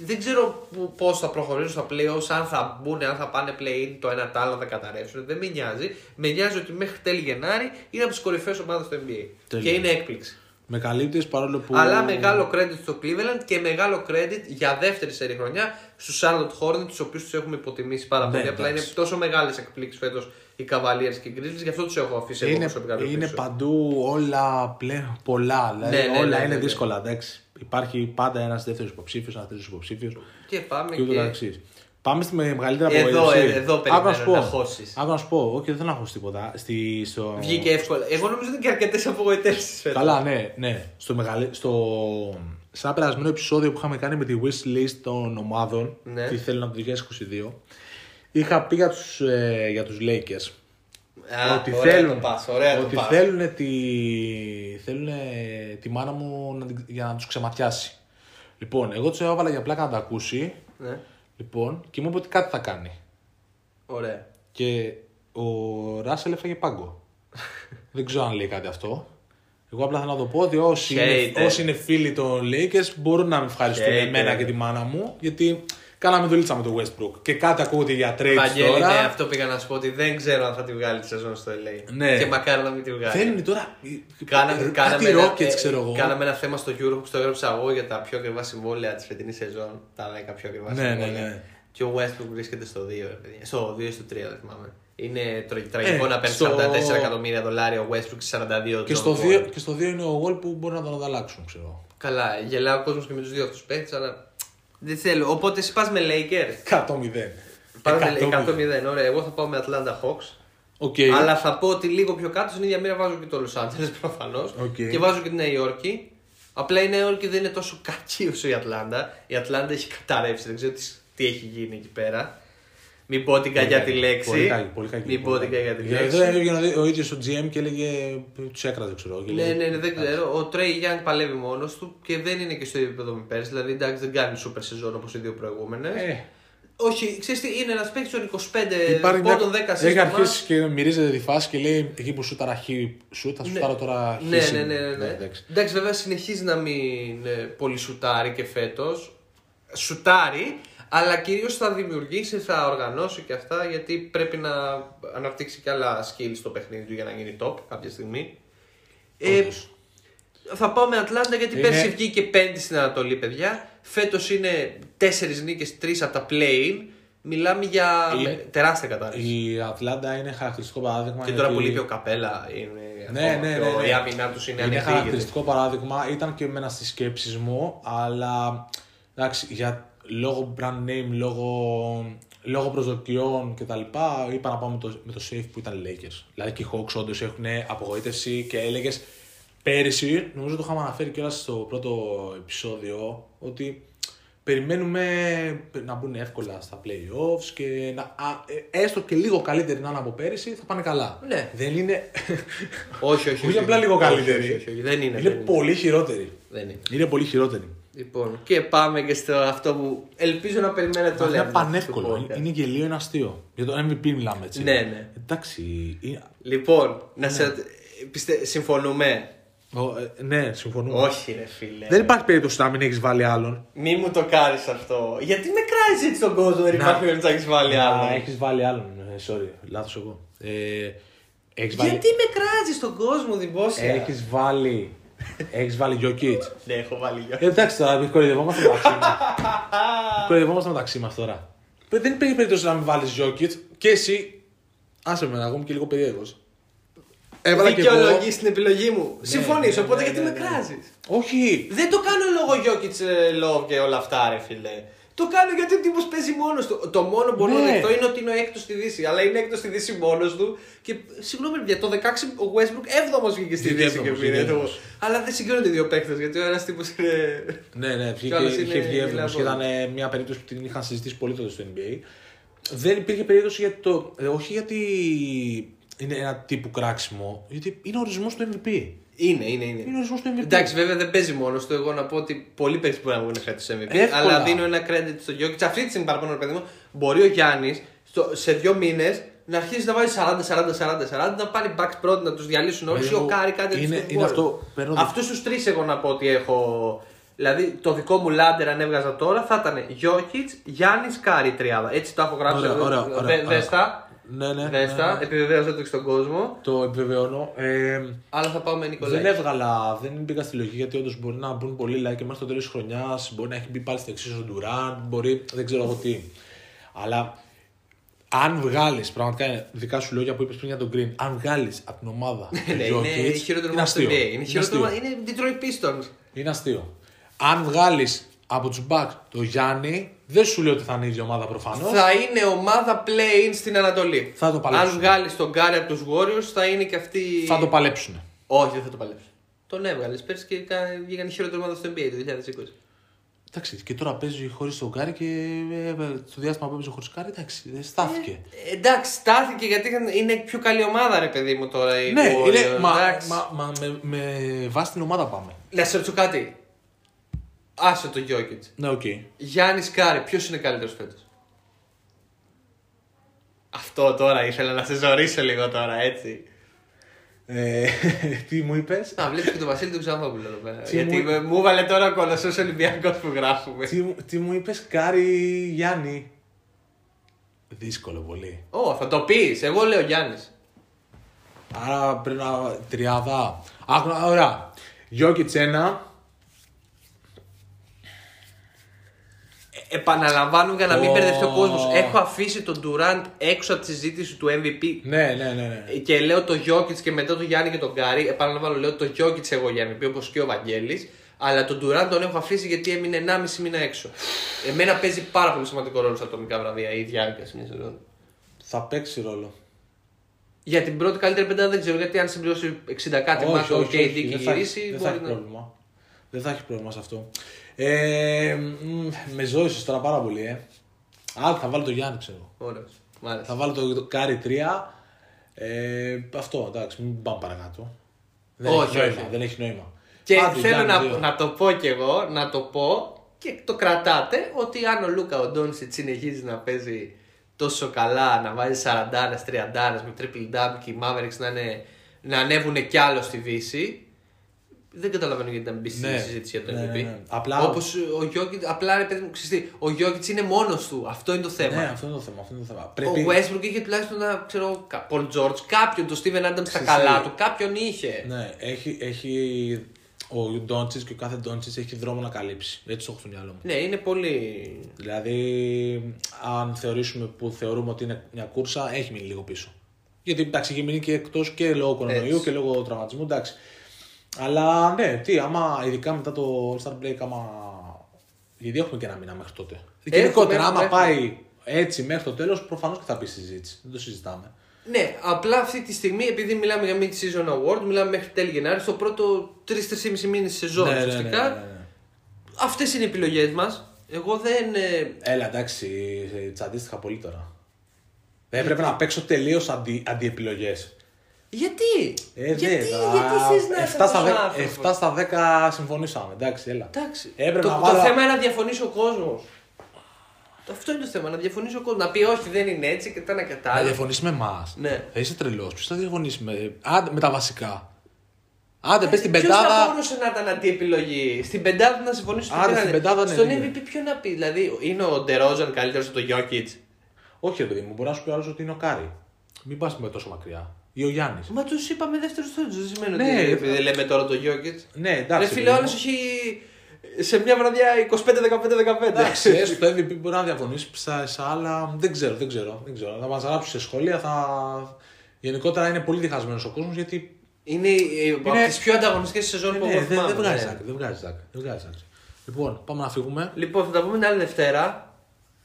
Speaker 2: Δεν ξέρω πώς θα προχωρήσουν στα playoffs, αν θα μπουν, αν θα πάνε play-in το ένα το άλλο, θα καταρρεύσουν. Δεν με νοιάζει. Με νοιάζει ότι μέχρι τέλη Γενάρη είναι από τις κορυφαίες ομάδες του NBA.
Speaker 1: Τέλεια.
Speaker 2: Και είναι έκπληξη.
Speaker 1: Με καλύπτεις παρόλο που.
Speaker 2: Αλλά μεγάλο credit στο Cleveland και μεγάλο credit για δεύτερη σερή χρονιά στους Charlotte Hornets, τους οποίους τους έχουμε υποτιμήσει πάρα
Speaker 1: Ναι,
Speaker 2: πολύ. Απλά είναι
Speaker 1: εντάξει. τόσο
Speaker 2: τόσο μεγάλες εκπλήξεις φέτος οι Cavaliers και οι Grizzlies, γι' αυτό τους έχω αφήσει εγώ
Speaker 1: Είναι,
Speaker 2: προσωπικά πιο
Speaker 1: είναι
Speaker 2: πίσω.
Speaker 1: παντού όλα πλέον πολλά. Δηλαδή,
Speaker 2: Ναι, ναι,
Speaker 1: όλα
Speaker 2: ναι, ναι,
Speaker 1: είναι
Speaker 2: ναι.
Speaker 1: δύσκολα. Εντάξει. Υπάρχει πάντα ένας δεύτερος υποψήφιος, ένας τρίτος υποψήφιος
Speaker 2: Και πάμε
Speaker 1: και ούτω
Speaker 2: και.
Speaker 1: καθεξής. Πάμε στη μεγαλύτερη
Speaker 2: Εδώ,
Speaker 1: απογοήτευση.
Speaker 2: ε, εδώ
Speaker 1: Άκου
Speaker 2: περιμένω
Speaker 1: σου πω.
Speaker 2: να χώσεις.
Speaker 1: Άκου να σου πω. Όχι, δεν θέλω να χώσει τίποτα. Στη, στο...
Speaker 2: Βγήκε εύκολα. Εγώ νομίζω ότι και αρκετές απογοητεύσεις φέτος.
Speaker 1: Καλά, ναι, ναι. Στο μεγαλε... στο... Σε ένα περασμένο επεισόδιο που είχαμε κάνει με τη wish list των ομάδων,
Speaker 2: Ναι.
Speaker 1: τι θέλουν από το 2022, είχα πει για τους, ε, για τους Lakers. ότι θέλουν, ότι θέλουν τη, θέλουν τη μάνα μου να την- για να τους ξεματιάσει. Λοιπόν, εγώ τους έβαλα για πλάκα να τα ακούσει,
Speaker 2: Ναι.
Speaker 1: λοιπόν, και μου είπε ότι κάτι θα κάνει.
Speaker 2: Ωραία.
Speaker 1: Και ο Ράσελ έφαγε πάγκο. Δεν ξέρω αν λέει κάτι αυτό. Εγώ απλά θέλω να το πω ότι όσοι,
Speaker 2: Hater.
Speaker 1: είναι, όσοι είναι φίλοι των Lakers μπορούν να με ευχαριστούν
Speaker 2: Hater.
Speaker 1: εμένα και τη μάνα μου γιατί κάναμε δουλίτσα με τον Westbrook και κάτι ακούγονται για trades
Speaker 2: Βαγγέλη,
Speaker 1: τώρα.
Speaker 2: ναι, αυτό πήγα να σου πω ότι δεν ξέρω αν θα τη βγάλει τη σεζόν στο LA.
Speaker 1: Ναι.
Speaker 2: Και μακάρι να μην τη βγάλει.
Speaker 1: Θέλουν τώρα
Speaker 2: Κάναμε,
Speaker 1: κάτι
Speaker 2: κάναμε, ένα,
Speaker 1: Rockets,
Speaker 2: ε,
Speaker 1: ξέρω εγώ.
Speaker 2: κάναμε ένα θέμα στο Euro που στο έγραψα εγώ για τα πιο ακριβά συμβόλαια της φετινής σεζόν. Τα 10 πιο ακριβά
Speaker 1: Ναι,
Speaker 2: συμβόλαια.
Speaker 1: ναι, ναι.
Speaker 2: Και ο Westbrook βρίσκεται στο 2, ρε παιδιά. Στο 2 ή στο 3, δεν θυμάμαι. Είναι τρο- τραγικό
Speaker 1: Ε,
Speaker 2: να παίρνει
Speaker 1: στο-
Speaker 2: 44 εκατομμύρια δολάρια ο Westbrook και 42
Speaker 1: Και
Speaker 2: John
Speaker 1: στο,
Speaker 2: Wall.
Speaker 1: 2, και στο δύο είναι ο Wall που μπορεί να τον ανταλλάξουν, ξέρω. εγώ.
Speaker 2: Καλά, γελάει ο κόσμος και με τους δύο αυτούς παίχτε, αλλά δεν θέλω. Οπότε σπα με Lakers.
Speaker 1: 100-0. Ε,
Speaker 2: Πάμε με 100-0. Ωραία, εγώ θα πάω με Atlanta Hawks.
Speaker 1: Οκ.
Speaker 2: Αλλά θα πω ότι λίγο πιο κάτω στην ίδια μοίρα βάζω και το Los Angeles προφανώς.
Speaker 1: Οκ.
Speaker 2: Και βάζω και τη Νέα Υόρκη. Απλά η Νέα Υόρκη δεν είναι τόσο κακή όσο η Ατλάντα. Η Ατλάντα έχει καταρρεύσει, δεν ξέρω τι, τι έχει γίνει εκεί πέρα. Μην πω την κακιά τη λέξη.
Speaker 1: Ε, Πολύ κακή. Πολύ Ε, κακή.
Speaker 2: Μην πω την κακιά τη
Speaker 1: Γιατί
Speaker 2: λέξη.
Speaker 1: δεν έβγαινε ο δι- ο ίδιος ο GM και έλεγε. Τους έκραζε, ξέρω. και
Speaker 2: Ναι,
Speaker 1: λέει,
Speaker 2: ναι, ναι, δεν ξέρω. Ο Τρέι Γιάνγκ παλεύει μόνος του και δεν είναι και στο ίδιο επίπεδο με πέρσι. Δηλαδή, εντάξει, δεν κάνει σούπερ σεζόν όπως οι δύο προηγούμενες.
Speaker 1: Ε,
Speaker 2: Όχι, ξέρεις τι, είναι ένας παίκτης των 25
Speaker 1: Υπάρχει μια...
Speaker 2: πόντων 10
Speaker 1: Έχει
Speaker 2: Ε, σύστημα.
Speaker 1: αρχίσει και μυρίζεται τη φάση και λέει εκεί που σου ταραχεί, σου θα σου τάρω τώρα
Speaker 2: Ναι,
Speaker 1: χίση.
Speaker 2: ναι, ναι, ναι, ναι.
Speaker 1: εντάξει.
Speaker 2: Εντάξει, βέβαια συνεχίζει να μην ε, πολύ σουτάρει και φέτος. Σουτάρει, αλλά κυρίως θα δημιουργήσει, θα οργανώσει και αυτά γιατί πρέπει να αναπτύξει και άλλα skills στο παιχνίδι του για να γίνει top κάποια στιγμή. Ε,
Speaker 1: Όντως.
Speaker 2: θα πάω με Ατλάντα γιατί
Speaker 1: Είναι-
Speaker 2: πέρσι βγήκε πέμπτη στην Ανατολή, παιδιά. Φέτος είναι τέσσερις νίκες, τρεις από τα play Μιλάμε για
Speaker 1: Είναι-
Speaker 2: τεράστια κατάρρευση.
Speaker 1: Η Ατλάντα είναι χαρακτηριστικό παράδειγμα.
Speaker 2: Και τώρα που λείπει ο Καπέλα, είναι
Speaker 1: Ναι,
Speaker 2: ακόμα
Speaker 1: ναι,
Speaker 2: πιο-
Speaker 1: ναι, ναι.
Speaker 2: η άμυνά τους είναι,
Speaker 1: Είναι
Speaker 2: ανεπίγεδη.
Speaker 1: χαρακτηριστικό παράδειγμα. Ήταν και εμένα στη σκέψη μου, αλλά εντάξει, για λόγω brand name, λόγω, λόγω προσδοκιών κτλ. Είπα να πάω με το, με το safe που ήταν οι Lakers. Δηλαδή και οι Hawks όντως έχουν απογοήτευση και έλεγες πέρυσι, νομίζω το είχαμε αναφέρει κιόλας στο πρώτο επεισόδιο, ότι περιμένουμε να μπουν εύκολα στα playoffs και να, α, ε, έστω και λίγο καλύτεροι να είναι από πέρυσι θα πάνε καλά.
Speaker 2: Ναι.
Speaker 1: Δεν είναι.
Speaker 2: Όχι, όχι.
Speaker 1: Όχι
Speaker 2: όχι,
Speaker 1: απλά λίγο
Speaker 2: όχι,
Speaker 1: καλύτερη.
Speaker 2: όχι, όχι, όχι. Δεν είναι. Ναι.
Speaker 1: Είναι
Speaker 2: δεν
Speaker 1: πολύ χειρότερη.
Speaker 2: Δεν είναι.
Speaker 1: Είναι πολύ χειρότερη.
Speaker 2: Λοιπόν, και πάμε και στο αυτό που ελπίζω να περιμένετε όλοι.
Speaker 1: είναι
Speaker 2: από το Λοιπόν,
Speaker 1: πανεύκολο.
Speaker 2: podcast.
Speaker 1: Είναι γελίο, είναι αστείο. Για το MVP μιλάμε έτσι.
Speaker 2: Ναι, ναι.
Speaker 1: Εντάξει. είναι-
Speaker 2: Λοιπόν,
Speaker 1: Ναι.
Speaker 2: να σε. Πιστε... Συμφωνούμε.
Speaker 1: Ο, ε, ναι, συμφωνούμε.
Speaker 2: Όχι, ρε φίλε.
Speaker 1: Δεν υπάρχει περίπτωση να μην έχεις βάλει άλλον.
Speaker 2: Μη μου το κάνεις αυτό. Γιατί με κράζεις έτσι τον κόσμο, δεν υπάρχει περίπτωση να έχεις βάλει
Speaker 1: Α,
Speaker 2: άλλο.
Speaker 1: έχεις βάλει άλλον. Ε, Sorry, λάθος εγώ. Ε, έχεις βάλει.
Speaker 2: Γιατί με κράζεις τον κόσμο, δημόσια.
Speaker 1: Έχεις βάλει. Έχεις βάλει Jokic.
Speaker 2: Ναι, έχω βάλει γιο.
Speaker 1: Ε, Εντάξει τώρα, κοροϊδευόμαστε μεταξύ μας. κοροϊδευόμαστε μεταξύ μας τώρα. Ε, Δεν υπήρχε περίπτωση να μην βάλεις Jokic και εσύ. Άσε με να εγώ είμαι και λίγο περίεργος. Έβαλα και εγώ.
Speaker 2: Δικαιολογείς την επιλογή μου. Συμφωνείς,
Speaker 1: ναι,
Speaker 2: οπότε
Speaker 1: ναι,
Speaker 2: γιατί
Speaker 1: ναι,
Speaker 2: με
Speaker 1: ναι.
Speaker 2: κράζεις.
Speaker 1: Όχι.
Speaker 2: Δεν το κάνω λόγω Γιώκητ Λόβ και όλα αυτά, ρε φιλέ. Το κάνω γιατί ο τύπος παίζει μόνος του. Το μόνο που μπορώ να
Speaker 1: Ναι.
Speaker 2: δεχτώ είναι ότι είναι ο έκτος στη Δύση. Αλλά είναι έκτος στη Δύση μόνος του. Και συγγνώμη, για το 16 ο Westbrook 7ο βγήκε στη
Speaker 1: Βγήκε
Speaker 2: Δύση και
Speaker 1: έβδομος,
Speaker 2: πήρε.
Speaker 1: βγήκε
Speaker 2: το-
Speaker 1: έβδομος.
Speaker 2: Αλλά δεν συγκρίνονται οι δύο παίχτε γιατί ο ένας τύπος είναι.
Speaker 1: Ναι, ναι,
Speaker 2: Κι
Speaker 1: βγήκε,
Speaker 2: άλλος
Speaker 1: είχε
Speaker 2: είναι
Speaker 1: βγει έβδομος και ήταν
Speaker 2: γυλαγός.
Speaker 1: ε, μια περίπτωση που την είχαν συζητήσει πολύ τότε στο NBA. Δεν υπήρχε περίπτωση για το. ε, όχι γιατί είναι ένα τύπου κράξιμο, γιατί είναι ορισμός του MVP.
Speaker 2: Είναι, είναι, είναι.
Speaker 1: Είναι ορισμό του MVP.
Speaker 2: Εντάξει, βέβαια δεν παίζει μόνος του. Εγώ να πω ότι πολύ παίξει μπορεί να βγουν φέτο MVP.
Speaker 1: Εύκολα.
Speaker 2: Αλλά δίνω ένα credit στο Γιώκητ. Αυτή τη στιγμή παραπάνω, ρε παιδί μου, μπορεί ο Γιάννης σε δύο μήνες να αρχίσει να βάζει 40-40-40-40, να πάρει back πρώτα, να τους διαλύσουν όλοι.
Speaker 1: Παιδί
Speaker 2: Ο
Speaker 1: μου,
Speaker 2: Κάρι κάτι
Speaker 1: είναι- είναι αυτό, παίρνω το-
Speaker 2: Αυτούς τους τρεις εγώ να πω ότι έχω. Δηλαδή το δικό μου λάντερ αν έβγαζα τώρα θα ήταν Γιώκητ, Γιάννης, Κάρι τριάδα. Έτσι το έχω γράψει.
Speaker 1: Ωραία,
Speaker 2: εδώ.
Speaker 1: ωραία, ωραία,
Speaker 2: Δε-
Speaker 1: ωραία.
Speaker 2: Δέστα.
Speaker 1: Ναι, ναι. ναι,
Speaker 2: Δέστα.
Speaker 1: ναι.
Speaker 2: Επιβεβαίωσα το και στον κόσμο.
Speaker 1: Το επιβεβαιώνω. Ε,
Speaker 2: Αλλά θα πάω με Νικολάκη.
Speaker 1: Δεν έβγαλα, δεν μπήκα στη λογική γιατί όντως μπορεί να μπουν πολλοί like και μέσα στο τέλος της χρονιάς. Μπορεί να έχει μπει πάλι στην εξή ο Ντουράν, μπορεί δεν ξέρω εγώ τι. Αλλά αν βγάλεις, πραγματικά δικά σου λόγια που είπες πριν για τον Green, αν βγάλεις από την ομάδα.
Speaker 2: Ναι,
Speaker 1: τον
Speaker 2: είναι
Speaker 1: Jokic,
Speaker 2: η χειρότερη
Speaker 1: είναι
Speaker 2: ομάδα του
Speaker 1: αστείο.
Speaker 2: NBA. Είναι, η χειρότερη ομάδα-
Speaker 1: αστείο.
Speaker 2: είναι Detroit Pistons.
Speaker 1: Είναι αστείο. Αν βγάλεις από τους Bucks το Γιάννη, δεν σου λέω ότι θα είναι η ίδια ομάδα προφανώς.
Speaker 2: Θα είναι ομάδα play-in στην Ανατολή.
Speaker 1: Θα το παλέψουν.
Speaker 2: Αν βγάλεις τον Γκάρι από τους Warriors, θα είναι και αυτή.
Speaker 1: Θα το παλέψουν.
Speaker 2: Όχι, δεν θα το παλέψει. Τον έβγαλες πέρσι και κα- βγήκαν η χειρότερη ομάδα στο NBA το 2020.
Speaker 1: Εντάξει, και τώρα παίζει χωρίς τον Κάρι και ε, ε, το διάστημα που έπαιζε χωρίς Κάρι, εντάξει, δεν στάθηκε.
Speaker 2: Ε, εντάξει, στάθηκε γιατί είχαν- είναι πιο καλή ομάδα, ρε παιδί μου τώρα. Οι
Speaker 1: Ναι,
Speaker 2: Warriors,
Speaker 1: είναι, μα,
Speaker 2: εντάξει.
Speaker 1: μα, μα με, με βάση την ομάδα πάμε.
Speaker 2: Να σε ρωτήσω κάτι. Άσε το Γιώκητ.
Speaker 1: Ναι, οκ.
Speaker 2: Γιάννης Κάρι, ποιος είναι καλύτερος φέτος. Αυτό τώρα ήθελα να σε ζωρίσω λίγο τώρα, έτσι.
Speaker 1: Ε, τι μου είπες,
Speaker 2: Να βλέπεις και τον Βασίλη τον Ξανθόπουλο εδώ πέρα.
Speaker 1: Τι
Speaker 2: Γιατί
Speaker 1: μου-
Speaker 2: με- μου έβαλε τώρα ο κολοσσός Ολυμπιακός που γράφουμε.
Speaker 1: τι, μου- τι μου είπες, Κάρι Γιάννη. Δύσκολο πολύ.
Speaker 2: Ω, θα το πεις. Εγώ λέω Γιάννης.
Speaker 1: Άρα πρέπει να. Τριάδα. Άκουνα, ωραία. Γιώκητ ένα.
Speaker 2: Ε, Επαναλαμβάνω για να μην
Speaker 1: Ω.
Speaker 2: μπερδευτεί ο κόσμος. Έχω αφήσει τον Durant έξω από τη συζήτηση του MVP
Speaker 1: Ναι, ναι, ναι. ναι.
Speaker 2: και λέω το Jokic και μετά το Γιάννη και τον Γκάρι. Επαναλαμβάνω, λέω το Jokic εγώ για MVP όπως και ο Βαγγέλης Αλλά τον Durant τον έχω αφήσει γιατί έμεινε 1,5 μήνα έξω. Εμένα παίζει πάρα πολύ σημαντικό ρόλο στα ατομικά βραβεία η διάρκεια μια σεζόν.
Speaker 1: Θα παίξει ρόλο.
Speaker 2: Για την πρώτη καλύτερη πεντάδα δεν ξέρω γιατί αν συμπληρώσει 60 κάτι μάτς ο KD και
Speaker 1: δεν θα έχει-
Speaker 2: γυρίσει
Speaker 1: δεν θα
Speaker 2: μπορεί
Speaker 1: έχει
Speaker 2: να.
Speaker 1: πρόβλημα. Δεν θα έχει πρόβλημα σε αυτό. Ε, μ, με ζόησε τώρα πάρα πολύ, ε. Α, θα βάλω το Γιάννη, ξέρω.
Speaker 2: Ωραίος. Μ' άρεσε.
Speaker 1: Θα βάλω το, το Κάρι 3. Ε, αυτό, εντάξει, μην πάμε παρακάτω. Δεν
Speaker 2: Όχι,
Speaker 1: έχει νόημα.
Speaker 2: όχι.
Speaker 1: Δεν έχει νόημα.
Speaker 2: Και
Speaker 1: Άντε,
Speaker 2: θέλω
Speaker 1: Γιάννη,
Speaker 2: να,
Speaker 1: δύο.
Speaker 2: να το πω κι εγώ, να το πω και το κρατάτε ότι αν ο Λούκα ο Ντόνσιτ συνεχίζει να παίζει τόσο καλά, να βάζει 40, 30 με triple double και οι Mavericks να, είναι, να ανέβουν κι άλλο στη Δύση. Δεν καταλαβαίνω γιατί δεν μπει στη
Speaker 1: Ναι.
Speaker 2: συζήτηση για το
Speaker 1: Ναι,
Speaker 2: MVP.
Speaker 1: ναι, ναι. Απλά-
Speaker 2: Όπως ο Γιώκητ, απλά ρε παιδί μου, ξέρεις τι, ο Γιώκητ είναι μόνος του. Αυτό είναι το θέμα.
Speaker 1: Ναι, αυτό είναι το θέμα. Αυτό είναι το θέμα.
Speaker 2: Ο Westbrook είχε τουλάχιστον ένα, ξέρω, κα- Paul George, κάποιον, τον Steven Adams στα
Speaker 1: Ξέρεις,
Speaker 2: καλά
Speaker 1: ε,
Speaker 2: του, κάποιον είχε.
Speaker 1: Ναι, έχει, έχει ο Ντόντσιτ και ο κάθε Ντόντσιτ έχει δρόμο να καλύψει. Έτσι το έχω στο μυαλό μου.
Speaker 2: Ναι, είναι πολύ.
Speaker 1: Δηλαδή, αν θεωρήσουμε που θεωρούμε ότι είναι μια κούρσα, έχει μείνει λίγο πίσω. Γιατί εντάξει, έχει μείνει και εκτός και λόγω κορονοϊού
Speaker 2: Έτσι.
Speaker 1: και λόγω τραυματισμού, εντάξει. Αλλά ναι, τι, άμα ειδικά μετά το Star Break, άμα. Γιατί έχουμε και ένα μήνα μέχρι τότε. Γενικότερα, άμα
Speaker 2: έχουμε.
Speaker 1: πάει έτσι μέχρι το τέλος, προφανώς και θα πει συζήτηση. Δεν το συζητάμε.
Speaker 2: Ναι, απλά αυτή τη στιγμή, επειδή μιλάμε για mid-season award, μιλάμε μέχρι τέλη Γενάρη, στο πρώτο 3-3,5 μήνες της σεζόν
Speaker 1: ναι, ναι, ναι, ναι,
Speaker 2: ουσιαστικά.
Speaker 1: ναι.
Speaker 2: Αυτές είναι οι επιλογές μας. Εγώ δεν. ε,
Speaker 1: Έλα, εντάξει, ε, τσαντίστηκα πολύ τώρα. Δεν έπρεπε να παίξω τελείως αντι, αντιεπιλογές.
Speaker 2: Γιατί!
Speaker 1: Ε,
Speaker 2: γιατί
Speaker 1: δεν, θα-
Speaker 2: γιατί θες να
Speaker 1: 7
Speaker 2: είσαι αυτός ο
Speaker 1: στα δέκα-
Speaker 2: άνθρωπος?
Speaker 1: 7 στα 10 συμφωνήσαμε. Εντάξει, έλα.
Speaker 2: Εντάξει.
Speaker 1: Έπρεπε
Speaker 2: το,
Speaker 1: να
Speaker 2: το
Speaker 1: βάλω-
Speaker 2: θέμα είναι να διαφωνήσει ο κόσμος. Αυτό είναι το θέμα, να διαφωνήσει ο κόσμος. Να πει όχι, δεν είναι έτσι και τα να
Speaker 1: Θα
Speaker 2: κατάλληλα.
Speaker 1: διαφωνήσει με εμάς.
Speaker 2: Ναι.
Speaker 1: Θα είσαι τρελός. Ποιος θα διαφωνήσει με. Άντε, με τα βασικά. Άντε, πες την
Speaker 2: Ποιο Ε, θα
Speaker 1: πεντάδα.
Speaker 2: μπορούσε να ήταν αντιεπιλογή. Στην πεντάδα να συμφωνήσει
Speaker 1: Άρα, στην πεντάδα, ναι,
Speaker 2: Στον
Speaker 1: ναι.
Speaker 2: MVP ποιο να πει, δηλαδή είναι ο Ντερόζαν καλύτερος από τον Γιώκητ.
Speaker 1: Όχι, ρε παιδί μου, μπορεί να σου πει ο άλλος ότι είναι ο Κάρι. Μην πας με τόσο μακριά. Ή ο Γιάννης.
Speaker 2: Μα τους είπαμε δεύτερος στόχο, δεν σημαίνει
Speaker 1: Ναι,
Speaker 2: ότι
Speaker 1: ε,
Speaker 2: επειδή λέμε τώρα το Γιώκητ.
Speaker 1: Ναι, εντάξει.
Speaker 2: Ρε
Speaker 1: παιδί
Speaker 2: φίλε,
Speaker 1: μου.
Speaker 2: όλο έχει σε μια βραδιά 25-15-15.
Speaker 1: Εντάξει, έστω το MVP μπορεί να διαφωνήσει στα, στα άλλα. Δεν ξέρω, δεν ξέρω. Δεν ξέρω. Θα μα γράψουν σε σχολεία. Θα... Γενικότερα είναι πολύ διχασμένος ο κόσμος γιατί.
Speaker 2: Είναι, από
Speaker 1: Είναι-
Speaker 2: τις πιο ανταγωνιστικές σεζόν που
Speaker 1: Ναι,
Speaker 2: εγώ
Speaker 1: δεν
Speaker 2: θυμάμαι.
Speaker 1: δεν βγάζει
Speaker 2: ναι.
Speaker 1: άκρη. Δεν βγάζει άκρη. Δεν βγάζει άκρη. Λοιπόν, πάμε να φύγουμε.
Speaker 2: Λοιπόν, θα τα πούμε την άλλη Δευτέρα.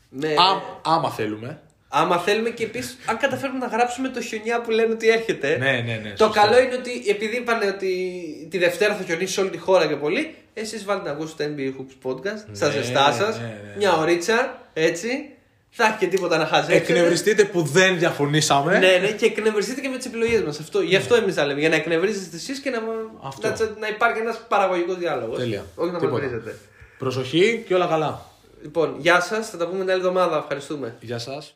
Speaker 2: Ναι. Με...
Speaker 1: Ά- άμα θέλουμε.
Speaker 2: Άμα θέλουμε και επίση, αν καταφέρουμε να γράψουμε το χιονιά που λένε ότι έρχεται.
Speaker 1: Ναι, ναι, ναι.
Speaker 2: Το
Speaker 1: σωστό.
Speaker 2: καλό είναι ότι επειδή είπαν ότι τη Δευτέρα θα χιονίσει σε όλη τη χώρα και πολύ, εσείς βάλτε να ακούσετε το NBA Hoops Podcast στα
Speaker 1: Ναι,
Speaker 2: ζεστά σας.
Speaker 1: ναι, ναι.
Speaker 2: Μια ωρίτσα, έτσι. Θα έχει και τίποτα να χαζέψετε.
Speaker 1: Εκνευριστείτε που δεν διαφωνήσαμε.
Speaker 2: Ναι, ναι, και εκνευριστείτε και με τις επιλογές μας. Αυτό, Γι' αυτό εμείς τα λέμε. Για να εκνευρίζεστε εσείς και να,
Speaker 1: Αυτό.
Speaker 2: να, τσα- να υπάρχει ένας παραγωγικός διάλογος.
Speaker 1: Τέλεια.
Speaker 2: Όχι να
Speaker 1: Τίποτα.
Speaker 2: μακρίζετε.
Speaker 1: Προσοχή και όλα καλά.
Speaker 2: Λοιπόν, γεια σας. Θα τα πούμε την άλλη εβδομάδα. Ευχαριστούμε.
Speaker 1: Γεια σας.